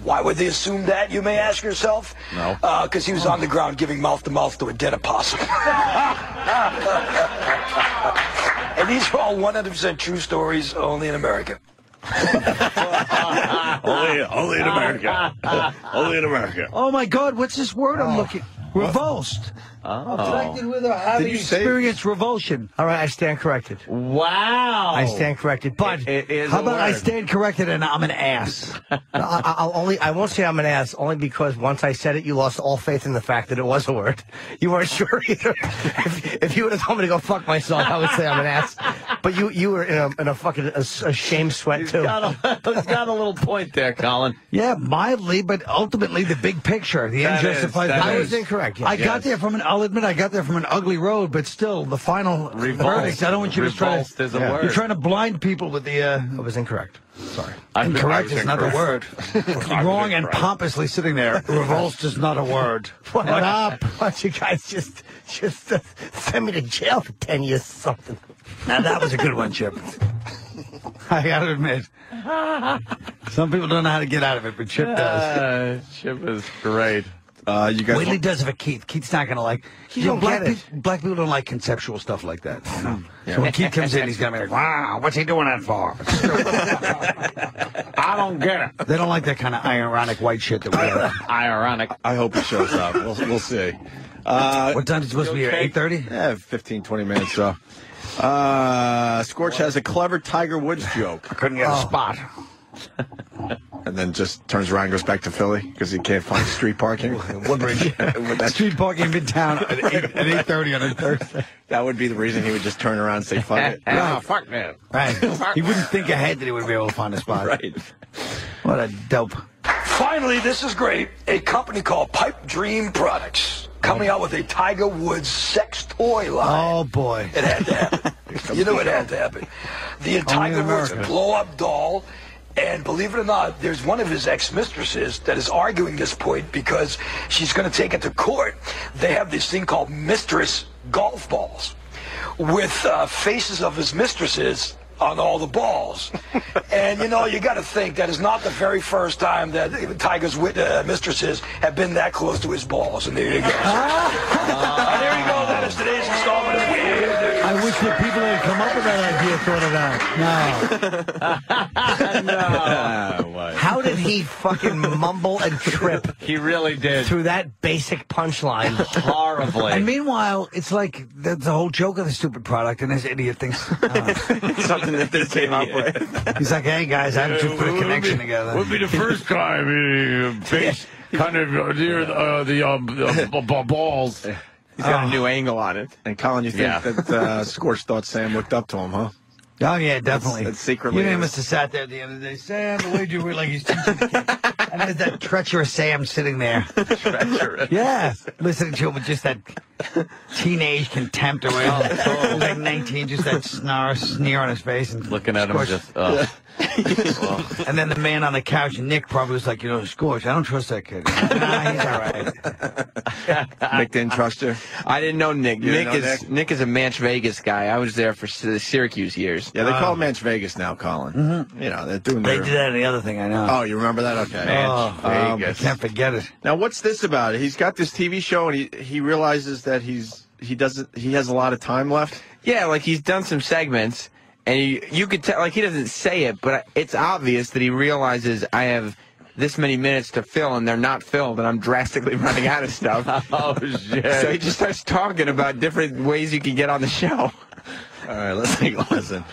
S5: Why would they assume that, you may ask yourself?
S7: No.
S5: Because he was on the ground giving mouth-to-mouth to a dead opossum. [laughs] and these are all 100% true stories, only in America.
S2: [laughs] only, only in
S16: [laughs]
S2: America. only in America.
S16: Oh my God! What's this word I'm looking? Revulsed. Afflicted with or having experienced revulsion. [laughs] All right, I stand corrected.
S1: Wow.
S16: I stand corrected. But how about I stand corrected and I'm an ass?
S3: I, I'll only I won't say I'm an ass only because once I said it, you lost all faith in the fact that it was a word. You weren't [laughs] sure either. if, if you would have told me to go fuck myself, I would say I'm an ass. But you you were in a, in a fucking a, a shame sweat too.
S7: [laughs] He's got a little point there, Colin.
S16: Yeah, mildly, but ultimately the big picture, the end
S7: That is,
S16: justifies.
S7: that
S16: I
S7: is.
S16: was incorrect. I
S7: Yes.
S16: got there from an. I'll admit, I got there from an ugly road, but still, the final
S7: Revulsed.
S16: verdict. I don't want you to try.
S7: Revulsed
S16: To,
S7: is a word.
S16: You're trying to blind people with the. Uh, I
S3: was incorrect. Sorry.
S7: I've been- I
S16: incorrect
S7: was
S16: is not the word.
S7: incorrect.
S16: Wrong and pompously sitting there. Revulsed is not a word.
S3: What up? Why don't you guys just just uh, send me to jail for ten years or something?
S16: Now that was a good one, Chip. I gotta admit, some people don't know how to get out of it, but Chip does.
S7: Chip is great.
S2: Uh, you
S16: Whately does it for Keith. Keith Keith's not gonna like.
S7: You
S16: You know,
S7: don't
S16: black,
S7: get
S16: pe- black people don't like conceptual stuff like that. you know?
S7: Yeah.
S16: So when Keith comes in, he's gonna be like, "Wow, what's he doing that for?" I don't get it. They don't like that kind of ironic white shit that we have.
S7: Ironic.
S2: I hope he shows up. We'll, we'll see. Uh,
S16: what time is it supposed to be here? Eight thirty?
S2: Yeah, 15, 20 minutes. So, uh, Scorch has a clever Tiger Woods joke. I
S16: couldn't get a spot.
S2: And then just turns around and goes back to Philly because he can't find street
S16: [laughs]
S2: parking.
S16: Woodbridge.
S2: [laughs]
S16: Street parking midtown [laughs] at eight at eight thirty on a Thursday.
S2: That would be the reason he would just turn around and say, fuck
S16: [laughs]
S2: it.
S16: Right.
S7: fuck man.
S16: [laughs] Right. He wouldn't think ahead that he would be able to find a spot.
S2: Right.
S16: What a dope.
S5: Finally, this is great. A company called Pipe Dream Products coming out with a Tiger Woods sex toy line.
S16: Oh Oh, boy.
S5: It had to
S16: [laughs]
S5: happen. you knew it had to happen. The Tiger Woods
S16: America.
S5: blow up doll. And believe it or not, there's one of his ex mistresses that is arguing this point because she's going to take it to court. They have this thing called mistress golf balls with uh, faces of his mistresses on all the
S16: [laughs]
S5: balls. and you know, you got to think that is not the very first time that Tiger's wit- uh, mistresses have been that close to his balls. And there you go.
S16: [laughs]
S5: And there you go. That is today's installment of Weird News.
S16: I wish that people that had come up with that idea thought of that.
S3: [laughs]
S16: [laughs] No.
S3: How did he fucking mumble and trip?
S7: He really did.
S3: Through that basic punchline.
S7: Horribly.
S16: And meanwhile, it's like that's the whole joke of the stupid product, and this idiot thinks
S2: [laughs]
S16: [laughs]
S2: something that they came up with.
S16: he's like, "Hey guys, I just put a connection together."
S14: Would be the first time in uh,
S16: [laughs]
S14: base kind of uh, near uh, the um, uh, b- b-
S7: [laughs]
S14: balls.
S2: He's got a new angle on it. And Colin, you think
S14: Yeah.
S2: that uh, Scorch thought Sam looked up to him, huh?
S16: Oh yeah, definitely.
S2: That's, that's secretly.
S16: You must have sat there at the end of the day, Sam. The way you were like he's teaching the kid, and there's that treacherous Sam sitting there. [laughs] treacherous. Yeah, listening to him with just that teenage contempt or whatever. He's like 19, just that snarl sneer on his face, and
S7: Looking at him
S16: Scorch.
S7: just. Uh,
S16: [laughs] And then the man on the couch, Nick, probably was like, you know, Scorch, I don't trust that kid. [laughs] nah, he's all
S2: [laughs]
S16: right.
S2: Nick didn't trust you.
S4: I didn't know Nick.
S2: You
S4: Nick
S2: didn't know
S4: is Nick? is a Manch Vegas guy. I was there for Sy- the Syracuse years.
S2: Yeah, they
S16: Ah.
S2: call him Manch Vegas now, Colin. You know, they're doing
S16: Um, Mm-hmm. They
S2: their-
S16: did that and the other thing, I know. Ah.
S2: Oh, you remember that? Okay.
S16: Manch
S2: Um,
S16: Vegas. Can't forget it.
S2: Now, what's this about? He's got this TV show, and he he realizes that he's he doesn't he has a lot of time left.
S4: Yeah, like he's done some segments, and you you could tell like he doesn't say it, but it's obvious that he realizes I have this many minutes to fill, and they're not filled, and I'm drastically [laughs] running out of stuff. [laughs] oh
S1: shit!
S4: So he just starts talking about different ways you can get on the show.
S2: [laughs] All right, let's take a listen.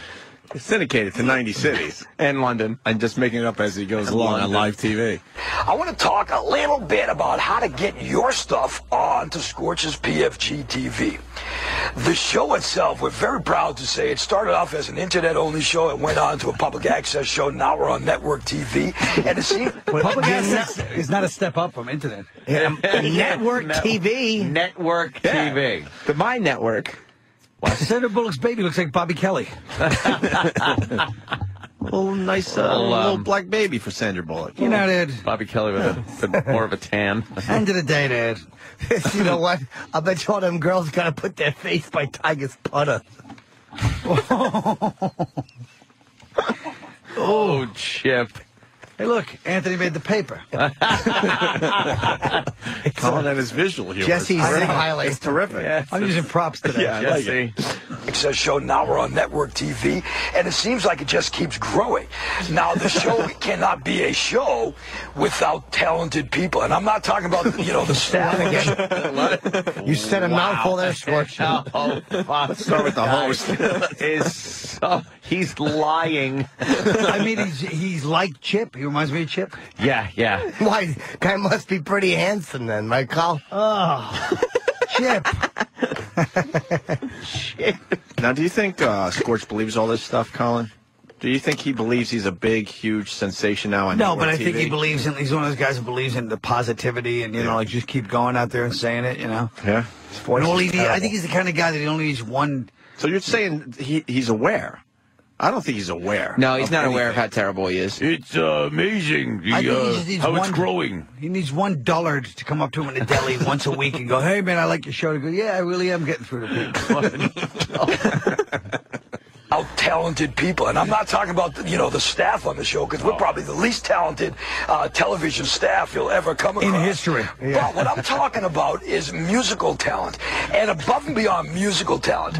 S2: It's syndicated to 90 cities.
S4: and London.
S2: I'm just making it up as he goes along on live [laughs] TV.
S5: I want to talk a little bit about how to get your stuff onto Scorch's PFG TV. The show itself, we're very proud to say, it started off as an internet-only show. It went on to a public access show. Now we're on network TV, and it's [laughs]
S16: Public access is not a step up from internet.
S4: Network
S16: TV.
S4: Network TV. The My Network.
S2: [laughs]
S16: Senator Bullock's baby looks like
S4: [laughs]
S16: Bobby Kelly.
S2: little nice uh,
S16: Little,
S2: little
S16: um,
S2: black baby for Sandra Bullock.
S16: You know, dude.
S2: Bobby Kelly with [laughs] a, more of a tan.
S16: End of the day, dude.
S3: [laughs] you know what? I bet you all them girls gotta put their face by Tiger's putter. [laughs]
S16: Oh,
S1: Chip.
S16: Hey, look, Anthony made the
S4: [laughs]
S16: paper.
S2: Colin and his visual humor.
S16: Jesse's
S2: It's terrific.
S16: highlights.
S2: It's terrific.
S16: I'm using props today.
S5: Yeah, I like it. It's a show now we're on network TV, and it seems like it just keeps growing. Now the
S3: [laughs]
S5: show cannot be a show without talented people, and I'm not talking about you know the staff. [laughs]
S3: You said a mouthful there,
S1: [laughs]
S3: Schwartz.
S1: Oh, fuck. Let's
S2: start with the
S1: host. [laughs] Is so, he's lying.
S16: I mean, he's, he's like Chip. He reminds me of Chip.
S1: Yeah, yeah.
S3: Why? Guy must be pretty handsome then, Michael. [laughs]
S16: Oh, Chip.
S2: Now, do you think uh, Scorch believes all this stuff, Colin? Do you think he believes he's a big, huge sensation now on
S16: No,
S2: network
S16: but I think
S2: TV?
S16: he believes in. He's one of those guys who believes in the positivity, and you know, like just keep going out there and saying it. You know,
S2: Yeah.
S16: And only the- E I think he's the kind of guy that he only needs one.
S2: So you're saying he, he's aware? I don't think he's aware.
S4: No, he's
S2: of
S4: not aware of
S2: anything.
S4: how terrible he is.
S1: It's uh, amazing the,
S16: I think
S1: uh,
S16: he just needs
S1: how
S16: one,
S1: it's growing.
S16: He needs one dollar to come up to him in a
S1: [laughs]
S16: deli once a week and go, "Hey man, I like your show." To go, "Yeah, I really am getting through to people."
S5: out talented people. And I'm not talking about, you know, the staff on the show, because we're probably the least talented uh, television staff you'll ever come across. In history.
S16: Yeah.
S5: But what I'm talking about is musical talent. And above and beyond musical talent.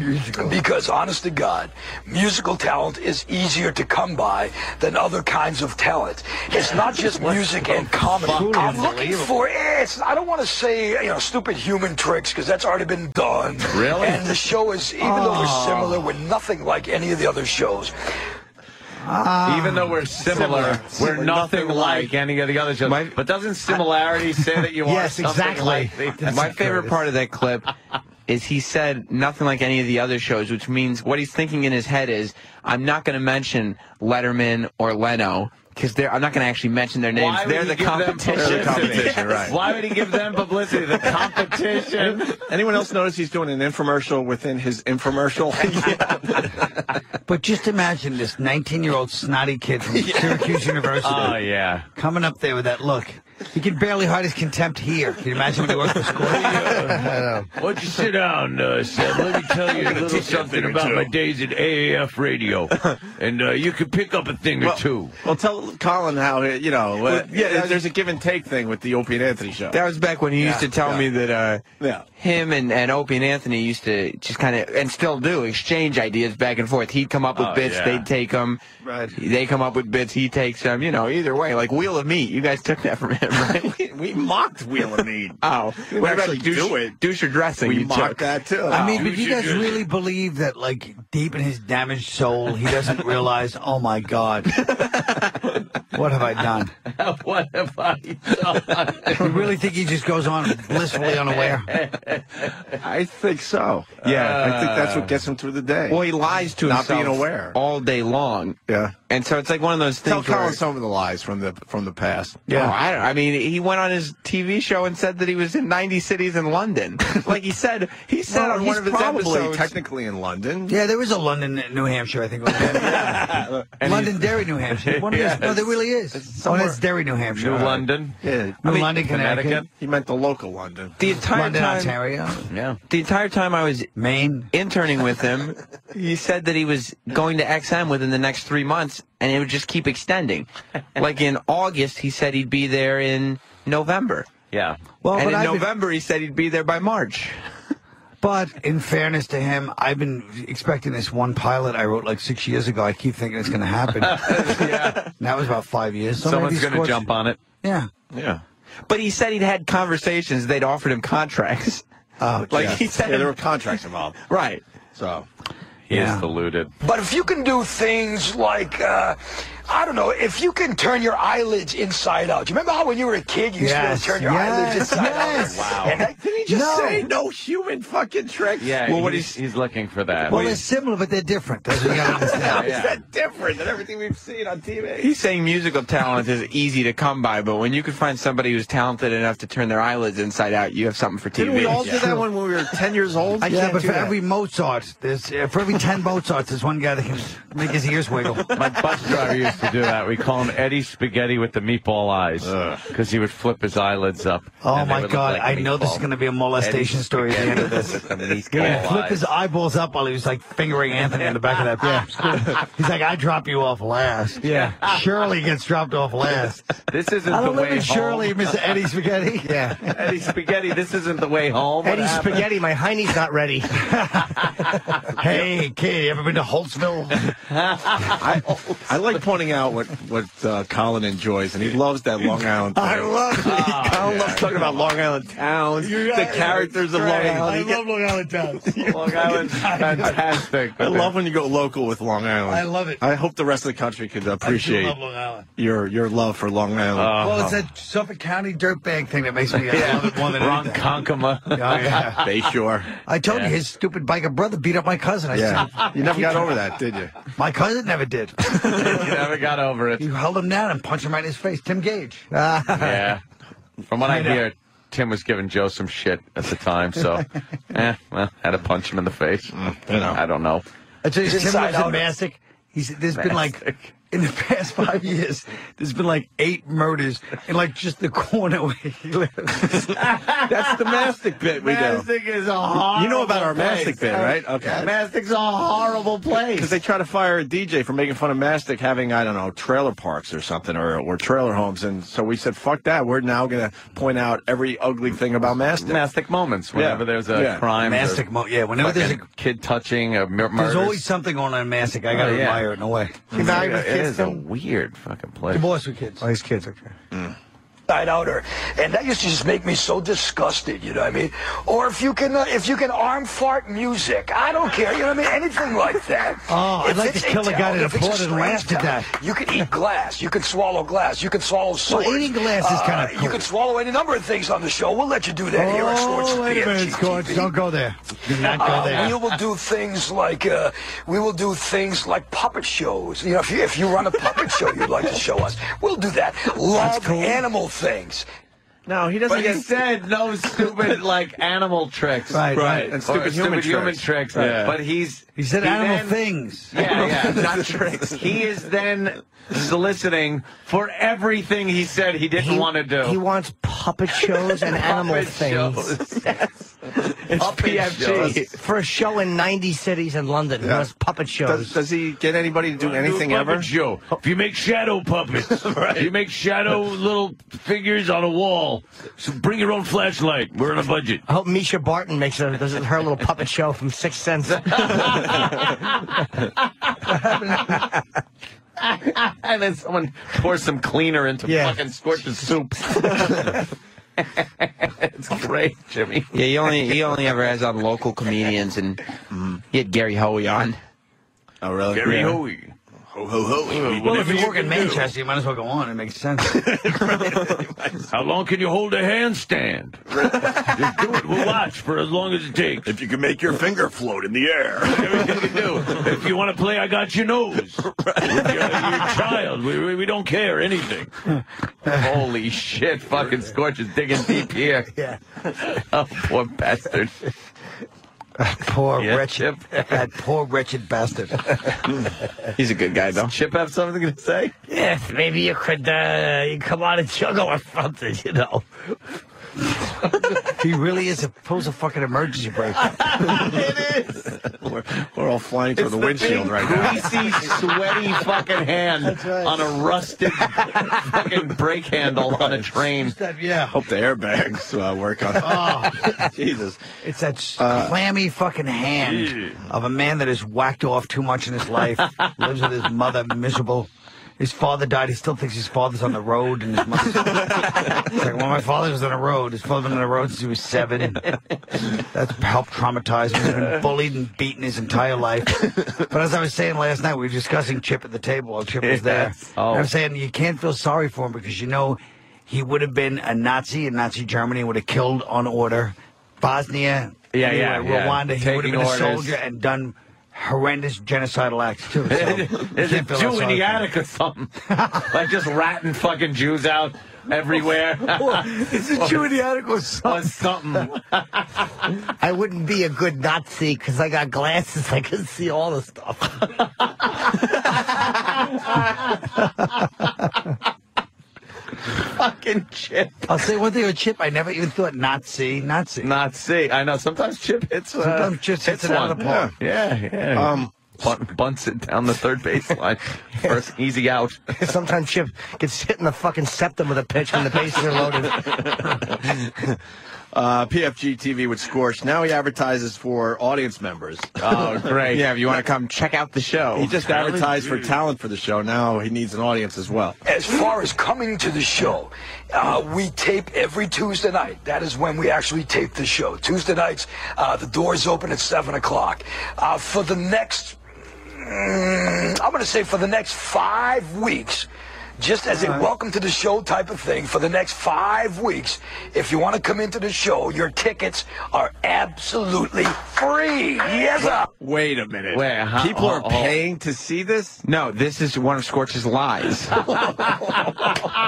S5: Because, honest to God, musical talent is easier to come by than other kinds of talent. It's not just music and comedy.
S16: fuck?
S5: I'm looking for, eh, it's, I don't want to say, you know, stupid human tricks, because that's already been done.
S1: Really?
S5: And the show is, even though we're
S1: Aw.
S5: similar, we're nothing like any of the other shows.
S2: Ah.
S1: Even though we're Ah. similar,
S5: Similar.
S1: we're nothing like any of the other shows. but doesn't similarity say that [laughs] you are something like the-
S4: My favorite part of that clip is he said nothing like any of the other shows, which means what he's thinking in his head is, I'm not going to mention Letterman or Leno because they're I'm not going to actually mention their names.
S1: Why would
S4: they're
S1: he
S4: the
S1: give them
S4: competition.
S1: publicity?
S2: competition, right.
S1: Why would he give them publicity? The competition.
S2: Anyone else notice he's doing an infomercial within
S4: [laughs]
S2: his infomercial?
S16: but just imagine this 19-year-old snotty kid
S1: [laughs]
S16: from Syracuse University.
S1: Oh, yeah.
S16: coming up there with that look. He can barely hide his contempt here. Can you imagine when he works
S1: [laughs]
S16: for Scorpio?
S1: Why don't you sit down, uh, Seb? Let me tell you a little something about my days at AAF Radio, and uh, you can pick up a thing or
S2: Well,
S1: two. [laughs]
S2: well, tell Colin how uh, you know. Uh,
S1: Well, yeah,
S2: yeah, there's a give and take thing with the Opie and Anthony show.
S4: That was back when you used to tell me that uh,
S2: Yeah.
S4: him and, and Opie and Anthony used to just kind of, and still do, exchange ideas back and forth. He'd come up with
S2: Oh,
S4: bits,
S2: yeah.
S4: they'd take them.
S2: Right.
S4: They come up with bits, he takes them. You know, either way, like Wheel of Meat. You guys took that from him, [laughs] right?
S2: we mocked Wheel
S4: [laughs]
S2: of Meat.
S4: oh,
S2: We
S4: what about
S2: actually
S4: douche,
S2: do it.
S4: douche or dressing?
S2: We
S4: you
S2: mocked
S4: took?
S2: that, too.
S16: I mean,
S4: Oh.
S16: but you guys really believe that, like, deep in his damaged soul,
S1: [laughs]
S16: he doesn't realize, oh my God, what have I done?
S1: what have I done?
S16: You really think he just goes on blissfully unaware?
S2: I think so. Yeah, I think that's what gets him through the day.
S4: Well, he lies to
S2: not
S4: himself
S2: being aware.
S4: all day long.
S2: Yeah.
S4: And so it's like one of those
S2: Tell
S4: things where,
S2: Colin some of the lies from the from the past.
S4: Yeah. I, don't, I mean, he went on his TV show and said that he was in 90 cities in
S2: [laughs]
S4: London. like he said, he said
S2: Well,
S4: on
S2: he's
S4: one of his
S2: probably
S4: episodes.
S2: technically in London.
S16: Yeah, there was a London, New Hampshire, I think. Londonderry, New
S4: [laughs]
S2: Oh,
S16: Hampshire. One of those, no, there really is. Oh, that's Derry, New Hampshire.
S1: New
S16: All right.
S1: London.
S2: Yeah.
S16: New London, Connecticut.
S2: He meant the local London.
S4: the entire
S16: London,
S4: time,
S16: Ontario.
S4: [laughs]
S1: Yeah.
S4: The entire time I was
S16: Maine
S4: interning with him, he said that he was going to XM within the next three months, and it would just keep extending. like in August, he said he'd be there in November.
S1: Yeah.
S16: Well,
S4: and
S16: but
S4: in
S16: I've been-
S4: November, he said he'd be there by March.
S16: But in fairness to him, I've been expecting this one pilot I wrote like six years ago. I keep thinking it's going to happen. yeah. Now it's about five years. So
S34: Someone's
S16: maybe
S34: going to
S16: Scorch-
S34: jump on it.
S16: Yeah.
S2: Yeah.
S4: But he said he'd had conversations. They'd offered him contracts.
S16: [laughs] Oh,
S4: like
S2: yeah.
S4: he said,
S2: Yeah, there were contracts involved.
S4: Right.
S2: So
S1: He is deluded.
S5: But if you can do things like, uh, I don't know, if you can turn your eyelids inside out. You remember how when you were a kid, you used
S2: Yes,
S5: to be able to turn your eyelids
S2: yes,
S5: inside
S2: yes.
S5: out?
S2: Wow.
S5: And that,
S2: Did he just say no human fucking trick?
S1: Yeah,
S2: Well, what
S1: he's, he's looking for that. [laughs]
S16: Well, they're similar, but they're different. That's what you gotta
S4: How
S16: understand.
S4: is that
S2: different than everything we've seen on TV?
S4: He's saying musical talent is easy to come by, but when you can find somebody who's talented enough to turn their eyelids inside out, you have something for TV.
S35: Didn't we all do that when we were 10 years old?
S16: I can't, but for every Mozart, there's uh, for every ten Mozarts, there's one guy that can make his ears wiggle.
S1: [laughs] My bus driver used to do that. We call him Eddie Spaghetti with the meatball eyes because he would flip his eyelids up.
S16: Oh
S1: and they
S16: my
S1: would look
S16: God!
S1: like
S16: I know this is
S1: meatball.
S16: going to be a molestation
S1: Eddie
S16: story at the end of this.
S1: Spaghetti with the
S16: He's gonna
S1: meatball
S16: flip
S1: eyes.
S16: his eyeballs up while he was like fingering Anthony in the back of that. Yeah, he's like, "I drop you off last." Yeah, Shirley gets dropped off last.
S1: [laughs] This isn't
S16: I
S1: the
S16: don't live
S1: way
S16: in Shirley,
S1: home. [laughs]
S16: Mr. Eddie Spaghetti. Yeah,
S1: Eddie Spaghetti, this isn't the way home. What
S16: Eddie
S1: happened?
S16: Spaghetti, my hiney's not ready. hey, kid, you ever been to Holtzville?
S2: I, I like pointing out what what uh, Colin enjoys, and he loves that Long Island. Thing.
S16: I love it.
S2: [laughs] Colin loves talking about Long Island towns, the characters of Long Island. He
S16: love Long
S7: [laughs]
S16: Island towns.
S1: Long Island, fantastic.
S2: I love when you go local with Long Island.
S16: I love it.
S2: I hope the rest of the country could
S16: I
S2: appreciate
S16: do love Long Island.
S2: your your love for Long Island.
S1: Uh-huh.
S16: Uh-huh. well, it's that Suffolk County dirtbag thing that makes me uh, I love it more
S2: [laughs]
S16: than
S1: Ron
S16: anything.
S1: Conkema.
S16: [laughs] Oh, yeah.
S2: Bayshore.
S16: I told
S1: Yeah.
S16: you his stupid biker brother beat up my cousin. I
S2: Yeah.
S16: said,
S2: You never got over that, did you?
S16: My cousin never did.
S1: you never got over it.
S16: You held him down and punched him right in his face. Tim Gage.
S1: Yeah. From what I,
S16: I know.
S1: hear, Tim was giving Joe some shit at the time, so eh, well, had to punch him in the face.
S2: Mm,
S1: you know. I don't know.
S16: I tell you,
S1: He's
S16: Tim
S1: inside
S16: lives in
S1: out.
S16: Massac. He's there's been like in the [laughs] past five years, there's been like eight murders in like just the corner where
S1: [laughs]
S16: he lives.
S2: That's the mastic bit we do.
S16: Mastic is a horrible
S2: You know about our mastic bit,
S16: place.
S2: right? Okay.
S16: Mastic's a horrible place.
S2: Because they try to fire a DJ for making fun of Mastic having, I don't know, trailer parks or something or, or trailer homes. And so we said, fuck that. We're now going to point out every ugly thing about
S1: [laughs]
S2: Mastic.
S1: Mastic moments. Whenever
S2: Yeah.
S1: there's a
S2: Yeah.
S1: crime,
S16: Mastic mo- yeah, whenever there's a-
S1: kid touching a mur-
S16: There's
S1: murders-
S16: always something going on in Massac. I
S1: Oh,
S16: gotta
S1: yeah.
S16: admire it in a way.
S1: Yeah, it is a weird fucking place.
S16: Divorce with kids. Oh, his kids, okay.
S5: inside out or and that used to just make me so disgusted you know what i mean or if you can uh, if you can arm fart music i don't care you know what i mean anything like that
S16: [laughs] Oh, I'd
S5: If
S16: like
S5: it's
S16: to kill a guy
S5: town,
S16: that
S5: if it's a
S16: applauded and
S5: strange
S16: laughed at
S5: town,
S16: that.
S5: you can eat glass you can swallow glass you can swallow swords Uh,
S16: eating glass is kinda
S5: you
S16: cool.
S5: can swallow any number of things on the show we'll let you do that here at swords
S16: Oh,
S5: and
S16: wait a minute,
S5: PFGTV.
S16: Scorch. Don't go there. Do not go
S5: Uh,
S16: there.
S5: we will do things like uh, we will do things like puppet shows. You know, if you, if you run a puppet show, you'd like to show us. We'll do that. Love animal things.
S2: No, he
S1: But he said no
S2: [laughs]
S1: stupid like animal tricks,
S16: Right, right.
S1: And stupid, human, human tricks.
S16: Right.
S1: But he's
S16: He said animal
S1: then-
S16: things.
S1: Yeah, yeah, not tricks. He is then soliciting for everything he said he didn't want to do.
S3: He wants puppet shows and animal
S1: [laughs] Puppet
S3: things.
S1: shows.
S3: It's
S1: PFG.
S3: For a show in 90 cities in London, he wants puppet shows.
S2: Does, does he get anybody to do anything
S1: do a
S2: ever?
S1: puppet show. If you make shadow puppets, if you make shadow little figures on a wall. So bring your own flashlight. We're on a
S2: [laughs]
S1: budget.
S3: I hope Misha Barton makes a, does her little puppet show from Sixth
S1: [laughs]
S3: Sense.
S1: and then someone pours some cleaner into
S3: Yeah.
S1: fucking Scorch's soup. it's great, Jimmy.
S36: Yeah, he only he only ever has on local comedians, and he had Gary Hoey on.
S2: Oh, really?
S1: Gary
S36: Yeah.
S1: Hoey.
S2: Ho, ho, ho.
S16: Well, if you work in Manchester, you might as well go on. It makes sense.
S1: How long can you hold a
S2: [laughs]
S1: handstand? Just do it. We'll watch for as long as it takes.
S2: If you can make your finger float in the air.
S1: Everything you do. If you want to play, I got your
S2: [laughs]
S1: nose. If you're, you're a child. We, we, we don't care anything. Holy shit! Fucking Scorch is digging deep
S2: [laughs]
S1: here.
S16: Yeah.
S1: Oh, poor bastard.
S16: Poor
S1: Yeah,
S16: wretched, that poor wretched bastard.
S36: He's a good guy, though.
S1: Chip have something to say?
S3: yes, maybe you could uh, you come on and juggle or something, you know.
S16: [laughs] he really is a pulls a fucking emergency brake.
S2: We're, we're all flying through the, windshield
S1: big,
S2: right now.
S1: Greasy, [laughs] sweaty fucking hand on a rusted fucking brake handle on a train.
S16: That- yeah.
S2: Hope the airbags uh, work on
S16: Oh.
S2: [laughs] Jesus.
S16: It's that s
S36: Uh,
S16: clammy
S1: [laughs]
S16: fucking hand of a man that has whacked off too much in his life, lives with his mother, miserable. His father died. He still thinks his father's on the road and his mother's. it's like, well, my father was on the road. His father's been on the road since he was seven. That's helped traumatize him. He's been bullied and beaten his entire life. But as I was saying last night, we were discussing Chip at the table while Chip was there.
S3: Yes. Oh.
S16: And I'm saying you can't feel sorry for him because you know he would have been a Nazi in Nazi Germany, would have killed on order. Bosnia,
S3: Yeah, yeah,
S16: anywhere,
S3: yeah.
S16: Rwanda, he would have
S3: Taking
S16: been
S3: orders.
S16: a soldier and done horrendous genocidal acts
S3: [laughs]
S16: too. So you
S1: There's a
S16: [laughs] can't feel that
S1: Jew in the
S16: sorry for him.
S1: attic or something. like just ratting fucking Jews out
S3: [laughs]
S1: everywhere.
S3: It's
S1: [laughs]
S3: a Jew in the
S16: attic or something.
S3: [laughs] I wouldn't be a good Nazi because I got glasses. I can see all the stuff. [laughs]
S16: Fucking Chip. I'll say one thing with Chip. I never even thought Nazi, Nazi, Nazi. I know. Sometimes Chip hits.
S1: uh,
S16: sometimes Chip hits, it out of the park.
S1: Yeah, yeah.
S16: Um,
S1: Bunt, bunts it down the third baseline. First easy out.
S3: Sometimes Chip gets hit in the fucking septum with a pitch when the bases are loaded.
S2: [laughs] Uh, PFG TV with Scorch. Now he advertises for audience members.
S37: Oh, great.
S2: yeah, if you want to come
S37: check out the show.
S2: He
S1: Oh,
S2: just
S37: Talent?
S2: advertised for talent for the show. Now he needs an audience as well.
S5: As far as coming to the show, uh, we tape every Tuesday night. That is when we actually tape the show. Tuesday nights, uh, the doors open at 7 o'clock. Uh, for the next, mm, I'm going to say for the next five weeks, just as a welcome to the show type of thing, for the next five weeks, if you want to come into the show, your tickets are absolutely free. Yes, sir.
S37: Wait a minute.
S5: Wait, huh?
S37: People are
S5: Oh, oh.
S37: paying to see this?
S4: No, this is one of
S1: [laughs]
S4: Scorch's lies.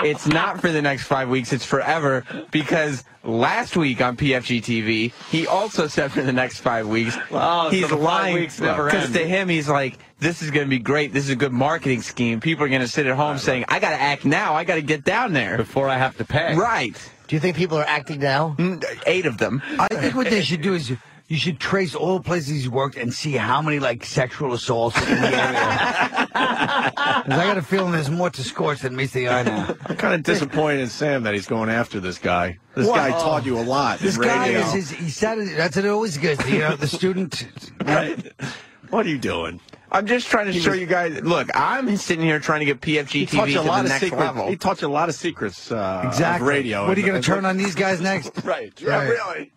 S4: it's not for the next five weeks, it's forever because last week on PFG TV, he also said for the next five weeks.
S1: Oh, so
S4: he's
S1: the five
S4: lying.
S1: weeks never
S4: Because
S1: end.
S4: to him, he's like, this is going to be great. This is a good marketing scheme. People are going to sit at home saying, I got to act now. I got to get down there.
S1: Before I have to pay.
S4: Right.
S3: Do you think people are acting now?
S16: Mm.
S4: Eight of them.
S16: I think what they should do is you- you should trace all the places he's worked and see how many like sexual assaults in the area.
S2: [laughs]
S16: 'Cause I got a feeling there's more to Scorch than meets the eye now.
S2: I'm kind of disappointed in Sam that he's going after this guy. This
S16: Well,
S2: guy taught you a lot. in
S16: Oh. This guy
S2: radio.
S16: is his, he said it, that's what it always goes. You know, the student.
S2: Right. What are you doing?
S4: I'm just trying to
S2: He
S4: show
S2: was-
S4: you guys. Look, I'm sitting here trying to get PFG
S2: He taught
S4: TV
S2: you
S4: to
S2: a lot
S4: the
S2: of
S4: next
S2: secrets.
S4: level.
S2: He taught you a lot of secrets. Uh, of
S16: Exactly.
S2: radio.
S16: What are you
S2: and-
S16: going
S2: and-
S16: to turn on these guys next?
S2: [laughs] Right. Yeah, really.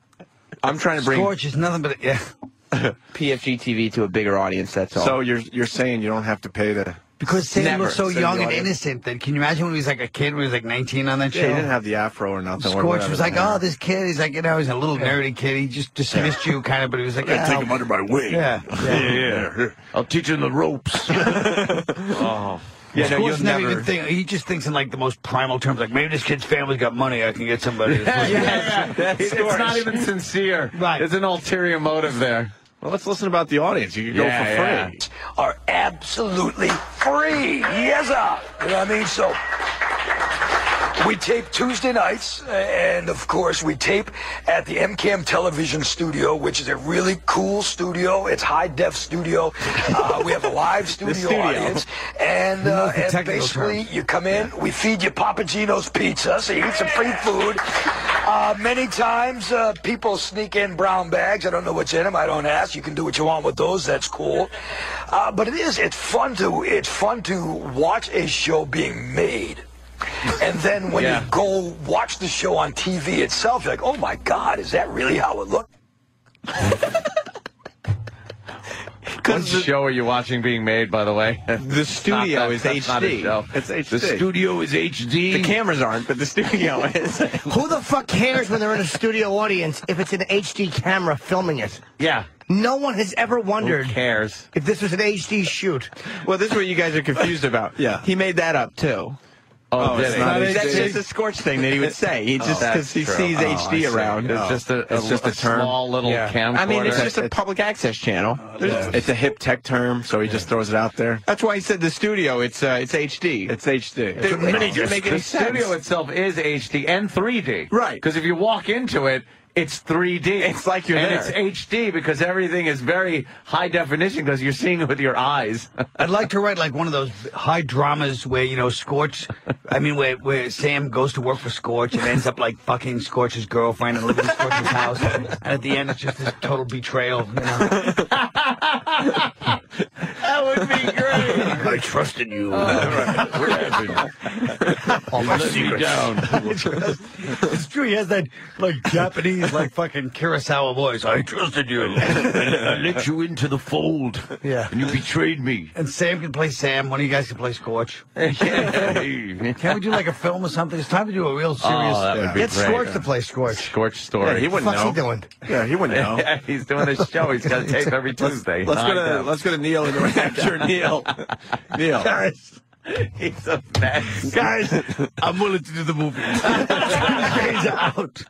S4: I'm trying to bring
S16: Scorch is nothing but a, yeah.
S4: [laughs] PFG TV to a bigger audience. That's all.
S2: So you're you're saying you don't have to pay the
S16: Because Sam
S4: Never
S16: was so
S4: send the
S16: young and
S4: audience.
S16: innocent that can you imagine when he was like a kid when he was like 19 on that
S2: Yeah,
S16: show?
S2: he didn't have the afro or nothing. or
S16: Scorch
S2: whatever
S16: was
S2: the
S16: like,
S2: hell.
S16: oh, this kid, he's like, you know, he's a little nerdy kid. He just dismissed you kind of, but he was like,
S1: I
S16: yeah,
S1: take
S16: I'll-
S1: him under my wing.
S16: [laughs] Yeah.
S7: [laughs]
S1: Yeah, yeah. I'll teach him the ropes. oh.
S16: Scorch never, even think. He just thinks in like the most primal terms, like maybe this kid's family's got money, I can get somebody.
S1: [laughs]
S16: to
S1: Yeah,
S16: listen to
S1: yeah,
S2: [laughs]
S16: this."
S1: yeah. It's
S16: Scorch.
S1: not even sincere. Right. There's an ulterior motive there.
S2: Well, let's listen about the audience. You
S1: could go for free.
S5: Are absolutely free. Yes, sir. You know what I mean? So we tape Tuesday nights, uh, and of course, we tape at the MCAM Television Studio, which is a really cool studio. It's high def studio. Uh, we have a
S16: [laughs]
S5: live studio,
S16: studio.
S5: audience, and,
S16: Who knows
S5: uh,
S16: the
S5: and
S16: technical
S5: basically, you come in, we feed you Papagino's pizza, so you eat some free food. Uh, many times, uh, people sneak in brown bags. I don't know what's in them. I don't ask. You can do what you want with those. That's cool. Uh, but it is. It's fun to. It's fun to watch a show being made. And then when you go watch the show on TV itself, you're like, oh my God, is that really how it looked?
S1: What show are you watching being made, by the way? [laughs] The
S4: studio is HD. It's
S1: The
S4: HD.
S1: studio is HD.
S4: The cameras aren't, but the
S2: [laughs]
S4: studio is.
S3: Who the fuck cares when they're in a studio audience if it's an HD camera filming it?
S1: Yeah.
S3: No one has ever wondered
S4: cares?
S3: if this was an HD shoot.
S4: Well, this is what you guys are confused
S3: [laughs]
S4: about. yeah. He made that up too.
S1: Oh, did
S4: that's,
S1: he? Not
S4: that's
S1: HD?
S4: just a Scorch thing that he would say. [laughs] He
S1: Oh,
S4: just
S1: that's
S4: because he
S1: true.
S4: sees
S1: Oh, I see.
S4: HD around.
S1: It's just a- a- a small little
S4: I mean, it's
S1: camcorder.
S4: just a public access channel.
S1: Uh,
S4: There's-
S2: It's a hip tech term, so he just throws it out
S16: [laughs]
S2: there.
S4: That's why he said the studio. It's uh, it's HD.
S2: It's HD.
S4: It doesn't make- doesn't make any
S1: the studio
S4: sense.
S1: itself is HD and 3D.
S4: Right.
S1: Because if you walk into it, it's 3D. It's
S4: like you're
S1: and
S4: there.
S1: it's HD because everything is very high definition because you're seeing it
S4: [laughs]
S1: with your eyes.
S16: [laughs] I'd like to write like one of those high dramas where you know Scorch. I mean, where where Sam goes to work for Scorch and ends up like fucking Scorch's girlfriend and living in Scorch's house, and at the end it's just this
S1: [laughs]
S16: total betrayal. You know? [laughs]
S1: that would be great.
S31: I trusted you. [laughs]
S1: What happened?
S31: All my
S1: You let me
S31: secrets.
S1: down.
S16: It's true. He has that like Japanese, like fucking Kurosawa voice. [laughs]
S1: I trusted [laughs] you. I let you into the fold.
S16: Yeah.
S1: And you betrayed me.
S16: And Sam can play Sam. One of you guys can
S1: [laughs]
S16: play Scorch. Can't
S1: Can
S16: we do like a film or something? It's time to do a real serious.
S2: Oh,
S1: Oh, that would be
S16: Get
S1: great.
S16: Scorch to play Scorch.
S38: Scorch story.
S16: Yeah, he wouldn't What's he know. doing?
S2: Yeah, he wouldn't
S1: [laughs]
S2: know.
S38: He's doing a show. He's got tape every Tuesday.
S2: Let's go to let's go to Neil in New
S1: [laughs]
S2: Hampshire. Neil, Neil.
S16: Guys,
S38: he's a mess.
S16: Guys,
S1: I'm willing to do the
S2: [laughs]
S1: movie.
S16: Tuesday's out.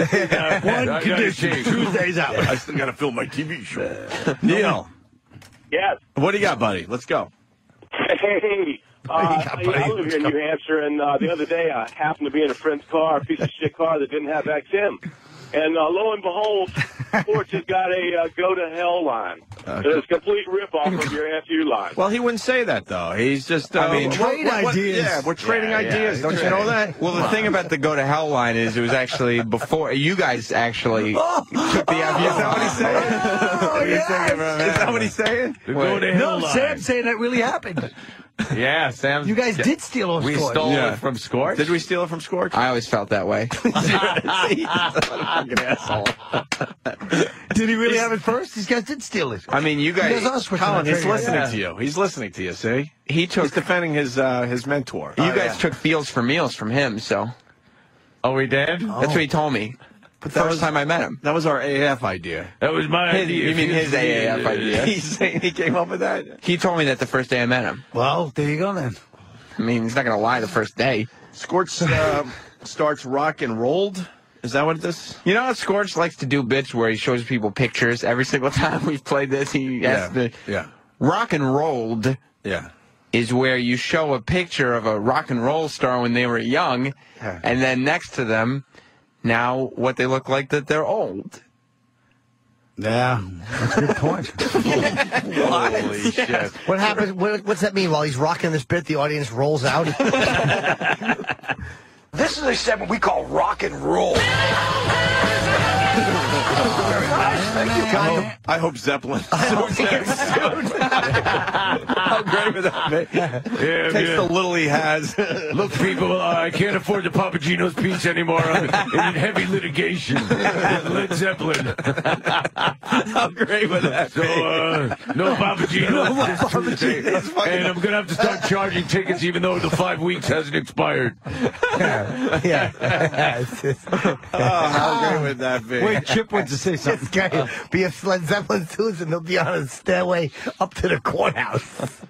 S16: One
S2: [laughs]
S16: condition. Tuesday's out.
S1: I still got to film my TV show.
S2: Neil,
S11: Yes.
S2: what do you got, buddy? Let's go.
S1: [laughs]
S11: Hey. Uh, I, I live here in New Hampshire, and uh, the other day I happened to be in a friend's car, a piece of shit car that didn't have XM. And uh, lo and
S1: [laughs]
S11: behold, Sports has got a uh, go to hell line.
S1: Uh,
S11: it's a complete rip off of your FU line.
S1: [laughs]
S2: Well, he wouldn't say that though. He's just. Uh,
S11: I mean,
S2: what-
S11: trade
S2: what- what-
S11: ideas.
S2: Yeah, we're trading
S4: Yeah, yeah,
S2: ideas. Don't you know that?
S4: Well, the thing about the go to hell line is it was actually before you guys [laughs] actually took the app. Is that what he's saying?
S1: Oh,
S4: Is that what he's saying?
S1: The go to hell
S16: No, Sam saying that really happened.
S1: [laughs]
S38: Yeah, Sam.
S16: You guys did steal off
S38: We
S16: Scorch.
S38: stole
S16: Yeah.
S38: it from Scorch.
S2: Did we steal it from Scorch?
S4: I always felt
S38: [laughs]
S4: that way.
S2: Oh.
S16: Did he really have it first? These guys did steal it.
S2: I mean, you
S16: He
S2: guys.
S16: does us with
S2: Colin,
S16: the
S2: he's
S16: trade
S2: listening
S16: ideas.
S2: to you. He's listening to you. See,
S4: he took
S2: he's defending his uh, his mentor.
S4: You guys took feels for meals from him, so.
S38: Oh, we did.
S4: That's what he told me. The first time I met him.
S2: That was our AAF idea.
S1: That was my
S4: His-
S1: idea.
S4: You
S1: [laughs]
S4: mean his AAF idea?
S2: [laughs] He's saying he came up with that.
S4: He told me that the first day I met him.
S16: Well, there you go then.
S4: I mean, he's not going to lie the first day.
S2: Scorch uh, starts rock and rolled. Is that what this?
S4: You know how Scorch likes to do bits where he shows people pictures every single [laughs] time we've played this? He has
S2: Yeah,
S4: to. Rock and rolled.
S2: Yeah.
S4: Is where you show a picture of a rock and roll star when they were young,
S2: Yeah.
S4: and then next to them, now what they look like that they're old.
S16: Yeah, that's a good point.
S1: Holy
S4: [laughs]
S1: shit.
S16: What happens? What, what's that mean? While he's rocking this bit, the audience rolls out.
S5: This is a segment we call rock and roll. Very nice. Thank you,
S2: I
S5: Kyle.
S2: hope, I hope Zeppelin. [laughs] How great would that be?
S1: Yeah,
S2: Takes
S1: yeah.
S2: the little he has.
S1: [laughs] Look, people, uh, I can't afford the Papagino's pizza anymore. I'm in heavy litigation with Led Zeppelin.
S2: How great would that
S1: So, uh, no Papagino's
S2: No
S1: this Tuesday.
S2: Papagino's, fucking-
S1: And I'm going to have to start charging tickets even though the five weeks hasn't expired.
S2: [laughs]
S16: yeah.
S2: [laughs] Oh, how great would that be?
S16: Wait, Chip wants to say something. [laughs] This guy be a Led Zeppelin Susan. They'll be on a stairway up to the courthouse.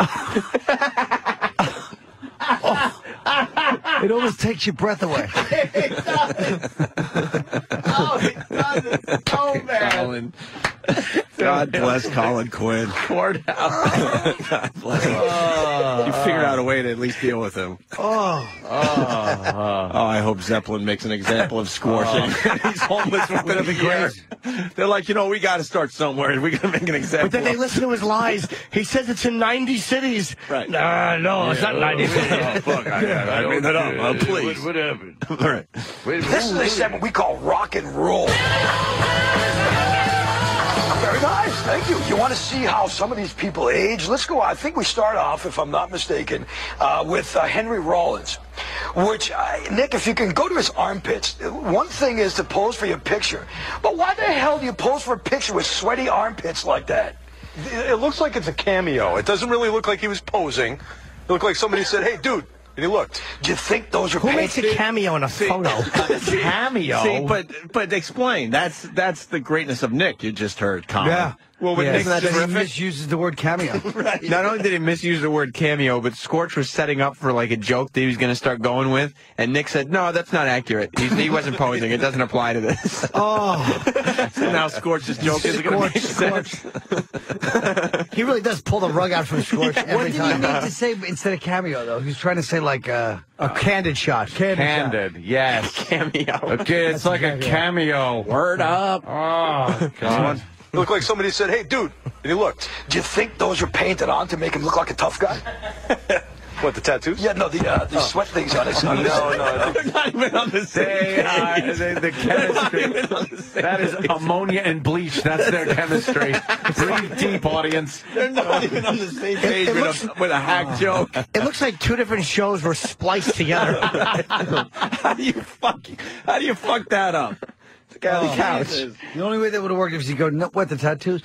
S2: [laughs]
S16: it almost takes your breath away.
S2: oh, Colin. God bless Colin
S4: [laughs]
S2: Quinn.
S38: Courthouse.
S2: [laughs] God bless him.
S4: Uh,
S2: you figured out a way to at least deal with him.
S16: Oh, Ah.
S2: [laughs] Oh, I hope Zeppelin makes an example of scorching. [laughs] He's
S16: [laughs]
S2: homeless within a year. They're like, you know, we got to start somewhere. We got to make an example.
S3: But then they
S2: of-
S3: listen to
S2: [laughs]
S3: his lies. He says it's in 90 cities.
S2: Right.
S3: Nah, no, it's not 90 cities.
S1: Oh, fuck. I, I, I
S2: made that up. Uh, please.
S1: What, what happened?
S2: All right.
S1: Wait,
S5: This is a segment we call rock and roll. Very nice, thank you. You want to see how some of these people age? Let's go. I think we start off, if I'm not mistaken, uh, with uh, Henry Rollins. Which, uh, Nick, if you can go to his armpits, one thing is to pose for your picture, but why the hell do you pose for a picture with sweaty armpits like that?
S7: It looks like it's a cameo. It doesn't really look like he was posing. It looked like somebody said, "Hey, dude," and he looked.
S5: Do you think those are
S3: Who makes a cameo in a
S16: Oh,
S3: photo?
S2: Cameo. [laughs] See, but but explain. That's that's the greatness of Nick. You just heard, Colin.
S16: yeah.
S4: Well, when
S16: yeah.
S4: Nick's
S16: Isn't that that he
S4: terrific-
S16: misuses the
S1: [laughs]
S16: word cameo.
S4: Not only did he misuse the word cameo, but Scorch was setting up for like a joke that he was going to start going with, and Nick said, "No, that's not accurate. He, he wasn't posing. It doesn't apply to this."
S16: Oh,
S4: [laughs]
S2: So now Scorch's
S16: [laughs]
S2: joke is going to make sense.
S16: Scorch, Scorch. he really does pull the rug out from [laughs] Scorch
S39: What
S16: every
S39: did he
S16: time.
S39: need to
S16: say instead of cameo though? He was trying to say like uh, a candid shot. Candid.
S38: Candid,
S2: [laughs]
S38: yes.
S4: cameo.
S38: Okay, it's like a cameo. Word up.
S5: [laughs]
S38: Oh, God.
S7: It looked like somebody said, "Hey, dude," and he looked.
S5: Do you think those are painted on to make him look like a tough guy?
S7: [laughs] What, the tattoos? Oh.
S5: Yeah, no, the, uh, the sweat things on his.
S7: No,
S5: on his- [laughs]
S7: no,
S2: [laughs]
S1: They're not even on the same
S7: page.
S1: they, the chemistry. that is ammonia and bleach. That's their
S2: [laughs]
S1: chemistry. Breathe deep, audience.
S2: They're not even on the same page with, a, with a
S3: [laughs]
S2: hack joke.
S3: It looks like two different shows were
S2: [laughs]
S3: spliced together.
S2: how do you fucking how do you fuck that up? The guy
S16: Oh. [laughs]
S2: on the couch.
S16: The only way that would have worked is you go, no, what, the tattoos?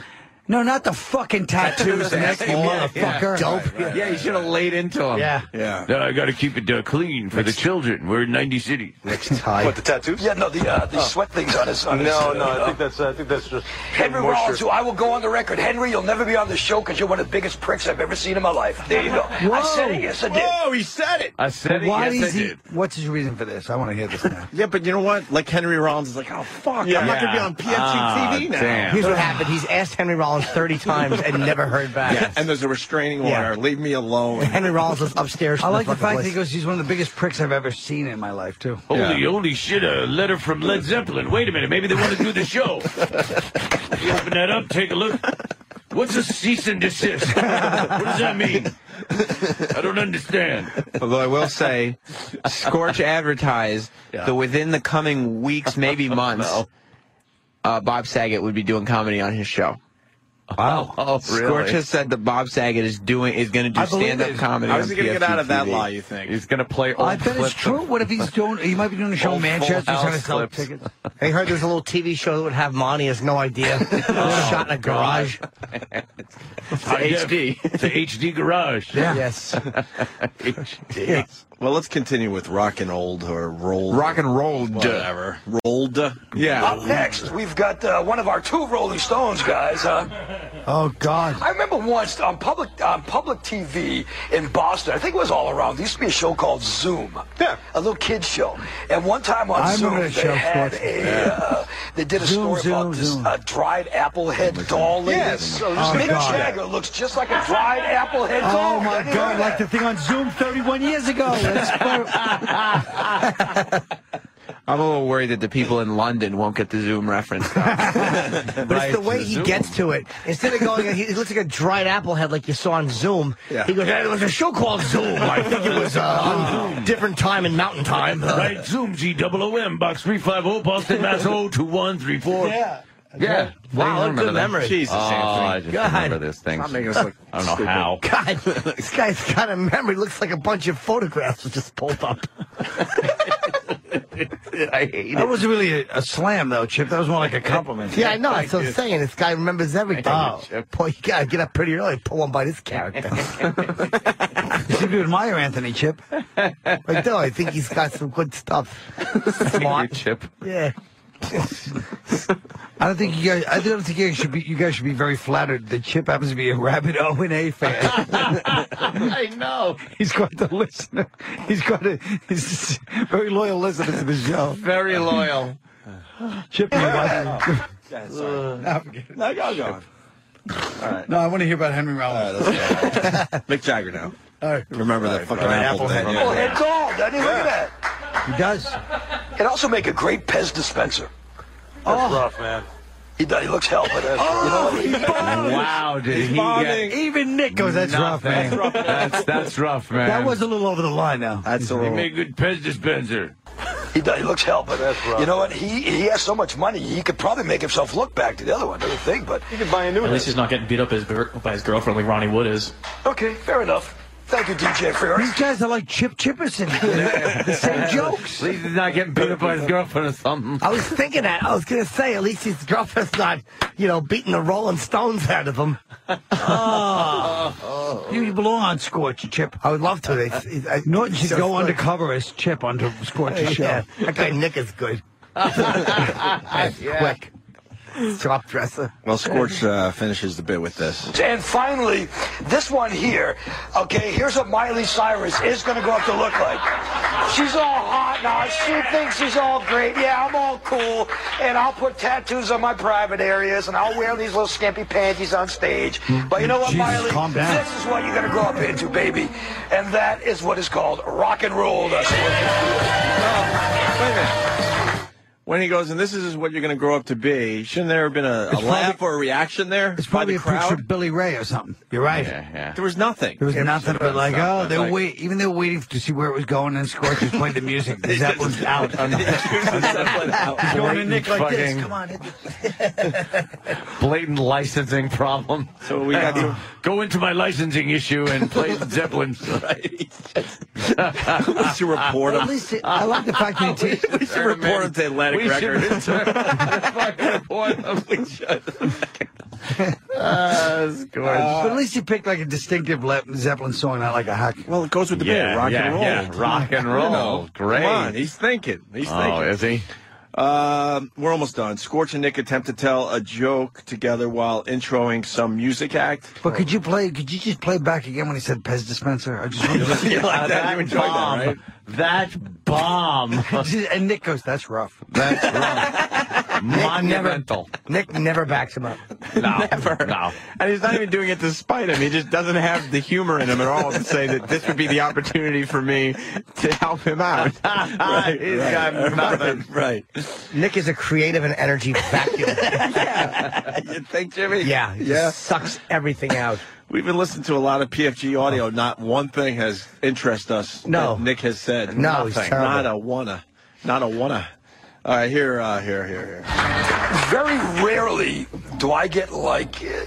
S16: No, not the fucking tattoos, Nick,
S40: Yeah, yeah.
S16: motherfucker.
S40: Dope. Yeah, you should have laid into him.
S16: Yeah.
S2: Yeah.
S1: No, I got to keep it uh, clean for the children. We're in 90 cities.
S3: Next time.
S5: What, the tattoos? Yeah, no, the, uh, the sweat things on his. On his
S7: Oh. No,
S5: uh,
S7: no, I think that's I think that's just
S5: Henry
S7: moisture.
S5: Rollins, who I will go on the record. Henry, you'll never be on the show because you're one of the biggest pricks I've ever seen in my life. There you go. I said it, yes, I did.
S2: Whoa, he said it.
S1: I said
S16: Why is he? What's his reason for this? I want to hear this now.
S2: Yeah, but you know what? Like Henry Rollins is like, oh fuck, I'm not gonna be on PFG
S1: Ah,
S16: Ah,
S2: TV now.
S3: Here's what happened. He's asked Henry Rollins
S2: [laughs]
S3: 30 times and never heard back.
S2: Yeah, and there's a restraining order.
S3: Yeah.
S2: Leave me
S16: [laughs]
S2: alone.
S3: Henry Rollins
S2: [laughs]
S3: was upstairs.
S16: I
S3: from
S16: like the
S3: fucking
S16: fact that
S3: place.
S16: he goes, he's one of the biggest pricks I've ever seen in my life, too.
S1: Holy, holy shit, a letter from Led Zeppelin. Wait a minute, maybe they want to do
S3: [laughs]
S1: the show. you open that up, take a look. What's a cease and desist? what does that mean? I don't understand.
S4: Although I will say, Scorch advertised
S1: Yeah.
S4: that within the coming
S1: [laughs]
S4: weeks, maybe months, uh, Bob Saget would be doing comedy on his show.
S16: Wow!
S1: [laughs] Oh,
S4: Scorch has said that Bob Saget is doing is going to do
S2: I believe
S4: stand up
S2: it.
S4: comedy.
S2: How's
S4: on
S2: he gonna get out of that
S4: PFTV?
S2: lie, you think?
S1: He's going to play old
S16: I bet it's true. What if he's doing? He might be doing a show
S4: Old
S16: in
S4: Full
S16: Manchester. He's trying to
S4: House
S16: sell
S4: clips.
S16: tickets.
S3: They heard there's a little TV show that would have Monty has no
S1: [laughs]
S3: idea. shot in a [laughs] garage.
S1: HD. It's a HD garage. [laughs]
S3: Yes.
S1: HD.
S3: [laughs]
S2: Well, let's continue with rock and old or rolled.
S4: Rock and rolled.
S2: Whatever. Rolled. Yeah.
S5: Up next, we've got uh, one of our two Rolling Stones guys. Uh,
S16: Oh God!
S5: I remember once on public on public TV in Boston. I think it was all around. There used to be a show called Zoom. Yeah. A little kids show. And one time on
S16: I
S5: Zoom,
S16: remember
S5: they
S16: that show,
S5: had
S16: Scorch.
S5: a uh, they did a
S16: Zoom,
S5: story about
S16: Zoom,
S5: this
S16: Zoom.
S5: uh, dried apple head doll lady.
S2: Yes, so
S16: just
S5: Mick
S16: like that.
S5: Jagger looks just like a dried apple head doll.
S16: Oh my
S5: Have you
S16: God!
S5: heard
S16: Like
S5: that?
S16: the thing on Zoom 31 years ago. That's
S4: I'm a little worried that the people in London won't get the Zoom reference.
S2: [laughs]
S3: But it's the way he gets to it. Instead of going, he looks like a dried apple head like you saw on Zoom.
S2: Yeah.
S3: He goes, hey, there was a show called Zoom.
S1: [laughs]
S3: I think it [laughs] was uh, different time in mountain time.
S1: Right, Zoom G double O M box three five O Boston Mass O two one three four. Yeah. Yeah.
S3: Wow, what a good memory.
S2: Jesus, Anthony.
S1: Oh, just
S3: God.
S1: this thing.
S2: Stop making us look
S1: I don't know
S2: stupid.
S1: how.
S3: God, this guy's got a memory. Looks like a bunch of photographs that just pulled up.
S1: I hate
S16: that was really a, a slam, though, Chip. That was more like a compliment.
S3: Yeah, I know. That's what I'm saying. This guy remembers everything. Oh, boy, you gotta get up pretty early. and Pull one by this character.
S1: [laughs]
S16: You seem to admire Anthony Chip.
S3: I do. I think he's got some good stuff. Smart.
S4: Chip.
S3: Yeah.
S16: I don't think you guys. I don't think you guys should be. You guys should be very flattered that Chip happens to be a rabid O and A fan. [laughs]
S1: I know.
S16: He's quite the listener. He's quite a. He's a very loyal listener to the show.
S4: Very loyal.
S16: Chip, you guys-
S1: [laughs]
S2: Yeah, sorry.
S16: No, forget it.
S2: No, y'all go.
S16: No, I want to hear about Henry Rollins.
S2: Mick Jagger now. Remember that fucking
S16: right,
S2: apple,
S16: apple
S2: thing.
S16: head.
S5: Apple Oh, head doll. That is, Look at
S16: He does.
S5: that. It'd also make a great Pez dispenser. Oh.
S7: That's rough, man.
S5: He, does- he looks hell, but uh, you know what?
S16: Oh,
S1: Wow, did
S2: He's
S1: he
S2: balding.
S1: get
S16: Even Nick goes, that's rough, man.
S1: nothing. That's that's rough, man.
S16: That was a little over the line now.
S2: That's a
S1: He
S2: roll.
S1: made good Pez dispenser.
S5: He, does- he looks hell, but
S7: That's rough.
S5: you know what? He he has so much money, he could probably make himself look back to the other one, don't you think? But
S7: You could buy a new
S41: At
S7: one.
S41: least he's not getting beat up his, by his girlfriend like Ronnie Wood is.
S5: okay, fair enough. Thank you, DJ Ferris.
S16: These guys are like Chip
S3: [laughs]
S16: Chipperson.
S1: [laughs]
S16: the same jokes.
S1: At least he's not getting beat up by his girlfriend or something.
S3: I was thinking that. I was gonna say, at least his girlfriend's not, you know, beating the Rolling Stones out of
S1: [laughs]
S3: him.
S16: You belong on Scorch, Chip.
S3: I would love to. It's, it's, I-
S16: uh, Norton should
S3: so
S16: go
S3: good.
S16: undercover as Chip under Scorch's show.
S3: Yeah, that guy Nick is good. Quick, shop dresser.
S2: Well, Scorch uh, finishes the bit with this.
S5: And finally, this one here. Okay, here's what Miley Cyrus is going to grow up to look like. She's all hot now. She thinks she's all great. Yeah, I'm all cool. And I'll put tattoos on my private areas and I'll wear these little skimpy panties on stage. But you know what,
S16: Jesus,
S5: Miley?
S16: calm down.
S5: This is what you're going to grow up into, baby. And that is what is called rock and roll. That's what-
S2: Wait a minute. when he goes, and this is what you're going to grow up to be, shouldn't there have been a, a
S16: It's
S2: laugh
S16: probably-
S2: or a reaction there?
S16: It's probably
S2: by
S16: a
S2: the crowd.
S16: picture of Billy Ray or something. You're right.
S2: Yeah, yeah. There was nothing.
S16: There was
S2: There was
S16: nothing but like,
S2: nothing,
S16: oh, they're
S2: like-
S16: wait. Even they're waiting to see where it was going, and Scorch was playing the music. The Zeppelin's out. [laughs] He's going
S11: [laughs]
S16: to Nick like this. Come on, hit the
S1: Blatant licensing problem. So
S2: we got to-
S1: [laughs] go into my licensing issue and play the Zeppelin. [laughs]
S2: Let's
S1: [laughs]
S2: report
S16: Well, at least it- I like the fact that he
S2: We should report him to Atlantic
S1: We should-
S2: Records.
S16: Uh, but at least he picked like a distinctive Le- Zeppelin song, not like a hack.
S2: Well, it goes with the
S1: Yeah,
S2: band, rock
S1: yeah,
S2: and roll.
S1: yeah, rock and roll. Great.
S2: Come on, he's thinking. He's
S1: Oh,
S2: thinking.
S1: is he?
S2: Um, we're almost done. Scorch and Nick attempt to tell a joke together while introing some music act.
S16: [laughs] But could you play? Could you just play back again when he said Pez dispenser? I just wanted to
S2: You like
S16: [laughs]
S2: that? You enjoyed that, right?
S16: That [laughs] bomb. and Nick goes, "That's rough." That's rough.
S1: Monumental.
S16: Nick never backs him up.
S1: No,
S4: [laughs]
S1: never. No.
S4: And he's not even doing it to spite him. He just doesn't have the humor in him at all to say that this would be the opportunity for me to help him [laughs] out.
S1: [laughs] Right, He's got [laughs] nothing.
S2: Right.
S3: Nick is a creative and
S1: [laughs]
S3: energy vacuum.
S2: you think, Jimmy?
S3: Yeah, he
S2: Yeah.
S3: just sucks everything out.
S2: [laughs] We've been listening to a lot of PFG audio. Not one thing has interest us.
S3: No.
S2: that Nick has said
S3: No, he's
S2: nothing.
S3: terrible.
S2: not a wanna. Not a wanna. All right, here, uh, here, here, here.
S5: Very rarely do I get like, uh,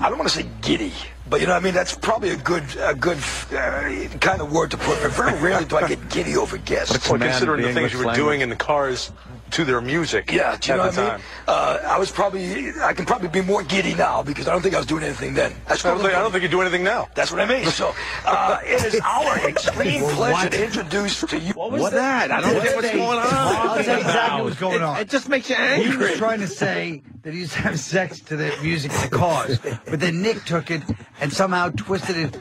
S5: I don't want to say giddy, but you know what I mean? That's probably a good a good uh, kind of word to put. But very rarely do I get giddy over guests.
S7: Well, considering the, things you were doing in the cars to their music
S5: Yeah,
S7: at
S5: do you
S7: the
S5: know what I
S7: time.
S5: mean? Uh, I was probably, I can probably be more giddy now because I don't think I was doing anything then. That's
S7: I don't, think, I don't think you do anything now.
S5: That's what I mean. So uh, it is
S2: [laughs]
S5: our extreme
S7: Well,
S5: pleasure
S7: what?
S5: to introduce to you.
S2: What was What that? that? I don't What get what's they- going on.
S16: I'll tell you exactly what's going on.
S2: It just makes you
S16: He was
S2: angry.
S16: trying to say that he used to have sex to the music to cause, but then Nick took it and somehow twisted it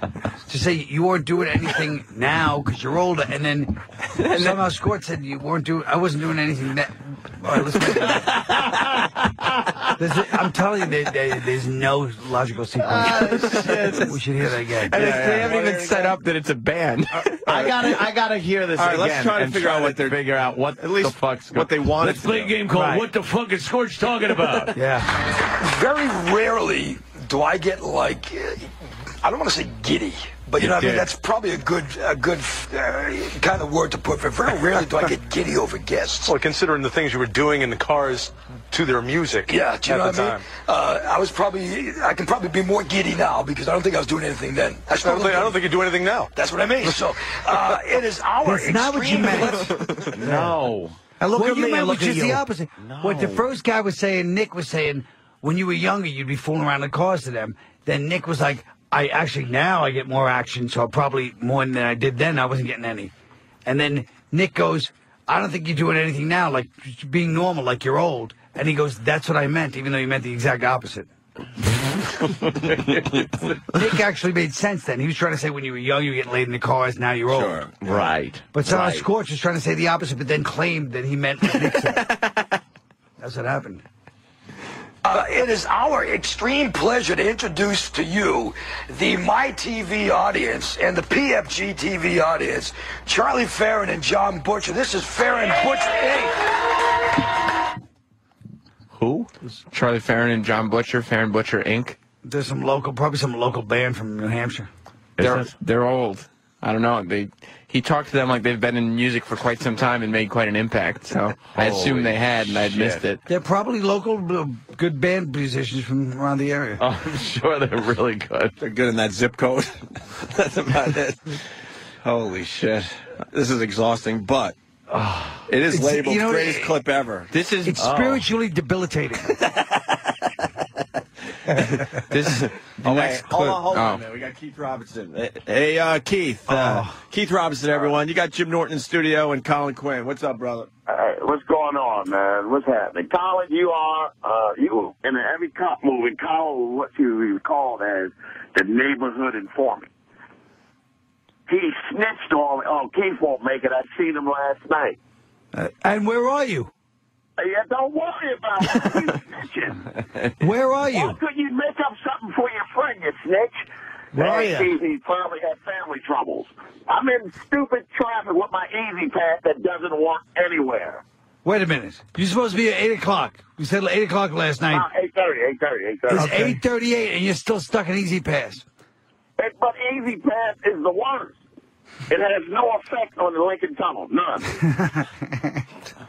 S16: to say you weren't doing anything now because you're older, and then somehow Squirt said you weren't doing. I wasn't doing anything that. oh, All right, let's make it- There's a- I'm telling you, there, there- there's no logical sequence. we should hear that again.
S4: Ah, And it's, they haven't even set up that it's a band.
S1: [laughs] I gotta, I gotta hear this
S4: All right,
S1: again.
S4: let's try to
S1: and
S4: figure out what
S1: to figure out what at
S4: least
S1: the fuck's
S4: what
S1: going-
S4: they wanted
S1: Let's
S4: to
S1: play a
S4: do.
S1: game called
S4: Right.
S1: "What the Fuck Is Scorch Talking [laughs] About?"
S16: yeah.
S5: Very rarely do I get like, uh, I don't want to say giddy, but you know what I mean?
S1: Yeah.
S5: That's probably a good a good uh, kind of word to put. But very rarely do I get giddy over guests.
S7: Well, considering the things you were doing in the cars to their music
S5: Yeah,
S7: at
S5: do you know
S7: the
S5: what I
S7: time.
S5: mean? Uh, I was probably, I can probably be more giddy now because I don't think I was doing anything then. That's
S7: I don't,
S5: probably-
S7: think, I don't think you do anything now.
S5: That's what I mean. So uh, it is our
S16: That's not what you
S5: extreme [laughs]
S16: meant.
S1: No.
S16: I look
S3: What
S16: at
S3: you
S16: me,
S3: meant
S16: I look
S3: was
S16: at
S3: just
S16: you.
S3: the opposite.
S16: What the first guy was saying, Nick was saying, when you were younger, you'd be fooling around the cars to them. Then Nick was like, I actually now I get more action, so probably more than I did then. I wasn't getting any. And then Nick goes, I don't think you're doing anything now, like just being normal, like you're old. And he goes, That's what I meant, even though he meant the exact [laughs] opposite. Nick actually made sense then. He was trying to say when you were young, you were getting laid in the cars, now you're old.
S1: Right.
S16: But somehow
S1: right.
S16: Scorch was trying to say the opposite, but then claimed that he meant what Nick said. That's what happened.
S5: Uh, it is our extreme pleasure to introduce to you the My TV audience and the PFG TV audience, Charlie Farron and John Butcher. This is Farron Butcher Inc.
S4: Who? Charlie Farron and John Butcher, Farron Butcher Inc.
S16: There's some local, probably some local band from New Hampshire.
S4: They're they're old. I don't know. They he talked to them like they've been in music for quite some time and made quite an impact. So
S1: Holy
S4: I assumed they had, and I'd missed
S1: shit.
S4: it.
S16: They're probably local uh, good band musicians from around
S4: [laughs]
S16: the area.
S1: Oh, I'm sure they're really good.
S2: They're good in that zip code. [laughs] That's about it. Holy shit. This is exhausting,
S4: [sighs]
S2: but it is
S16: It's-
S2: labeled
S16: you know,
S2: greatest
S16: it-
S2: clip ever.
S4: This is oh.
S16: It's
S2: Oh.
S4: [laughs]
S16: spiritually debilitating. [laughs]
S2: [laughs]
S4: this. The next clip.
S2: Hold on, hold on,
S4: Oh.
S2: man. We got Keith Robinson. Hey, uh, Keith. Uh, Keith Robinson, everyone. You got Jim Norton in studio and Colin Quinn. What's up,
S4: [laughs]
S2: brother?
S11: Hey, what's going on, man? What's happening? Colin, you are, uh, you, in every cop movie, Colin was what you was called as the neighborhood informant. He snitched on, oh, Keith won't make it. I seen him last night.
S16: Uh, and where are you?
S11: Yeah, don't worry about it. You
S16: [laughs]
S11: snitching.
S16: Where are
S11: Why
S16: you?
S11: couldn't you make up something for your friend, you snitch?
S16: Where are
S11: Hey,
S16: you?
S11: Keith, He probably had family troubles. I'm in stupid traffic with my easy pass that doesn't walk anywhere.
S16: Wait a minute. You're supposed to be at 8 o'clock. We said 8 o'clock last night.
S11: Uh, 8.30, 8.30, 8.30.
S16: It's 8.38 and you're still stuck in Easy Pass.
S11: It- but Easy Pass is the worst. It has no effect on the Lincoln Tunnel, none.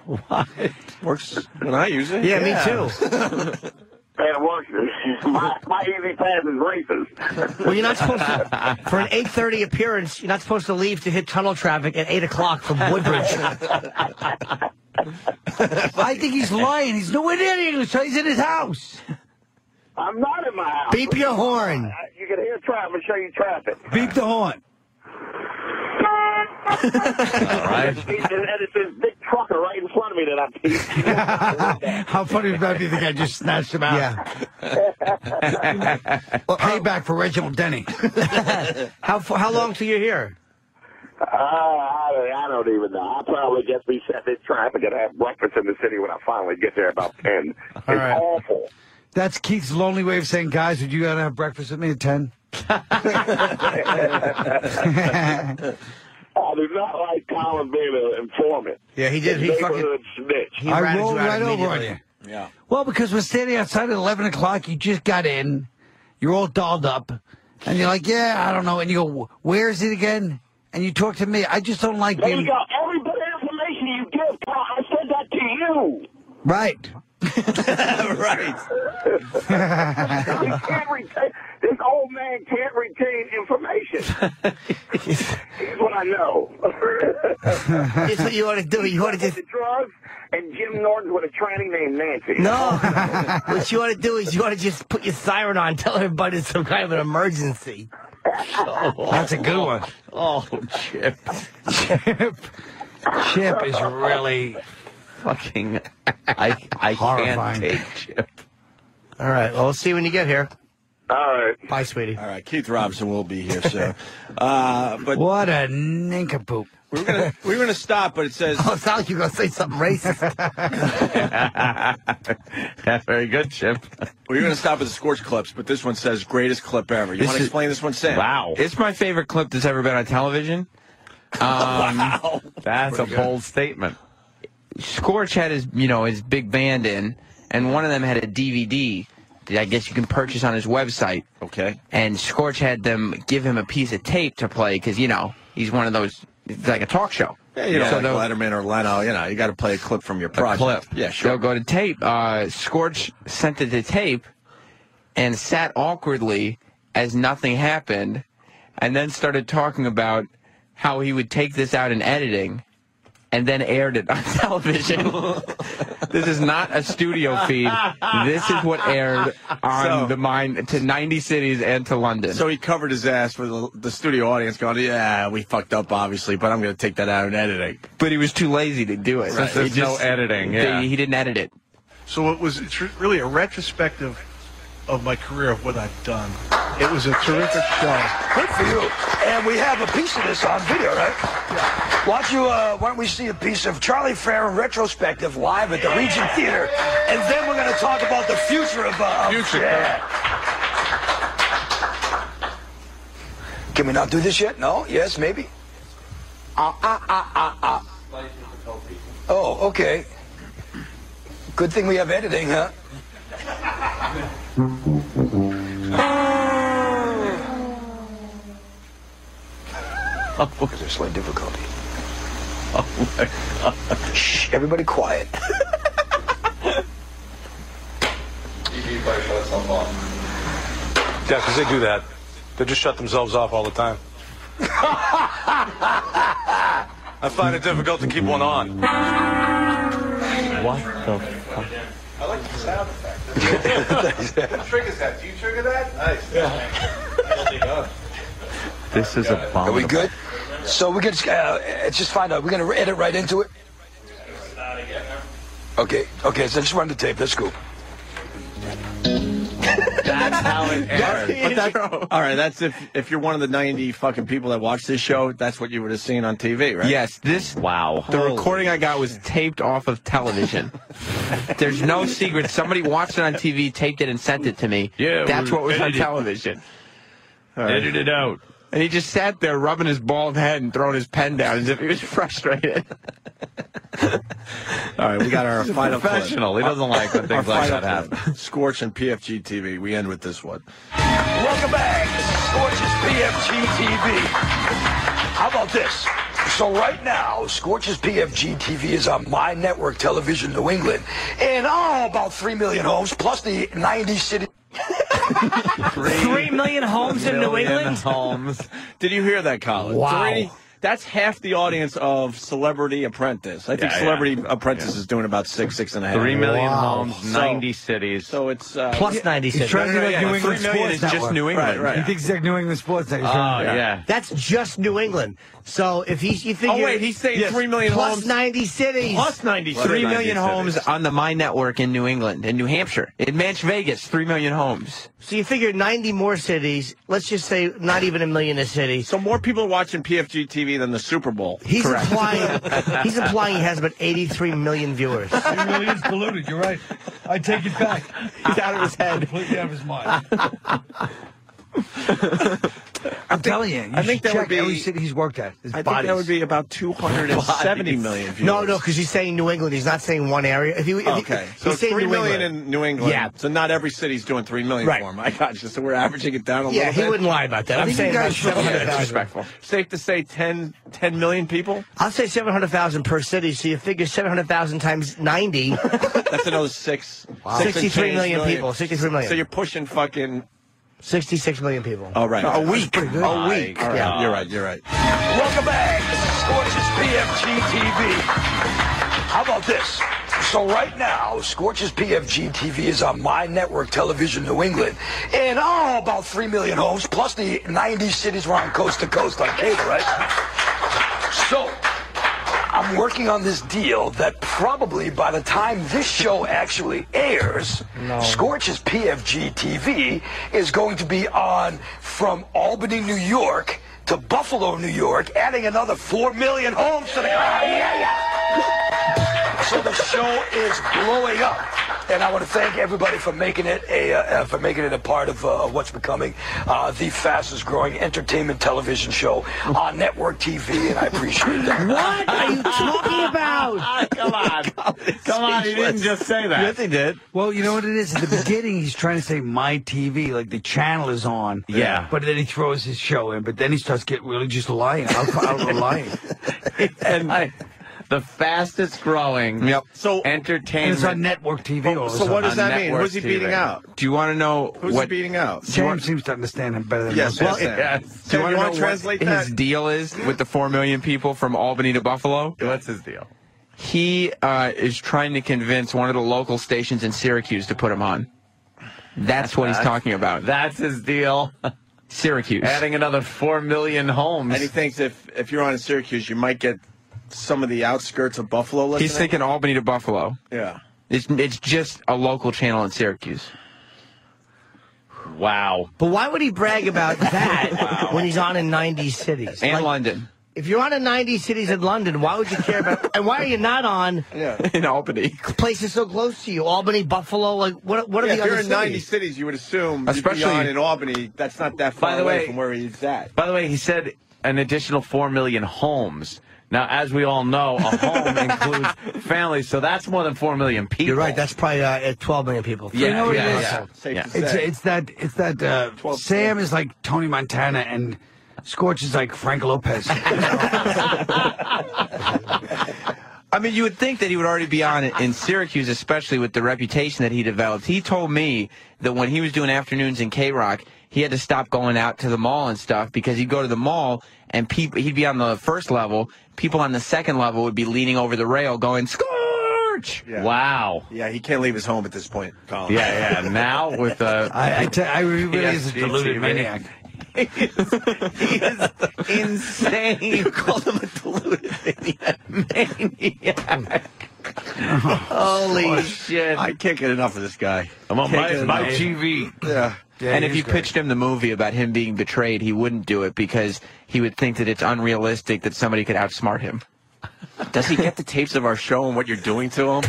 S2: What? Works when I use it.
S11: Yeah, me too. It works. [laughs] my, my Easy Pass is racist.
S3: Well, you're not supposed to, for an 8.30 appearance, you're not supposed to leave to hit tunnel traffic at 8 o'clock from Woodbridge.
S16: I think he's lying. He's nowhere near the English. He's in his house.
S11: I'm not in my house.
S16: Beep your horn.
S11: I- You can hear traffic. and show you traffic.
S16: Beep the horn.
S11: [laughs] and it's this big trucker right in front of me that I beat.
S16: How funny would that be? The guy just snatched him out. [laughs] Yeah. Payback for Reginald Denny.
S11: [laughs]
S3: how, f- how long till you're here?
S11: Uh, I, don't- I don't even know. I'll probably just be sitting in traffic and have breakfast in the city when I finally get there about 10. it's
S16: right.
S11: awful.
S16: That's Keith's lonely way of saying, guys, would you gotta have breakfast with me at 10?
S11: I do not like Colin being an informant.
S16: Yeah, he did.
S11: A
S16: He fucking-
S11: neighborhood snitch.
S16: I rolled right over on you.
S11: Yeah.
S16: Well, because we're standing outside at 11 o'clock. You just got in. You're all dolled up. And you're like, yeah, I don't know. And you go, where is it again? And you talk to me. I just don't like
S11: There
S16: being.
S11: you go. Every bit of information you give, Colin, I said that to
S16: [laughs]
S11: you.
S16: Right.
S11: he can't retain, this old man can't retain
S16: [laughs]
S11: information. Here's what I know.
S3: Here's what you ought to do. You ought to just.
S11: The drugs and Jim Norton's with a tranny named Nancy.
S3: No. what you ought to do is you ought to just put your siren on, tell everybody it's some kind of an emergency.
S16: That's a good one.
S3: Oh,
S1: Chip.
S16: Chip. Chip is really.
S1: Fucking. I, I
S3: Horrifying.
S1: can't take Chip.
S3: All right. Well, we'll see when you get here.
S11: All right.
S3: Bye, sweetie.
S2: All right, Keith Robinson will be here,
S16: [laughs]
S2: so. Uh, but
S16: what a nincompoop.
S2: We were gonna we were gonna stop, but it
S16: [laughs]
S2: says.
S3: Oh, sounds like you're gonna say something racist.
S1: That's
S4: [laughs]
S1: very good, Chip.
S2: We were gonna stop at the Scorch clips, but this one says greatest clip ever. You
S4: This
S2: want to
S4: is-
S2: explain this one, Sam?
S4: It's my favorite clip that's ever been on television. Um,
S2: [laughs]
S4: wow.
S1: That's a bold statement.
S4: Scorch had his, you know, his big band in, and one of them had a DVD that I guess you can purchase on his website.
S2: Okay.
S4: And Scorch had them give him a piece of tape to play because, you know, he's one of those, it's like a talk show.
S2: Yeah, you know,
S4: So
S2: like
S4: they'll-
S2: Letterman or Leno, you know, you got to play a clip from your
S4: a
S2: project.
S4: clip.
S2: Yeah, sure.
S4: They'll go to tape. Uh, Scorch sent it to tape and sat awkwardly as nothing happened, and then started talking about how he would take this out in editing. And then aired it [laughs] on television. this is not a studio feed. This is what aired on
S2: [laughs] So-
S4: the mine to 90 cities and to London.
S2: So he covered his ass for the, the studio audience, going, "Yeah, we fucked up, obviously, but I'm going to take that out in editing."
S4: But he was too lazy to do it.
S2: Right.
S4: He just- they- he didn't edit it.
S42: So it was it's really a retrospective of my career of what I've done. It was a terrific show.
S5: Good for you. And we have a piece of this on video, right? Yeah. Why don't you, uh, why don't we see a piece of Charlie Fair in retrospective live at the Regent Theater, and then we're going to talk about the future of. Uh, future. Can we not do this yet? No? Yes? Maybe? Ah, ah, ah, ah, ah. Oh, okay. Good thing we have editing, huh? There's a slight difficulty. [laughs] Oh my god. Shh, everybody [laughs] quiet.
S7: Yeah, because they do that. They just shut themselves off all the time. I find it difficult to keep one on.
S1: What the fuck?
S42: I like the sound
S5: [laughs]
S42: effect. What triggers that? Do you trigger that? Nice. Yeah.
S1: This is a bomb.
S5: Are we good? So we can uh, it's just find out. We're gonna edit right into it. Okay, okay. So just run the tape. That's cool.
S2: That's how it all right, that's if if you're one of the 90 fucking people that watch this show, that's what you would have seen on TV, right?
S4: Yes, this.
S1: Wow.
S4: The recording I got was taped off of [laughs] television. There's no secret. Somebody watched it on TV, taped it, and sent it to me.
S43: Yeah,
S4: that's
S43: we
S4: what was on
S43: edited.
S4: television.
S43: Edit it out.
S4: And [laughs] he just sat there rubbing his bald head and throwing his pen down as if he was frustrated.
S44: All right,
S2: we got our
S44: He's a
S2: final clip.
S44: professional. He doesn't like when
S2: Our
S44: things like
S2: final
S44: that
S2: clip. Scorch and PFG TV. We end with this one.
S5: Welcome back. This is Scorch's PFG TV. How about this? So right now, Scorch's PFG TV is on my network television, New England, and oh, about three million homes plus the 90 city.
S45: [laughs] Three million homes in New
S5: [laughs]
S2: Million
S45: England?
S2: Homes. Did you hear that, Colin?
S45: Wow.
S2: Three- that's half the audience of Celebrity Apprentice. I think
S1: Yeah, yeah.
S2: Celebrity Apprentice is doing about six, six and a half.
S1: Three million homes,
S2: So-
S1: 90 cities.
S2: So it's uh,
S1: Plus
S2: yeah.
S1: 90 cities.
S2: No, no, no,
S1: Trying to [laughs] make
S2: yeah,
S1: New
S2: but
S1: England
S2: three million
S1: sports
S2: is just
S1: network.
S2: New England.
S1: Right,
S16: He thinks it's like New England sports. Network.
S1: Oh, yeah.
S3: That's just New England. So if he, you think
S2: Oh, wait, he's saying
S3: Yes.
S2: three million
S3: plus
S2: homes.
S3: ninety cities,
S2: Plus 90 cities.
S4: Three million homes on the My Network in New England, in New Hampshire, in Manch Vegas. Three million homes.
S3: So you figure ninety more cities. Let's just say not even a million a city.
S2: So more people are watching PFG TV than the Super Bowl.
S3: He's
S2: Correct. [laughs]
S3: implying he's implying he has about eighty three million viewers.
S16: It really is polluted. You're right. I take it back. [laughs]
S3: He's out of his head.
S16: Completely out of
S1: [laughs]
S16: his mind.
S3: I'm telling you.
S16: I think
S3: should
S16: that would
S3: check
S16: be-
S3: every city he's worked at. His
S2: I think
S3: bodies.
S2: that would be about 270 million viewers.
S3: No, no, because he's saying New England. He's not saying one area. If he, if he-
S2: Okay, so
S3: he's saying
S2: three
S3: New
S2: million
S3: England.
S2: in New England.
S3: Yeah.
S2: So not every city's doing three million
S3: Right.
S2: for him. I got you. So we're averaging it down a
S3: Yeah,
S2: little
S3: he
S2: bit.
S3: wouldn't lie about that.
S2: I
S3: I'm
S2: think
S3: saying
S2: you
S3: about
S2: guys should- yeah,
S3: 700,000.
S2: it's respectful. Safe to say 10, 10 million people.
S3: I'll say seven hundred thousand per city. So you figure seven hundred thousand times ninety. [laughs]
S2: That's another six.
S3: Wow.
S2: six and
S3: 63
S2: change
S3: million people, 63 million.
S2: So you're pushing fucking.
S3: 66 million people.
S2: All right.
S3: A
S2: That's
S3: week.
S2: pretty good.
S3: A week.
S2: All right.
S3: Yeah.
S2: You're right. You're right.
S5: Welcome back. This is Scorch's PFG TV. How about this? So right now, Scorch's PFG TV is on my network television, New England, and oh, about three million homes plus the 90 cities we're on coast to coast on cable, right? So. I'm working on this deal that probably by the time this show actually airs, Scorch's PFG TV is going to be on from Albany, New York to Buffalo, New York, adding another 4 million homes to the crowd. Yeah, yeah. So the show is blowing up. And I want to thank everybody for making it a uh, uh, for making it a part of uh, what's becoming uh, the fastest growing entertainment television show on network TV, and I appreciate that.
S3: [laughs] What are you talking about?
S46: Come on. [laughs] Come on, he didn't just say that.
S16: he did. Well, you know what it is? At the beginning, he's trying to say my TV, like the channel is on.
S46: Yeah.
S16: But then he throws his show in, but then he starts getting really just lying, out, out lying.
S1: [laughs] and the fastest growing so entertainment.
S16: And it's on network TV all of a
S1: so what
S16: sudden.
S1: does that mean? Who's he beating out?
S4: Do you want to know
S1: Who's he
S4: what
S1: beating
S2: out?
S16: Sam seems to understand him better than
S4: Yes, well,
S16: most.
S1: yes.
S4: Do
S1: Sam,
S4: you
S1: you wanna
S4: want to
S1: translate
S4: translate
S1: that?
S4: his deal is with the four million people from Albany to Buffalo?
S1: What's his deal?
S4: He uh, is trying to convince one of the local stations in Syracuse to put him on. That's what he's talking about.
S1: That's his deal.
S4: [laughs] Syracuse.
S1: Adding another four million homes.
S2: And he thinks if if you're on in Syracuse, you might get some of the outskirts of Buffalo. Listening.
S4: He's thinking Albany to Buffalo.
S1: [laughs]
S2: Yeah.
S4: It's it's just a local channel in Syracuse.
S46: Wow.
S3: But why would he brag
S4: [laughs]
S3: about that when he's on in 90 cities?
S4: And
S3: Like,
S4: London.
S3: If you're on in 90 cities in London, why would you care
S4: [laughs]
S3: about And why are you not on
S4: in Albany?
S3: places so close to you? Albany, Buffalo, like what what are
S2: Yeah,
S3: the
S2: if
S3: other
S2: you're in
S3: cities?
S2: 90 cities, you would assume
S1: Especially-
S2: you'd be on in Albany. That's not that far
S1: By the
S2: away
S1: way-
S2: from where he's at.
S1: By the way, he said an additional 4 million homes. Now, as we all know, a
S16: [laughs]
S1: home includes families, so that's more than 4 million people.
S3: You're right, that's probably uh, at 12 million people. [laughs]
S16: You know what it
S1: yeah,
S16: is?
S1: yeah. Safe to
S16: It's,
S1: say.
S16: it's that. It's that. Uh, Sam is like Tony Montana, and Scorch is like Frank Lopez.
S4: I mean, you would think that he would already be on it in Syracuse, especially with the reputation that he developed. He told me that when he was doing afternoons in K Rock, he had to stop going out to the mall and stuff because he'd go to the mall and people he'd be on the first level, people on the second level would be leaning over the rail going scorch.
S1: Wow.
S2: Yeah, he can't leave his home at this point, Colin.
S1: Yeah, yeah. Now with uh, the
S16: I, I, t- [laughs] I really is a
S1: PSG
S16: deluded
S1: TV.
S16: maniac.
S4: Insane. you called him a deluded maniac. [laughs] Holy shit.
S2: I can't get enough of this guy.
S1: I'm on
S2: Can't
S1: my-
S2: get
S1: my
S2: enough.
S1: TV.
S2: Yeah.
S4: and if you pitched him the movie about him being betrayed, he wouldn't do it because he would think that it's unrealistic that somebody could outsmart him.
S2: Does he get the tapes of our show and what you're doing to him?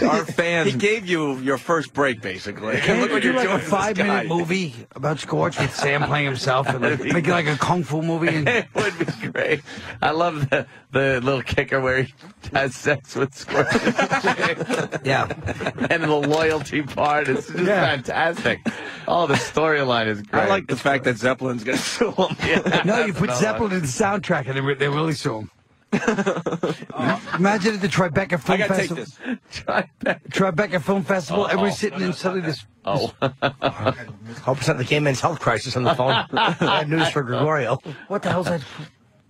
S47: Our fans. he gave you your first break, basically.
S16: Can
S47: Look
S16: we
S47: what
S16: do
S47: you're
S16: like
S47: doing
S16: a
S47: to this
S16: five minute
S47: guy.
S16: movie about Scorch with Sam playing himself and like,
S47: That'd be
S16: [laughs] make it like a kung fu [laughs] movie?
S1: [laughs]
S16: And,
S1: it would be great. I love the, the little kicker where he has sex with Squirt.
S16: [laughs] yeah.
S1: And the loyalty part is just fantastic. Oh, the storyline is great.
S47: I like the fact that Zeppelin's going to [laughs] sue him.
S16: no, uh, you put Zeppelin in the soundtrack and they, re- they really sue [laughs] him. Imagine at the Tribeca Film
S47: gotta take
S16: Festival. [laughs] Tribeca. Film Festival. Everyone's sitting in suddenly this.
S1: Oh.
S3: Hope it's not the gay men's health crisis on the
S4: [laughs]
S3: phone. Bad news for Gregorio.
S16: What the hell's that?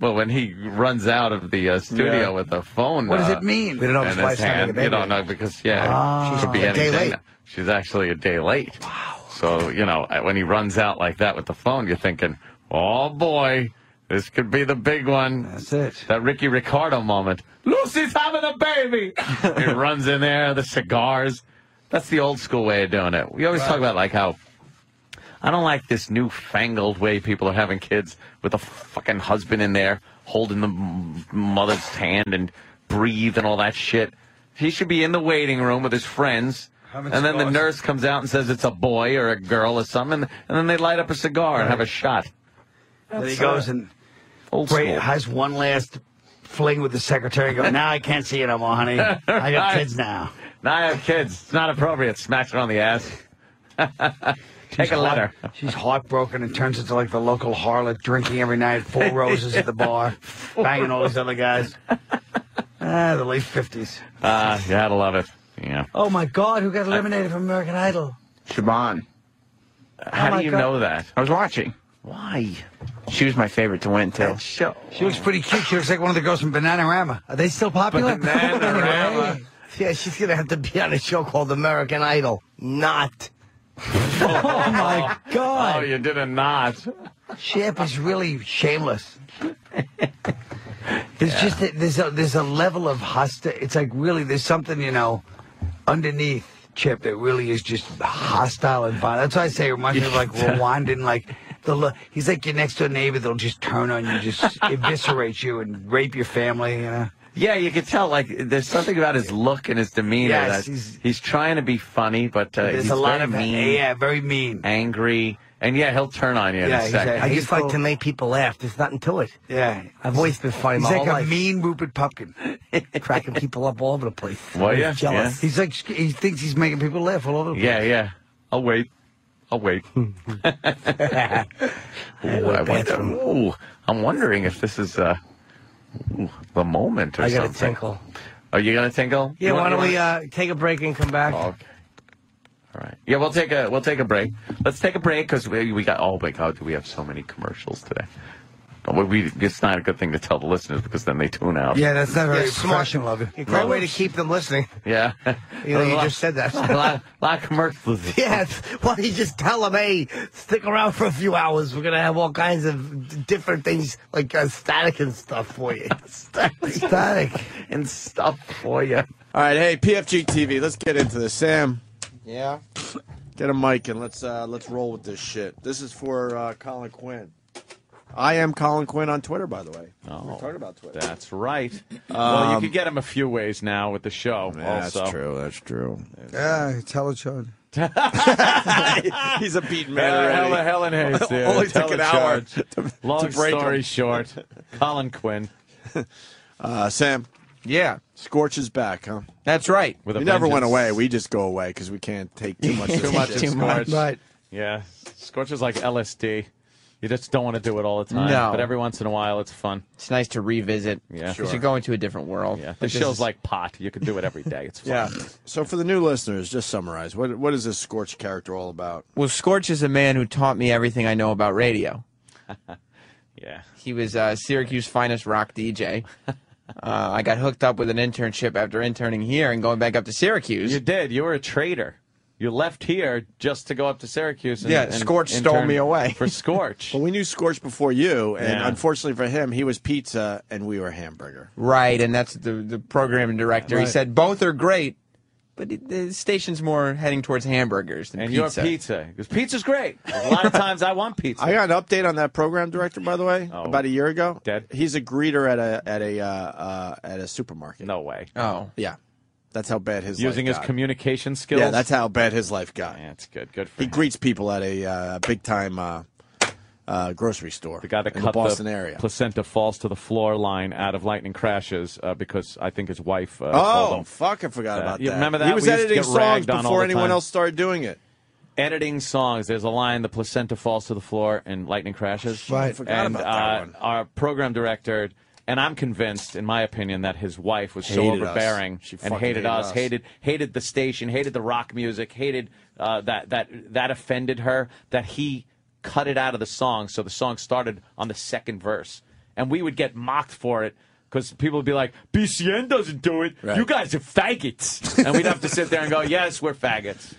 S1: Well, when he runs out of the uh, studio
S3: Yeah.
S1: with the phone.
S3: What does
S1: uh,
S3: it mean? We don't know if his
S1: in his
S3: wife's having
S1: hand,
S3: a
S1: You
S3: baby.
S1: don't know because, yeah,
S3: Ah.
S1: she could be
S3: A day
S1: anything.
S3: late.
S1: She's actually a day late. Wow. So, you know, uh, when he runs out like that with the phone, you're thinking, oh boy, this could be the big one. That's
S16: it.
S1: That Ricky Ricardo moment. Lucy's having
S3: [laughs]
S1: a baby. he runs in there, the cigars. That's the old school way of doing it. We always talk about like how I don't like this newfangled way people are having kids with a fucking husband in there holding the m- mother's hand and breathe and all that shit. He should be in the waiting room with his friends.
S48: Having
S1: and then the
S48: cigars.
S1: nurse comes out and says it's a boy or a girl or something, and, and then they light up a cigar and have a shot.
S16: Then he
S1: [laughs]
S16: goes and
S1: Old
S16: Great,
S1: school.
S16: has one last fling with the secretary. and Go now, I can't see you no more, [laughs] honey. I got
S1: Right.
S16: kids now.
S1: Now I have kids. It's not appropriate. Smash it on the ass. Take
S16: She's
S1: a letter.
S16: heart- she's heartbroken and turns into like the local harlot, drinking every night, [laughs] four roses at the bar, banging all these other guys. Ah, the late fifties.
S1: Ah, you gotta love it. Yeah.
S16: Oh my God, who got eliminated from American Idol?
S4: Siobhan.
S16: Oh
S4: How
S16: my
S4: do you
S16: God.
S4: know
S1: that?
S4: I was watching.
S1: Why?
S4: She was my favorite to win, too.
S1: Show.
S16: She looks pretty cute. She looks like one of the girls from Bananarama. Are they still
S3: [laughs]
S16: popular?
S3: Bananarama. Yeah, she's gonna have to be on a show called American Idol. Not.
S16: oh my
S1: [laughs]
S16: God.
S1: Oh, you did a knot.
S16: Shep is really shameless. there's just a, there's a there's a level of hostile. It's like really there's something you know underneath Chip that really is just hostile and violent. That's why I say it reminds me of like Rwandan. Like the lo- he's like your next door neighbor that'll just turn on you,
S1: [laughs]
S16: just eviscerate you and rape your family. You know.
S1: Yeah, you could tell. Like, there's something about his look and his demeanor.
S16: Yes,
S1: that
S16: he's-
S1: he's, trying to be funny, but uh,
S16: There's
S1: he's
S16: a lot
S1: very
S16: of-
S1: mean.
S16: yeah, very mean,
S1: angry, and yeah, he'll turn on you in a second.
S3: I just like to make people laugh. There's nothing to it.
S16: Yeah.
S3: I've always been funny my
S16: He's like
S3: whole
S16: a
S3: life.
S16: mean Rupert Pupkin,
S3: [laughs] cracking people up all over the place.
S1: Well,
S3: I'm
S1: yeah,
S3: jealous.
S16: He's like he thinks he's making people laugh all over. the place.
S1: yeah, yeah. I'll wait. I'll wait.
S3: Hmm.
S1: [laughs] ooh, I wonder, ooh, I'm wondering if this is uh, ooh, the moment or
S3: I got a
S1: something.
S3: tinkle.
S1: Are you gonna tinkle?
S3: Yeah,
S1: You
S3: why
S1: want-
S3: don't
S1: you
S3: we
S1: want-
S3: uh, take a break and come back?
S1: Okay. All right. Yeah, we'll take a we'll take a break. Let's take a break because we, we got oh my god, do we have so many commercials today? But we- we, it's not a good thing to tell the listeners because then they tune out.
S16: Yeah, that's not very
S3: Yeah, smart.
S16: professional of you.
S3: A great way to keep them listening.
S2: [laughs]
S1: Yeah.
S3: You know, you
S1: Lot-
S3: just said that.
S1: [laughs] a lot, lot of commercials.
S3: [laughs] Yes. Why don't you just tell them, hey, stick around for a few hours. We're going to have all kinds of d- different things, like uh, static and stuff for
S1: [laughs]
S3: you.
S16: static.
S49: [laughs]
S1: and stuff for you.
S2: All right, hey PFG TV, let's get into this. Sam, yeah, get a mic and let's uh, let's roll with this shit. This is for uh, Colin Quinn. I am Colin Quinn on Twitter, by the way.
S49: Oh,
S2: We're talking about Twitter.
S49: That's right. well, you
S2: Um,
S49: could get him a few ways now with the show. also.
S2: true. That's true.
S16: Yeah, tell it, Sean.
S1: [laughs]
S16: [laughs]
S2: He's a beaten man
S49: Helen,
S2: already.
S49: Helen, Helen Hayes. There.
S2: Uh, [laughs] Only took an hour
S49: Long
S2: to break
S49: story
S2: him. [laughs]
S49: short, Colin Quinn.
S2: Uh, Sam.
S4: Yeah.
S2: Scorch is back, huh?
S4: That's right.
S2: We
S49: With a
S2: never went
S49: vengeance.
S2: away. We just go away because we can't take
S49: [laughs]
S4: [laughs]
S2: too much.
S49: too much
S2: too
S49: of Scorch. Yeah. Scorch is like LSD. You just don't want to do it all the time.
S4: No.
S49: But every once in a while, it's fun.
S4: It's nice to revisit.
S49: Yeah.
S4: Because you're going to a different world.
S49: Yeah.
S4: But
S49: This show's
S4: is-
S49: like pot. You can do it every day. It's fun.
S2: [laughs] Yeah. So for the new listeners, just summarize what what is this Scorch character all about?
S4: Well, Scorch is a man who taught me everything I know about radio.
S49: [laughs] yeah.
S4: He was uh, Syracuse's finest rock DJ. [laughs] Uh, I got hooked up with an internship after interning here and going back up to Syracuse.
S49: You did. You were a traitor. You left here just to go up to Syracuse. And,
S4: Yeah,
S49: and
S2: Scorch
S49: intern
S2: stole me away.
S49: for Scorch.
S2: [laughs] Well, we knew Scorch before you, and
S49: Yeah.
S2: unfortunately for him, he was pizza and we were hamburger.
S4: Right, and that's the the program director.
S2: Right.
S4: He said both are great, but it, the station's more heading towards hamburgers than
S49: and
S4: pizza.
S49: your pizza. Because pizza's great. [laughs] A lot of times I
S2: [laughs]
S49: want pizza.
S2: I got an update on that program director, by the way,
S1: Oh.
S2: about a year ago. Dead. He's a greeter at a at a uh, uh, at a supermarket.
S49: No way.
S4: Oh
S2: yeah. That's how bad his
S1: Using
S2: life
S1: his
S2: got.
S1: communication skills.
S2: Yeah, that's how bad his life got.
S1: That's good. Good for
S2: He greets people at a uh, big time uh, uh, grocery store. The guy
S1: to
S2: in
S1: cut
S2: the Boston area.
S1: placenta falls to the floor line out of lightning crashes uh, because I think his wife. Uh, called
S2: oh
S1: him.
S2: fuck! I forgot
S1: Uh,
S2: about
S1: you
S2: that.
S1: remember that?
S2: He was
S1: We used to
S2: editing
S1: get ragged
S2: songs
S1: on all
S2: before
S1: the
S2: anyone
S1: time.
S2: else started doing it.
S1: editing songs. There's a line: the placenta falls to the floor and lightning crashes.
S2: Right. I forgot
S1: and,
S2: about
S1: uh, Our program director, and I'm convinced, in my opinion, that his wife was so
S2: Hated us.
S1: overbearing
S2: She
S1: and
S2: fucking
S1: hated
S2: hated
S1: us,
S2: us.
S1: hated hated the station, hated the rock music, hated uh, that that that offended her. That he cut it out of the song, so the song started on the second verse, and we would get mocked for it. Because people would be like, BCN doesn't do it. You guys are faggots. and we'd have to sit there and go, yes, we're faggots.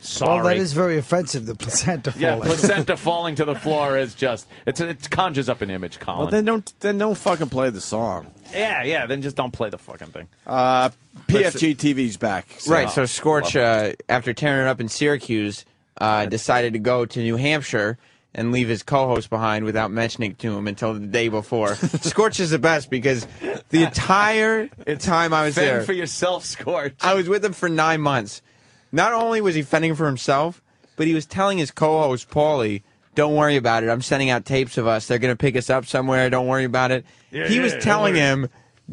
S1: Sorry.
S21: Well, that is very offensive. The placenta
S1: Yeah,
S21: falling.
S1: placenta falling to the floor is just it's it conjures up an image, Colin.
S2: Well, then don't then don't fucking play the song.
S1: yeah, yeah, then just don't play the fucking thing.
S2: Uh, PFG TV's back.
S4: right. So Scorch, uh, after tearing it up in Syracuse, uh, decided to go to New Hampshire and leave his co-host behind without mentioning it to him until the day before. Scorch is the best because the entire time I was
S1: Fend
S4: there,
S1: for yourself, Scorch.
S4: I was with him for nine months. Not only was he fending for himself, but he was telling his co-host Paulie, "Don't worry about it. I'm sending out tapes of us. They're going to pick us up somewhere. Don't worry about it."
S17: Yeah,
S4: he
S17: yeah,
S4: was
S17: don't
S4: telling
S17: worry.
S4: him,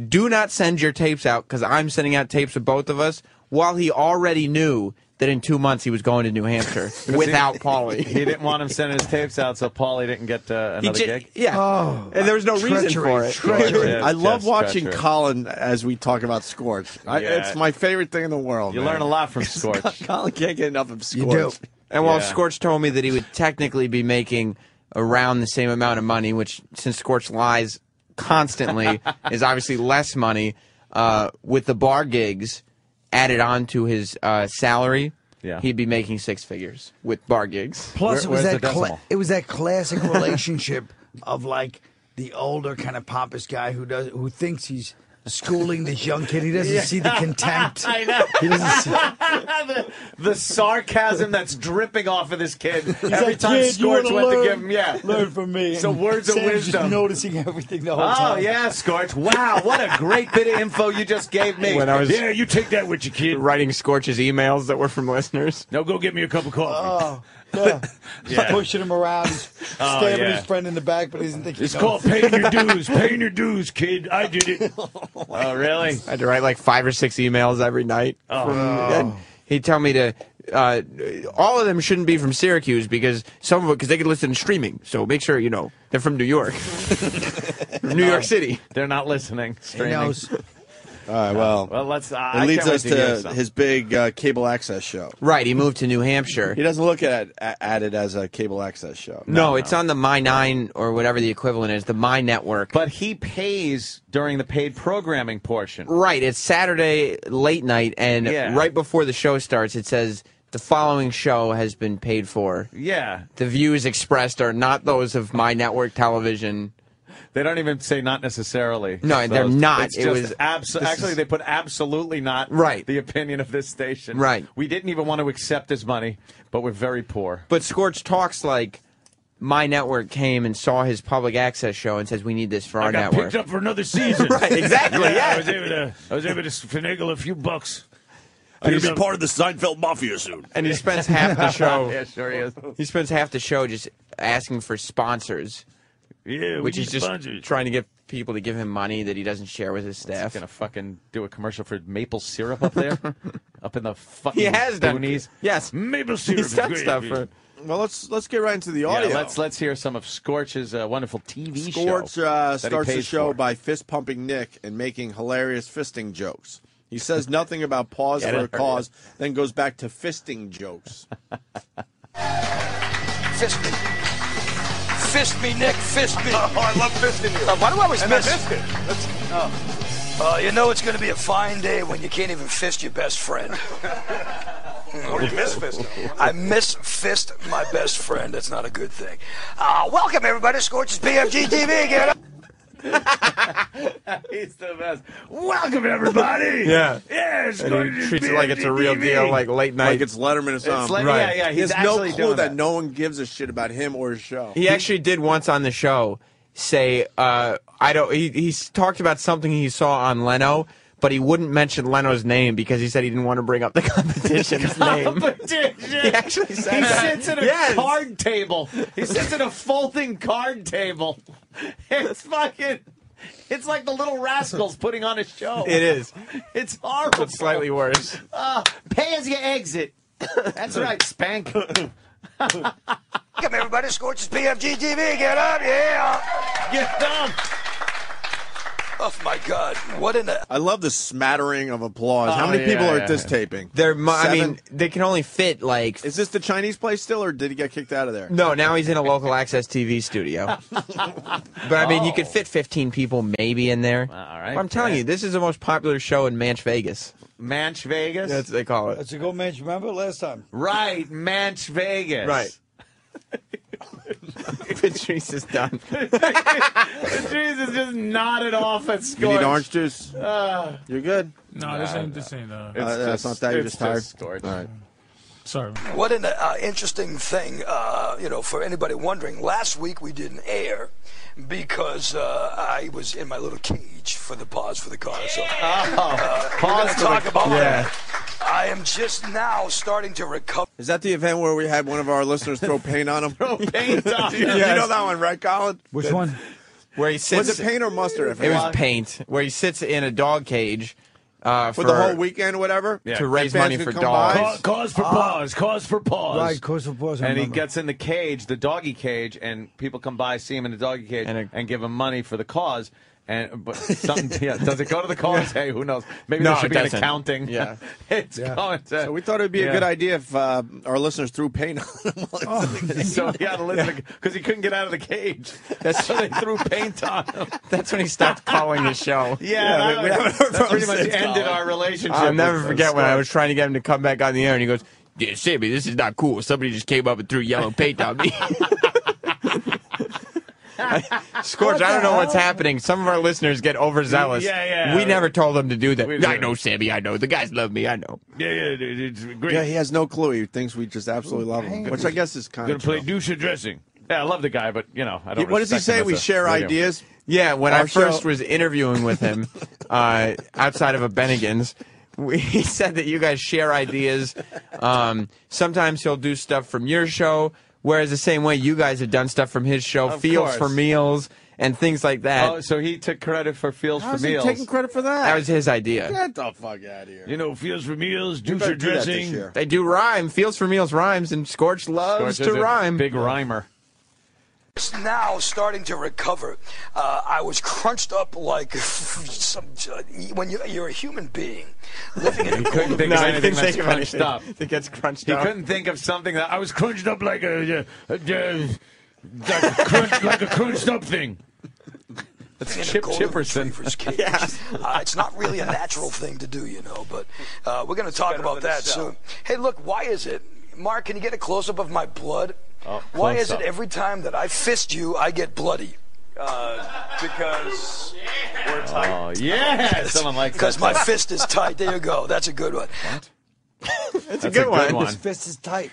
S4: "Do not send your tapes out because I'm sending out tapes of both of us." While he already knew that in two months he was going to New
S2: [laughs]
S4: Hampshire without Paulie.
S1: [laughs] he didn't want him sending his tapes out, so Paulie didn't get uh,
S4: He
S1: another
S4: ju-
S1: gig.
S4: Yeah. and there was no reason
S2: Treachery,
S4: for it.
S1: treachery.
S2: I love
S1: Yes,
S2: watching
S1: treachery.
S2: Colin as we talk about Scorch. I,
S1: Yeah.
S2: It's
S1: [laughs]
S2: my favorite thing in the world.
S1: You
S2: man.
S1: learn a lot
S2: [laughs]
S1: from Scorch.
S2: Colin can't get enough of Scorch.
S4: [laughs] And while
S2: Yeah.
S4: Scorch told me that he would technically be making around the same amount of money, which since Scorch lies constantly
S2: [laughs]
S4: is obviously less money, uh, with the bar gigs added on to his uh, salary,
S1: Yeah.
S4: he'd be making six figures with bar gigs.
S21: [laughs] Plus, it was that cla- it was that classic relationship [laughs] of like the older kind of pompous guy who does who thinks he's schooling this young kid. He doesn't
S1: Yeah.
S21: see the contempt.
S1: [laughs] I
S4: [laughs]
S1: know.
S21: He doesn't
S1: [laughs]
S21: see-
S1: the, the sarcasm that's dripping off of this kid every
S21: like,
S1: time
S21: "Kid, you
S1: Scorch
S21: wanna
S1: went to
S21: learn-
S1: give him. Yeah,
S21: learn from me.
S1: So
S21: And
S1: words of
S21: Sam's just
S1: wisdom.
S21: noticing everything the whole
S1: oh
S21: time.
S1: yeah, Scorch. Wow, what a great bit of info you just gave me.
S4: When I was-
S1: yeah, you take that with you, kid.
S4: Writing Scorch's emails that were from listeners.
S1: No, go get me a cup of coffee.
S21: Oh, yeah.
S1: Yeah.
S21: Pushing him around, he's
S1: [laughs] Oh,
S21: stabbing
S1: yeah.
S21: his friend in the back, but he doesn't think he
S1: It's
S21: knows.
S1: called paying
S21: [laughs]
S1: your dues. Paying your dues, kid. I did it. oh, really?
S4: I had to write like five or six emails every night.
S1: Oh.
S4: from-
S1: Oh.
S4: and he'd tell me to. Uh, all of them shouldn't be from Syracuse because some of it because they could listen to streaming. So make sure you know they're from New York, from New York City.
S1: They're not listening. Streaming.
S4: knows.
S2: All right, well,
S1: [laughs] Well, let's. Uh,
S2: it
S1: I
S2: leads
S1: can't wait
S2: us
S1: to, hear
S2: to
S1: some.
S2: his big uh, cable access show.
S4: Right, he moved to New Hampshire.
S2: He doesn't look at at it as a cable access show.
S4: No, it's on the My Nine or whatever the equivalent is, the My Network.
S1: But he pays during the paid programming portion.
S4: Right, it's Saturday late night, and
S1: Yeah.
S4: right before the show starts, it says the following show has been paid for.
S1: Yeah.
S4: The views expressed are not those of My Network Television.
S1: They don't even say not necessarily.
S4: No, they're not.
S1: It's
S4: It
S1: just
S4: was-
S1: abso-
S4: this
S1: actually
S4: is-
S1: they put absolutely not.
S4: Right.
S1: The opinion of this station.
S4: Right.
S1: We didn't even want to accept his money, but we're very poor.
S4: But Scorch talks like my network came and saw his public access show and says we need this for our
S15: I got
S4: network.
S15: picked up for
S4: [laughs]
S15: another season.
S4: Right, exactly, yeah.
S15: I was able to. I was able to finagle a few bucks.
S4: I'm gonna be
S15: part of the Seinfeld Mafia soon.
S4: And he spends half
S1: [laughs]
S4: the
S11: [laughs]
S4: show.
S15: yeah, sure he is.
S4: He spends half the show just asking for sponsors.
S15: Yeah, we
S4: which
S15: need
S4: he's just
S15: sponsors.
S4: trying to get people to give him money that he doesn't share with his staff.
S1: He's gonna fucking do a commercial for maple syrup up
S4: [laughs]
S1: there, up in the fucking.
S4: He has done-
S1: boonies.
S4: Yes,
S2: [laughs]
S1: maple
S4: syrup He's is done great. stuff for-
S2: Well, let's let's get right into the
S1: Yeah,
S2: audio.
S1: let's let's hear some of Scorch's uh, wonderful TV show.
S2: Scorch
S1: that
S2: uh,
S1: he
S2: starts the
S1: pays
S2: show
S1: for.
S2: by fist pumping Nick and making hilarious fisting jokes. He says nothing about pause
S1: Get
S2: for
S1: it?
S2: a cause, then goes back to
S4: [laughs]
S2: fisting jokes.
S5: Fist me. Fist me, Nick. Fist
S7: [laughs]
S5: me. Oh, I love fisting you. why do I always
S7: And I
S5: miss?
S7: missed it. That's-
S5: Uh, you know it's going to be a fine day when you can't even fist your best
S7: [laughs]
S5: friend.
S7: Or you miss fist.
S5: I miss fist my best friend. That's not a good thing. Uh, welcome, everybody. Scorch's BFG TV. Give it up.
S1: [laughs] He's the best.
S3: [laughs]
S1: Welcome everybody.
S4: Yeah.
S1: Yeah. It's
S4: And
S1: going
S4: he
S1: to
S4: treats
S1: be
S4: it like it's a real
S1: TV.
S4: deal, like late night.
S2: Like it's Letterman or something.
S1: Let- yeah, Right. yeah,
S2: He
S1: he's
S2: has no
S1: actually
S2: clue
S1: doing
S2: that.
S1: that.
S2: no one gives a shit about him or his show.
S4: He actually did once on the show say, uh, I don't. He, he talked about something he saw on Leno, but he wouldn't mention Leno's name because he said he didn't want to bring up
S1: [laughs]
S4: the [laughs] competition's name. [laughs]
S1: He
S4: actually said
S27: He
S4: that.
S27: sits at a
S4: Yes.
S27: card table. He sits at a folding card table. [laughs] It's fucking. It's like the little rascals putting on a show.
S4: It is.
S27: It's horrible.
S4: It's slightly worse.
S27: Uh, pay as you exit. That's right, spank. [laughs]
S5: Welcome everybody, Scorch's PFG TV. Get up, yeah.
S27: Get up.
S5: Oh my God, what an
S2: I love the smattering of applause. How
S4: Oh,
S2: many people
S4: yeah,
S2: are
S4: yeah.
S2: at this taping?
S4: There, mu- I
S2: Seven?
S4: mean, they can only fit like.
S2: Is this the Chinese place still, or did he get kicked out of there?
S4: No, now he's in a local access TV
S2: [laughs]
S4: studio. But I mean, you could fit 15 people maybe in there. Oh. All right. I'm telling you, this is the most popular show in Manch Vegas.
S27: Manch
S4: [laughs]
S27: Vegas?
S4: That's what they call it.
S21: That's a go match. Remember last time?
S27: Right, Manch Vegas.
S4: Right. Patrice is done.
S27: Patrice is just nodded off at
S2: You
S27: Scorch.
S2: need orange juice.
S27: Uh,
S2: You're good.
S29: No, this ain't this ain't. Uh,
S2: Uh, that's not that. You're
S27: it's
S2: just tired.
S27: just Scorch.
S2: All right.
S29: sorry.
S5: What an uh, interesting thing, uh, you know, for anybody wondering. Last week we didn't air because uh, I was in my little cage for the pause for the car. So uh, we're
S2: Pause
S5: going
S2: for
S5: to
S2: the-
S5: talk about
S2: Yeah.
S5: that. I am just now starting to recover.
S2: Is that the event where we had one of our listeners throw paint on him? throw
S5: paint on
S2: [laughs] you,
S5: him.
S2: you know that one, right, Colin?
S4: Which
S2: That-
S4: one? Where he sits.
S2: Was it paint or mustard? I
S4: It
S2: forgot.
S4: was paint. Where he sits in a dog cage. Uh,
S2: for,
S4: for
S2: the whole weekend or whatever.
S4: To raise
S2: Fans
S4: money
S2: could
S4: for
S2: come
S4: dogs.
S2: by.
S4: Ca-
S27: Cause for pause. Cause for pause.
S1: Right,
S21: cause for pause, I
S1: Ah. And he
S21: remember.
S1: gets in the cage, the doggy cage, and people come by, see him in the doggy cage, and, give him money for the cause. And but something, yeah, does it go to the cause? Hey, who knows? Maybe
S2: No,
S1: there should
S2: it
S1: be an
S2: doesn't.
S1: accounting.
S2: Yeah.
S1: [laughs] it's going to.
S2: So we thought it would be
S1: Yeah.
S2: a good idea if uh, our listeners threw paint on
S1: [laughs]
S2: him. [laughs]
S1: so he had to listen because he couldn't get out of the cage.
S4: That's
S1: [laughs] so they threw paint on him.
S4: That's when he stopped calling the show.
S1: [laughs] Yeah, that, that pretty much
S4: since
S1: ended our relationship.
S4: I'll never
S1: with-
S4: forget when I was trying to get him to come back on the air, and he goes, yeah, Sammy, this is not cool. Somebody just came up and threw yellow paint on
S2: [laughs]
S4: me. Scorch, I don't know what's happening. Some of our listeners get overzealous.
S27: Yeah, yeah.
S4: We never told them to do that.
S27: We did.
S4: I know, Sammy, I know. The guys love me, I know.
S27: Yeah, yeah, it- it's great.
S2: Yeah, he has no clue. He thinks we just absolutely love him, which I guess is kind
S27: Gonna
S2: of
S27: play
S2: true.
S27: douche dressing. Yeah, I love the guy, but you know, I don't.
S2: What does he
S27: respect him
S2: say?
S27: as
S2: We
S27: a
S2: share
S27: radio-
S2: ideas.
S4: Yeah, when
S2: Our
S4: I first
S2: show-
S4: was interviewing with him uh, outside of a Bennigan's, we, he said that you guys share ideas. Um, sometimes he'll do stuff from your show, whereas the same way you guys have done stuff from his show,
S1: Of
S4: feels
S1: course.
S4: for meals and things like that.
S1: Oh, so he took credit for Fields for
S2: How's he
S1: Meals.
S2: taking credit for that?
S4: That was his idea.
S2: Get the fuck out of here.
S27: You know, feels for meals,
S4: We
S27: douche
S4: better do that this
S27: dressing.
S4: year. They do rhyme. Feels for meals rhymes, and Scorch loves
S27: Scorch is
S4: to
S27: a
S4: rhyme.
S27: Big rhymer.
S5: Just now starting to recover. Uh, I was crunched up like [laughs] some. uh, When you, you're a human being living in a
S27: Couldn't think
S5: no,
S27: of
S5: I
S27: anything
S5: didn't
S27: that's
S5: think of
S27: crunched
S5: anything.
S27: up.
S4: [laughs] It gets crunched
S27: he
S5: up.
S27: couldn't think of something that I was crunched up like a, uh, uh, like, a crunch, [laughs] like a crunched up thing.
S5: That's
S27: Chip Chipperson.
S5: uh, it's not really a natural thing to do, you know, but uh, we're going to talk
S27: better
S5: about
S27: than a
S5: that
S27: cell.
S5: soon. Hey, look, why is it, Mark, can you get a close up of my blood?
S27: Oh,
S5: why is
S27: close-up.
S5: it every time that I fist you, I get bloody?
S50: Uh, because we're
S1: Oh
S5: [laughs]
S1: [laughs] yeah, someone likes
S5: Because
S1: that
S5: my
S1: stuff.
S5: fist is tight. There you go. That's a good one. [laughs]
S1: That's a good one.
S21: His fist is tight.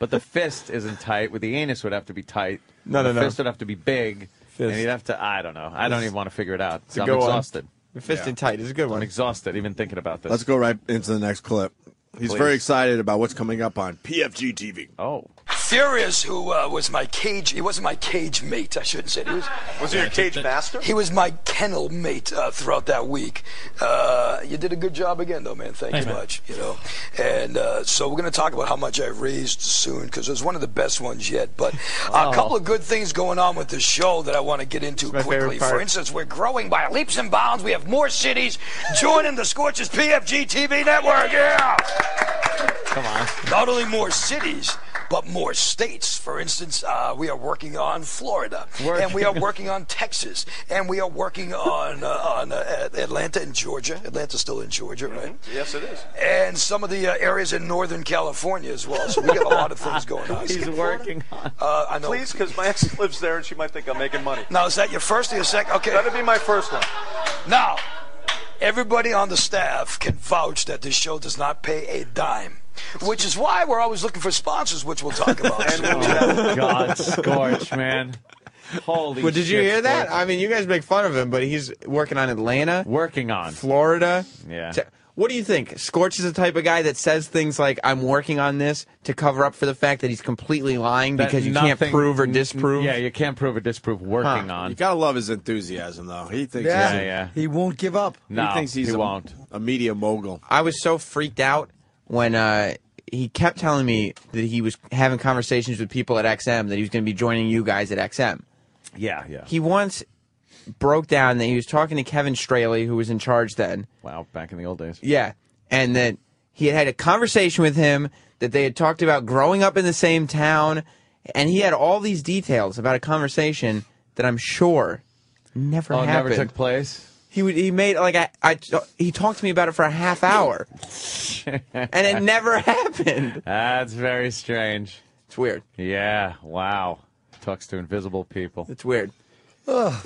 S1: But the fist isn't tight. With the anus would have to be tight.
S4: No,
S1: the
S4: no, no.
S1: Fist would have to be big. And you'd have to. I don't know. I don't even want to figure it out.
S4: a
S1: I'm
S4: good one.
S1: exhausted.
S4: The fist and tight is a good one.
S1: I'm exhausted even thinking about this.
S2: Let's go right into the next clip. He's
S1: Please.
S2: very excited about what's coming up on PFG TV.
S1: Oh.
S5: Furious, who uh, was my cage, he wasn't my cage mate, I shouldn't say. He was,
S50: Was he your cage master?
S5: He was my kennel mate uh, throughout that week. Uh, you did a good job again, though, man. Thank
S50: Thanks,
S5: you
S50: man.
S5: much. You know, and uh, so we're going to talk about how much I raised soon because it was one of the best ones yet. But
S50: Oh.
S5: a couple of good things going on with the show that I want to get into
S50: my favorite
S5: quickly.
S50: part.
S5: For instance, we're growing by leaps and bounds. We have more cities joining the Scorches PFG TV network. Yeah.
S1: Come on.
S5: Not only more cities, but more states. For instance, uh, we are working on Florida, and we are working on Texas, and we are working on uh, on uh, Atlanta and Georgia. Atlanta's still in Georgia, right?
S50: Yes, it is.
S5: And some of the uh, areas in Northern California as well. So [laughs] we got a lot of things going
S7: [laughs]
S5: on.
S50: He's
S1: working on.
S5: Uh, I know.
S50: Please, because my ex lives there and she might think I'm making money.
S5: Now is that your first or your second? Okay.
S50: That'd be my first one.
S5: Now, everybody on the staff can vouch that this show does not pay a dime, which
S50: [laughs]
S5: is why we're always looking for sponsors, which we'll talk about. soon.
S1: God, Oh, Scorch, man. Holy
S4: well, did you
S1: shit,
S4: hear that?
S1: Scorch.
S4: I mean, you guys make fun of him, but he's working on Atlanta,
S1: working on
S4: Florida.
S1: Yeah.
S4: Te- What do you think? Scorch is the type of guy that says things like "I'm working on this" to cover up for the fact that he's completely lying
S1: That
S4: because you
S1: nothing-
S4: can't prove or disprove.
S1: Yeah, you can't prove or disprove working
S4: Huh.
S1: on.
S2: You gotta love his enthusiasm, though. He thinks
S4: Yeah.
S2: he's
S4: Yeah,
S2: a-
S4: yeah.
S21: He won't give up.
S2: he thinks he's a, a
S1: [laughs]
S2: media mogul.
S4: I was so freaked out when uh, he kept telling me that he was having conversations with people at XM that he was going to be joining you guys at XM.
S1: Yeah, yeah.
S4: He once broke down that he was talking to Kevin Straley, who was in charge then.
S1: Wow, back in the old days.
S4: Yeah, and that he had had a conversation with him that they had talked about growing up in the same town, and he had all these details about a conversation that I'm sure never
S1: oh, it
S4: happened.
S1: never took place.
S4: He would, he made like I, I he talked to me about it for a half [laughs] hour, and it never happened.
S1: That's very strange.
S4: It's weird.
S1: Yeah. Wow. Talks to invisible people.
S4: It's weird.
S1: I love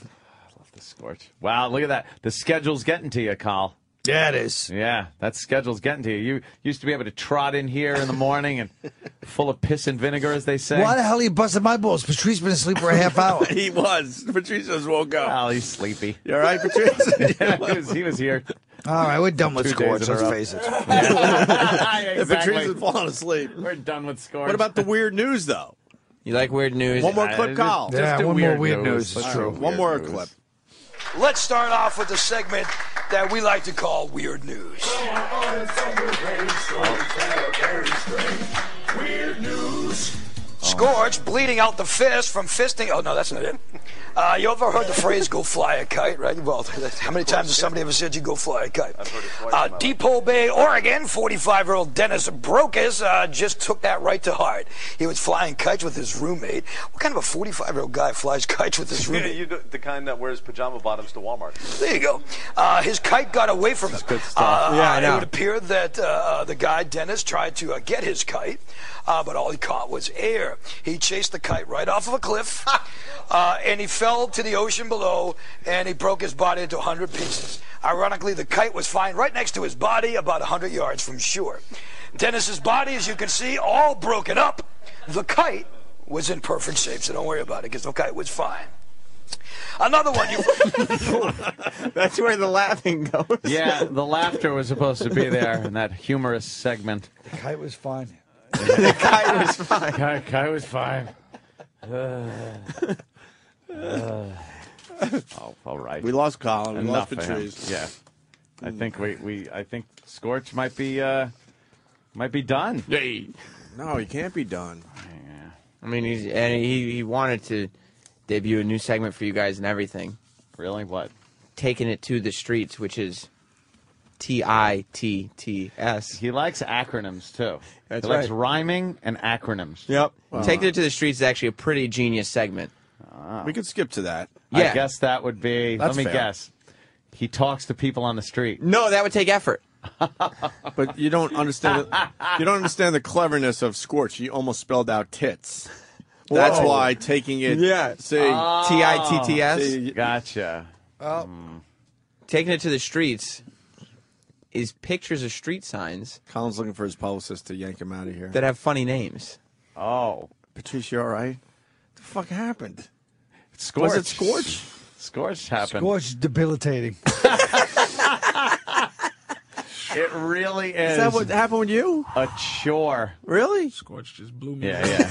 S1: the scorch. Wow. Look at that. The schedule's getting to you, Carl.
S21: Yeah, it is.
S1: Yeah, that schedule's getting to you. You used to be able to trot in here in the morning and full of piss and vinegar, as they say.
S21: Why the hell are you busting my balls? Patrice been asleep for a half
S29: [laughs]
S1: [laughs]
S21: hour.
S2: he was. Patrice just woke up.
S1: Oh, he's sleepy.
S2: You all right, Patrice?
S1: yeah, [laughs] he was, he was here.
S21: All right, we're done with
S1: Two
S21: scores.
S1: days in a
S21: Let's
S1: row.
S21: face it.
S1: [laughs]
S2: [laughs] If Patrice is falling asleep.
S1: Ah, We're done with scores.
S2: What
S1: [laughs]
S2: about the weird news, though?
S4: You like weird news?
S2: One more
S4: I-
S2: clip, Kyle.
S4: just a weird news.
S2: All
S4: Let's
S2: right,
S4: do
S2: One
S4: weird
S2: more
S4: news.
S2: clip.
S5: Let's start off with a segment that we like to call Weird News. Scorch bleeding out the fist from fisting. Oh, no, that's not it. Uh, you ever heard the phrase go fly a kite, right? Well, [laughs] how many times has somebody ever said you go fly a kite? I've heard it twice. Uh, Depot Bay, Oregon, 45 year old Dennis Brokus uh, just took that right to heart. He was flying kites with his roommate. What kind of a 45 year old guy flies kites with [laughs] his roommate?
S50: you do- the kind that wears pajama bottoms to Walmart.
S5: There you go. Uh, his kite got away from him. Good
S50: stuff. Yeah, I
S5: It
S50: know.
S5: would appear that uh, the guy, Dennis, tried to uh, get his kite, uh, but all he caught was air. He chased the kite right off of a cliff, uh, and he fell to the ocean below, and he broke his body into 100 pieces. Ironically, the kite was found right next to his body, about 100 yards from shore. Dennis's body, as you can see, all broken up. The kite was in perfect shape, so don't worry about it, because the kite was fine. Another one you
S4: That's where the laughing goes.
S1: Yeah, the laughter was supposed to be there in that humorous segment.
S21: The kite was
S1: [laughs]
S21: fine.
S4: Kai was
S1: [laughs]
S4: fine.
S1: Kai, Kai was [laughs] fine. Uh, uh, oh, all right.
S2: We lost Colin. We
S1: Enough
S2: lost
S1: of him.
S2: Patrice.
S1: Yeah. I think we, we I think Scorch might be uh might be done.
S2: No, he can't be done.
S4: I mean, he's and he he wanted to debut a new segment for you guys and everything.
S1: Really, what?
S4: Taking it to the streets, which is T I T T S.
S1: He likes acronyms too.
S4: That's
S1: he likes
S4: right.
S1: rhyming and acronyms.
S4: Yep. Taking it to the streets is actually a pretty genius segment.
S2: We could skip to that.
S1: Ah. I
S4: Yeah.
S1: guess that would be
S4: That's
S1: let me
S4: fair.
S1: guess. He talks to people on the street.
S4: No, that would take effort.
S2: [laughs] But you don't understand. The, you don't understand the cleverness of Scorch. You almost spelled out tits. That's
S4: Whoa.
S2: why taking it.
S4: Yeah. Ah.
S2: See.
S4: T I T T S.
S2: See,
S1: Gotcha.
S4: Taking it to the streets is pictures of street signs
S2: Colin's looking for his publicist to yank him out of here.
S4: that have funny names.
S1: Oh.
S2: Patricia, all right? The fuck happened?
S1: Scorch.
S2: Was it Scorch?
S1: Scorch happened.
S21: Scorch debilitating.
S1: It really is.
S2: Is that what happened with you?
S1: A chore.
S2: Really?
S29: Scorch just
S2: [laughs]
S29: blew me.
S1: Yeah, [laughs] yeah.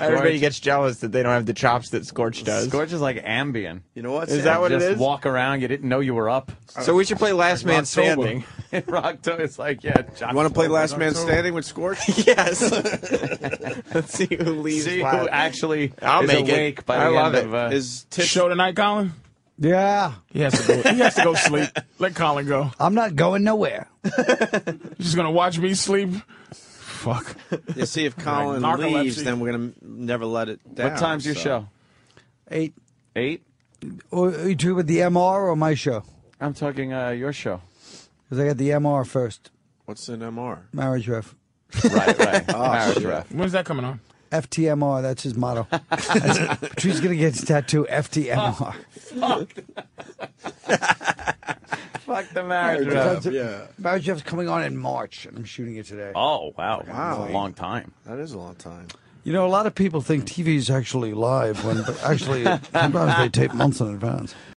S4: Everybody
S1: Scorch-
S4: gets jealous that they don't have the chops that Scorch does.
S1: Scorch is like Ambien.
S2: You know what?
S4: Is that what it
S1: Just
S4: is?
S1: walk around. You didn't know you were up.
S4: So we should play Last
S1: [laughs]
S4: Man Standing.
S1: Rockto is like, yeah. John
S2: You want to play
S1: Scorch.
S2: Last Man Standing with Scorch?
S4: yes.
S29: [laughs]
S4: Let's see who leaves.
S1: See who
S4: last.
S1: actually
S4: I'll
S1: is
S4: make it.
S1: awake by
S4: I
S1: the
S4: love
S1: end
S4: it.
S1: of. Uh,
S2: Is
S29: Show tonight, Colin.
S21: Yeah.
S29: He has to go. He has to go sleep. Let Colin go.
S21: I'm not going nowhere.
S29: He's just gonna watch me sleep. Fuck.
S2: You see if Colin
S29: Like narcolepsy.
S2: leaves, then we're gonna never let it down.
S1: what time's your
S2: so.
S1: show?
S21: Eight.
S1: Eight.
S21: Or Oh, are you talking about the MR or my show?
S1: I'm talking uh, your show.
S21: Because I got the MR first.
S2: What's an MR?
S21: Marriage ref. Oh, [laughs]
S1: Right,
S16: [laughs]
S1: right.
S16: Ah,
S1: Marriage
S2: shit.
S1: ref.
S29: When's that coming on?
S21: FTMR. That's his
S1: [laughs]
S21: motto. That's- Patrice gonna get his tattoo. FTMR.
S1: Oh, Fuck the marriage
S21: Marriage
S1: ref.
S21: Ref. Marriage ref's coming on in March, and I'm shooting it today.
S1: Oh wow,
S2: Wow.
S1: That's a [laughs] long time.
S2: That is a long time.
S5: You know, a lot of people think TV is actually live when but actually sometimes they tape months in advance.